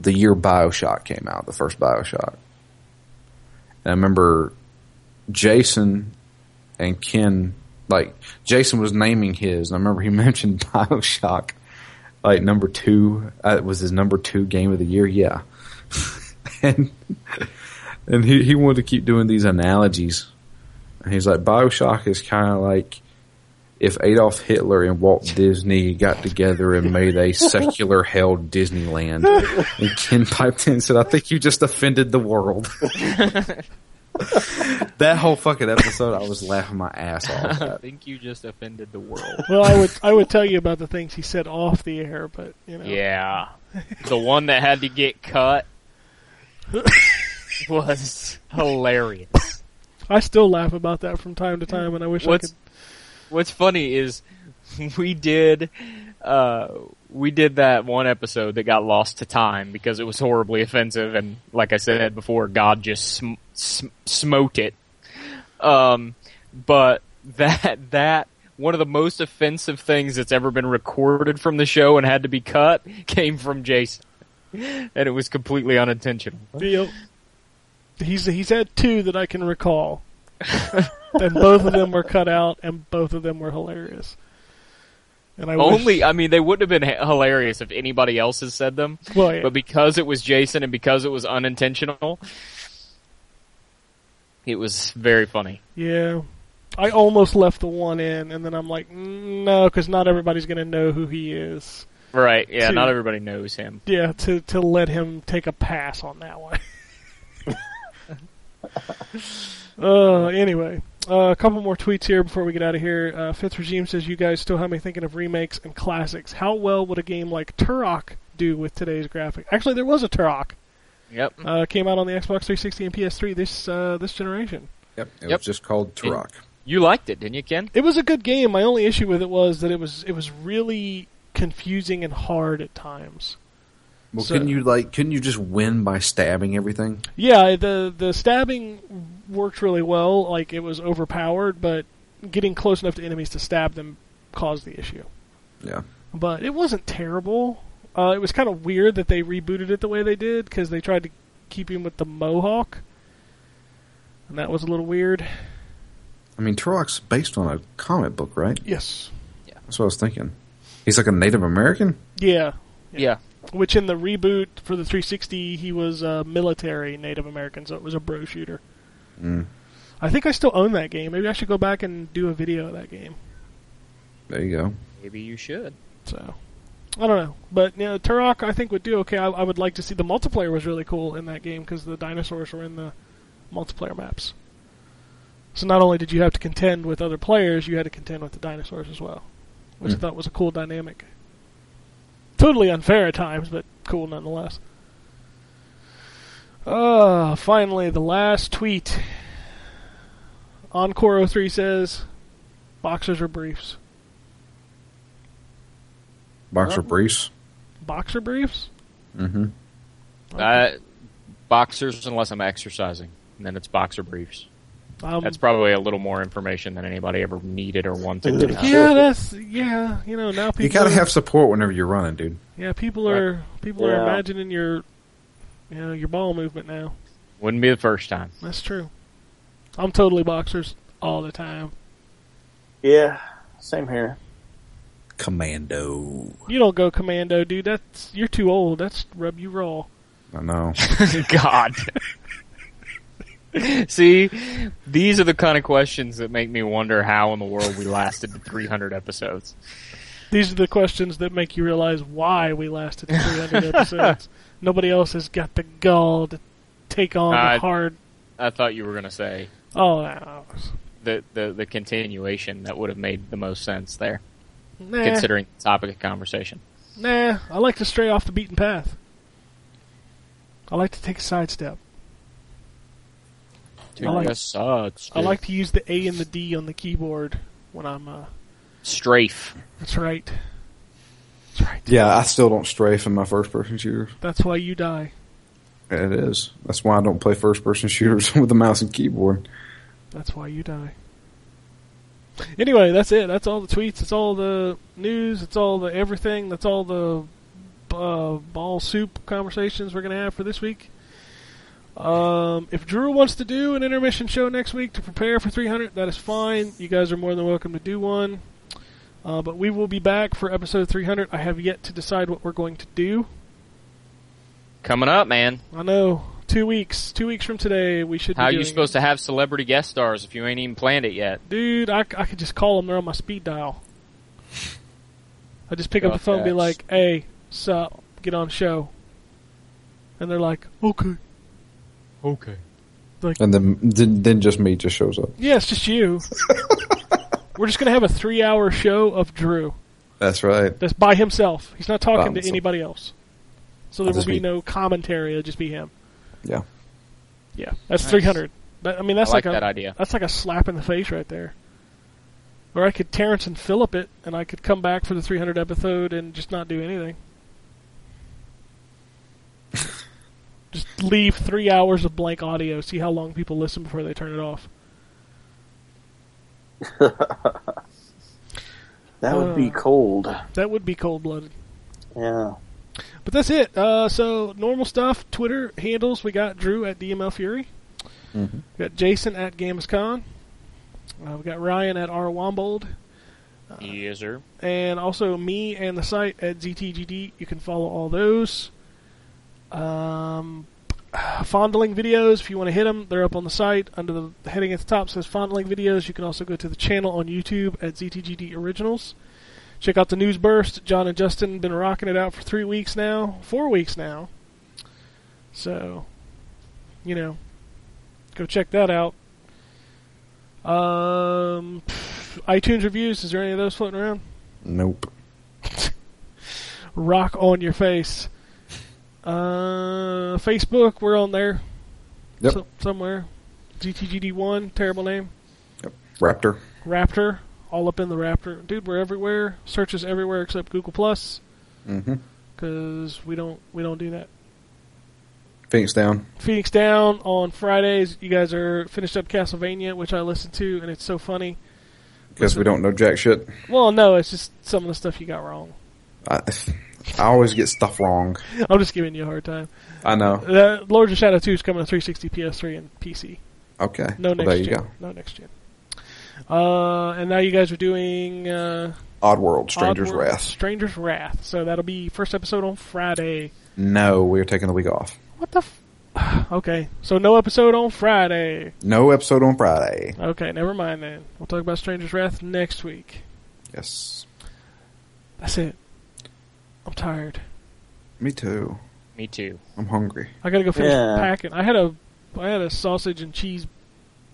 E: the year Bioshock came out, the first Bioshock. And I remember Jason and Ken, like Jason was naming his, and I remember he mentioned Bioshock, like number two. Uh, was his number two Game of the Year? Yeah, and and he he wanted to keep doing these analogies. And he's like, Bioshock is kind of like if Adolf Hitler and Walt Disney got together and made a secular held Disneyland. And Ken piped in and said, I think you just offended the world. that whole fucking episode, I was laughing my ass off.
F: I
E: At.
F: think you just offended the world.
C: Well, I would I would tell you about the things he said off the air, but you know,
F: Yeah, the one that had to get cut was hilarious.
C: I still laugh about that from time to time, and I wish
F: What's-
C: I could.
F: What's funny is we did uh, we did that one episode that got lost to time because it was horribly offensive, and like I said before, God just sm- sm- smote it. Um, but that that one of the most offensive things that's ever been recorded from the show and had to be cut came from Jason, and it was completely unintentional.
C: Yep. He's he's had two that I can recall, and both of them were cut out, and both of them were hilarious. And I
F: Only,
C: wish,
F: I mean, they wouldn't have been h- hilarious if anybody else had said them.
C: well, yeah.
F: But because it was Jason and because it was unintentional, it was very funny.
C: Yeah. I almost left the one in, and then I'm like, "Mm, no, because not everybody's going to know who he is.
F: Right, yeah,
C: Two.
F: not everybody knows him.
C: Yeah, to, to let him take a pass on that one. uh, anyway, uh, a couple more tweets here before we get out of here. Uh, Fitz Regime says, You guys still have me thinking of remakes and classics. How well would a game like Turok do with today's graphic? Actually, there was a Turok.
F: Yep.
C: Uh, came out on the Xbox 360 and PS3 this uh, this generation.
E: Yep, it
F: Yep.
E: was just called Turok.
F: You liked it, didn't you, Ken?
C: It was a good game. My only issue with it was that it was it was really confusing and hard at times.
E: Well,
C: So-
E: couldn't you like? Couldn't you just win by stabbing everything?
C: Yeah, the the stabbing worked really well. Like it was overpowered, but getting close enough to enemies to stab them caused the issue.
E: Yeah.
C: But it wasn't terrible. Uh, it was kind of weird that they rebooted it the way they did because they tried to keep him with the mohawk, and that was a little weird.
E: I mean, Turok's based on a comic book, right?
C: Yes.
E: That's what I was thinking. He's like a Native American.
C: Yeah.
F: Yeah.
C: Which in the reboot for the 360, he was a military Native American, so it was a bro shooter.
E: Mm.
C: I think I still own that game. Maybe I should go back and do a video of that game.
E: There you go.
F: Maybe you should.
C: So I don't know, but you know, Turok I think would do okay. I, I would like to see the multiplayer was really cool in that game because the dinosaurs were in the multiplayer maps. So not only did you have to contend with other players, you had to contend with the dinosaurs as well, which I
E: Hmm.
C: thought was a cool dynamic. Totally unfair at times, but cool nonetheless. Uh, finally, the last tweet. Encore 03 says, "Boxers or briefs?
E: Boxer briefs.
C: Boxer briefs?
E: Mm-hmm.
F: Uh, boxers, unless I'm exercising, and then it's boxer briefs.
C: Um,
F: That's probably a little more information than anybody ever needed or wanted to know.
C: yeah, that's yeah. You know, now people
E: You gotta
C: are,
E: have support whenever you're running, dude.
C: yeah. People are people are
D: Yeah.
C: imagining your you know your ball movement now.
F: Wouldn't be the first time.
C: That's true. I'm totally boxers all the time.
D: Yeah, same here.
E: Commando.
C: You don't go commando, dude. That's you're too old. That's rub you raw.
E: I know.
F: God. See, these are the kind of questions that make me wonder how in the world we lasted to 300 episodes.
C: These are the questions that make you realize why we lasted 300 episodes. Nobody else has got the gall to take on
F: I-
C: the hard.
F: I thought you were going to say
C: Oh, no.
F: the, the the continuation that would have made the most sense there,
C: nah,
F: considering the topic of conversation.
C: nah. I like to stray off the beaten path. I like to take a sidestep.
F: Dude,
C: I like-
F: that sucks.
C: I
F: dude.
C: like to use the A and the D on the keyboard when I'm. Uh,
F: Strafe.
C: that's right.
E: Yeah, I still don't strafe in my first person shooters.
C: That's why you die.
E: It is. That's why I don't play first person shooters with a mouse and keyboard.
C: That's why you die. Anyway, that's it. That's all the tweets. It's all the news. It's all the everything. That's all the uh, ball soup conversations we're gonna have for this week. Um, if Drew wants to do an intermission show next week to prepare for 300, that is fine. You guys are more than welcome to do one. Uh, but we will be back for episode 300. I have yet to decide what we're going to do.
F: Coming up, man.
C: I know two weeks. Two weeks from today, we should.
F: How
C: be
F: you
C: doing-
F: supposed to have celebrity guest stars if you ain't even planned it yet?
C: Dude, I, c- I could just call them. They're on my speed dial. I just pick up the
F: Rough
C: phone and be
F: patch.
C: like, hey, sup, get on show. And they're like, okay.
F: Okay.
E: And then then, then just me just shows up.
C: Yeah, it's just you. We're just going to have a three hour show of Drew.
E: That's right.
C: That's by himself. He's not talking to
E: himself.
C: anybody else. So
E: I'll
C: there will
E: just
C: be
E: be-
C: no commentary. It'll just be him.
E: Yeah.
C: Yeah, that's
F: Nice.
C: 300. That, I mean, that's
F: I like
C: a,
F: that idea.
C: That's like a slap in the face right there. Or I could Terrence and Phillip it, and I could come back for the 300 episode and just not do anything. just leave three hours of blank audio. See how long people listen before they turn it off.
D: That would be cold.
C: That would be cold blooded.
D: Yeah.
C: But that's it. Uh, so normal stuff. Twitter handles. We got Drew at DML Fury.
F: Mm-hmm.
C: We got Jason at GamesCon. Uh, we got Ryan at R Wombold. Uh.
F: Yes, sir.
C: and also me and the site at ZTGD. You can follow all those. Um, fondling videos, if you want to hit them, they're up on the site. Under the the heading at the top says fondling videos. You can also go to the channel on YouTube at ZTGD Originals. Check out the news burst. John and Justin been rocking it out for three weeks now, four weeks now. So, you know, go check that out. Um, iTunes reviews. Is there any of those floating around?
E: Nope.
C: rock on your face. Uh, Facebook, we're on there
E: Yep.
C: so- somewhere. GTGD1, terrible name.
E: Raptor.
C: Raptor, all up in the Raptor. Dude, we're everywhere. Searches everywhere except Google Plus
E: Mm-hmm.
C: because we don't we don't do that.
E: Phoenix down.
C: Phoenix Down on Fridays. You guys are finished up Castlevania, which I listened to, and it's so funny.
E: Because we don't know jack shit.
C: Well, no, it's just some of the stuff you got wrong.
E: I, I always get stuff wrong.
C: I'm just giving you a hard time.
E: I know.
C: Uh, Lords of Shadow 2 is coming to 360, PS3, and PC.
E: Okay.
C: No
E: well,
C: next
E: there you
C: gen.
E: go.
C: No next gen. Uh, and now you guys are doing uh,
E: Oddworld, Stranger's
C: Oddworld-
E: Wrath.
C: Stranger's Wrath. So that'll be first episode on Friday.
E: No, we're taking the week off.
C: What the? F- okay, so no episode on Friday.
E: No episode on Friday.
C: Okay, never mind then. We'll talk about Stranger's Wrath next week.
E: Yes.
C: That's it. I'm tired.
E: Me too.
F: Me too.
E: I'm hungry.
C: I gotta go finish
D: Yeah.
C: packing. I had a I had a sausage and cheese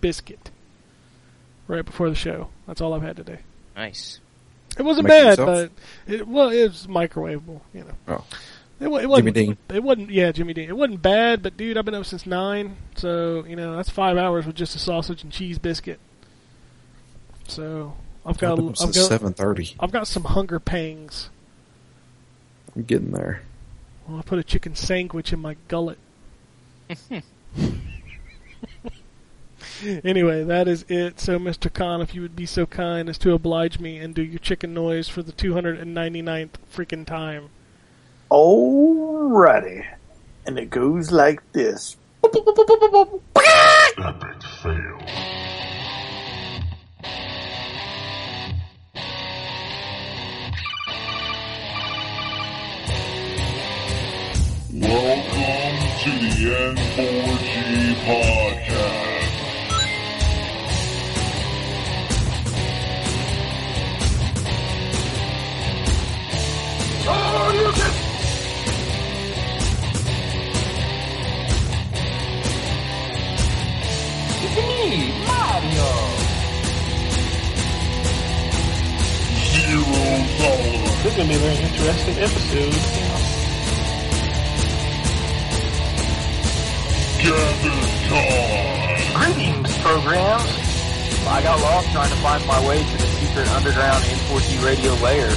C: biscuit right before the show. That's all I've had today.
F: Nice.
C: It wasn't
E: Make it
C: bad,
E: yourself?
C: but it well, it was microwavable, you know.
E: Oh.
C: It, wa- it wasn't,
E: Jimmy Dean.
C: It wasn't. Yeah, Jimmy Dean. It wasn't bad, but dude, I've been up since nine, so you know that's five hours with just a sausage and cheese biscuit. So I've got
E: I've been up
C: I've
E: since
C: got,
E: seven thirty.
C: I've got some hunger pangs.
E: I'm getting there.
C: Well, I put a chicken sandwich in my gullet. anyway, that is it. So, Mr. Khan, if you would be so kind as to oblige me and do your chicken noise for the 299th freaking time.
D: Alrighty. And it goes like this.
A: Welcome to the N4G podcast.
G: This is gonna be a very interesting episode.
A: Gather time.
G: Greetings, programs. I got lost trying to find my way to the secret underground N4T radio layer.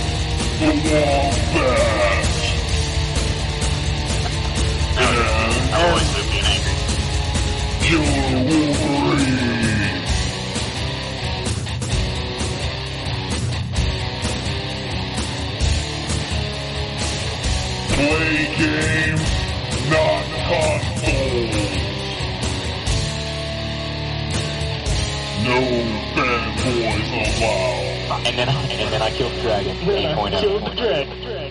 A: I always have been angry. You're Wolverine. Play games, not consoles. No fanboys allowed.
G: And then, and then I killed the dragon. oh.
A: Then I killed the dragon.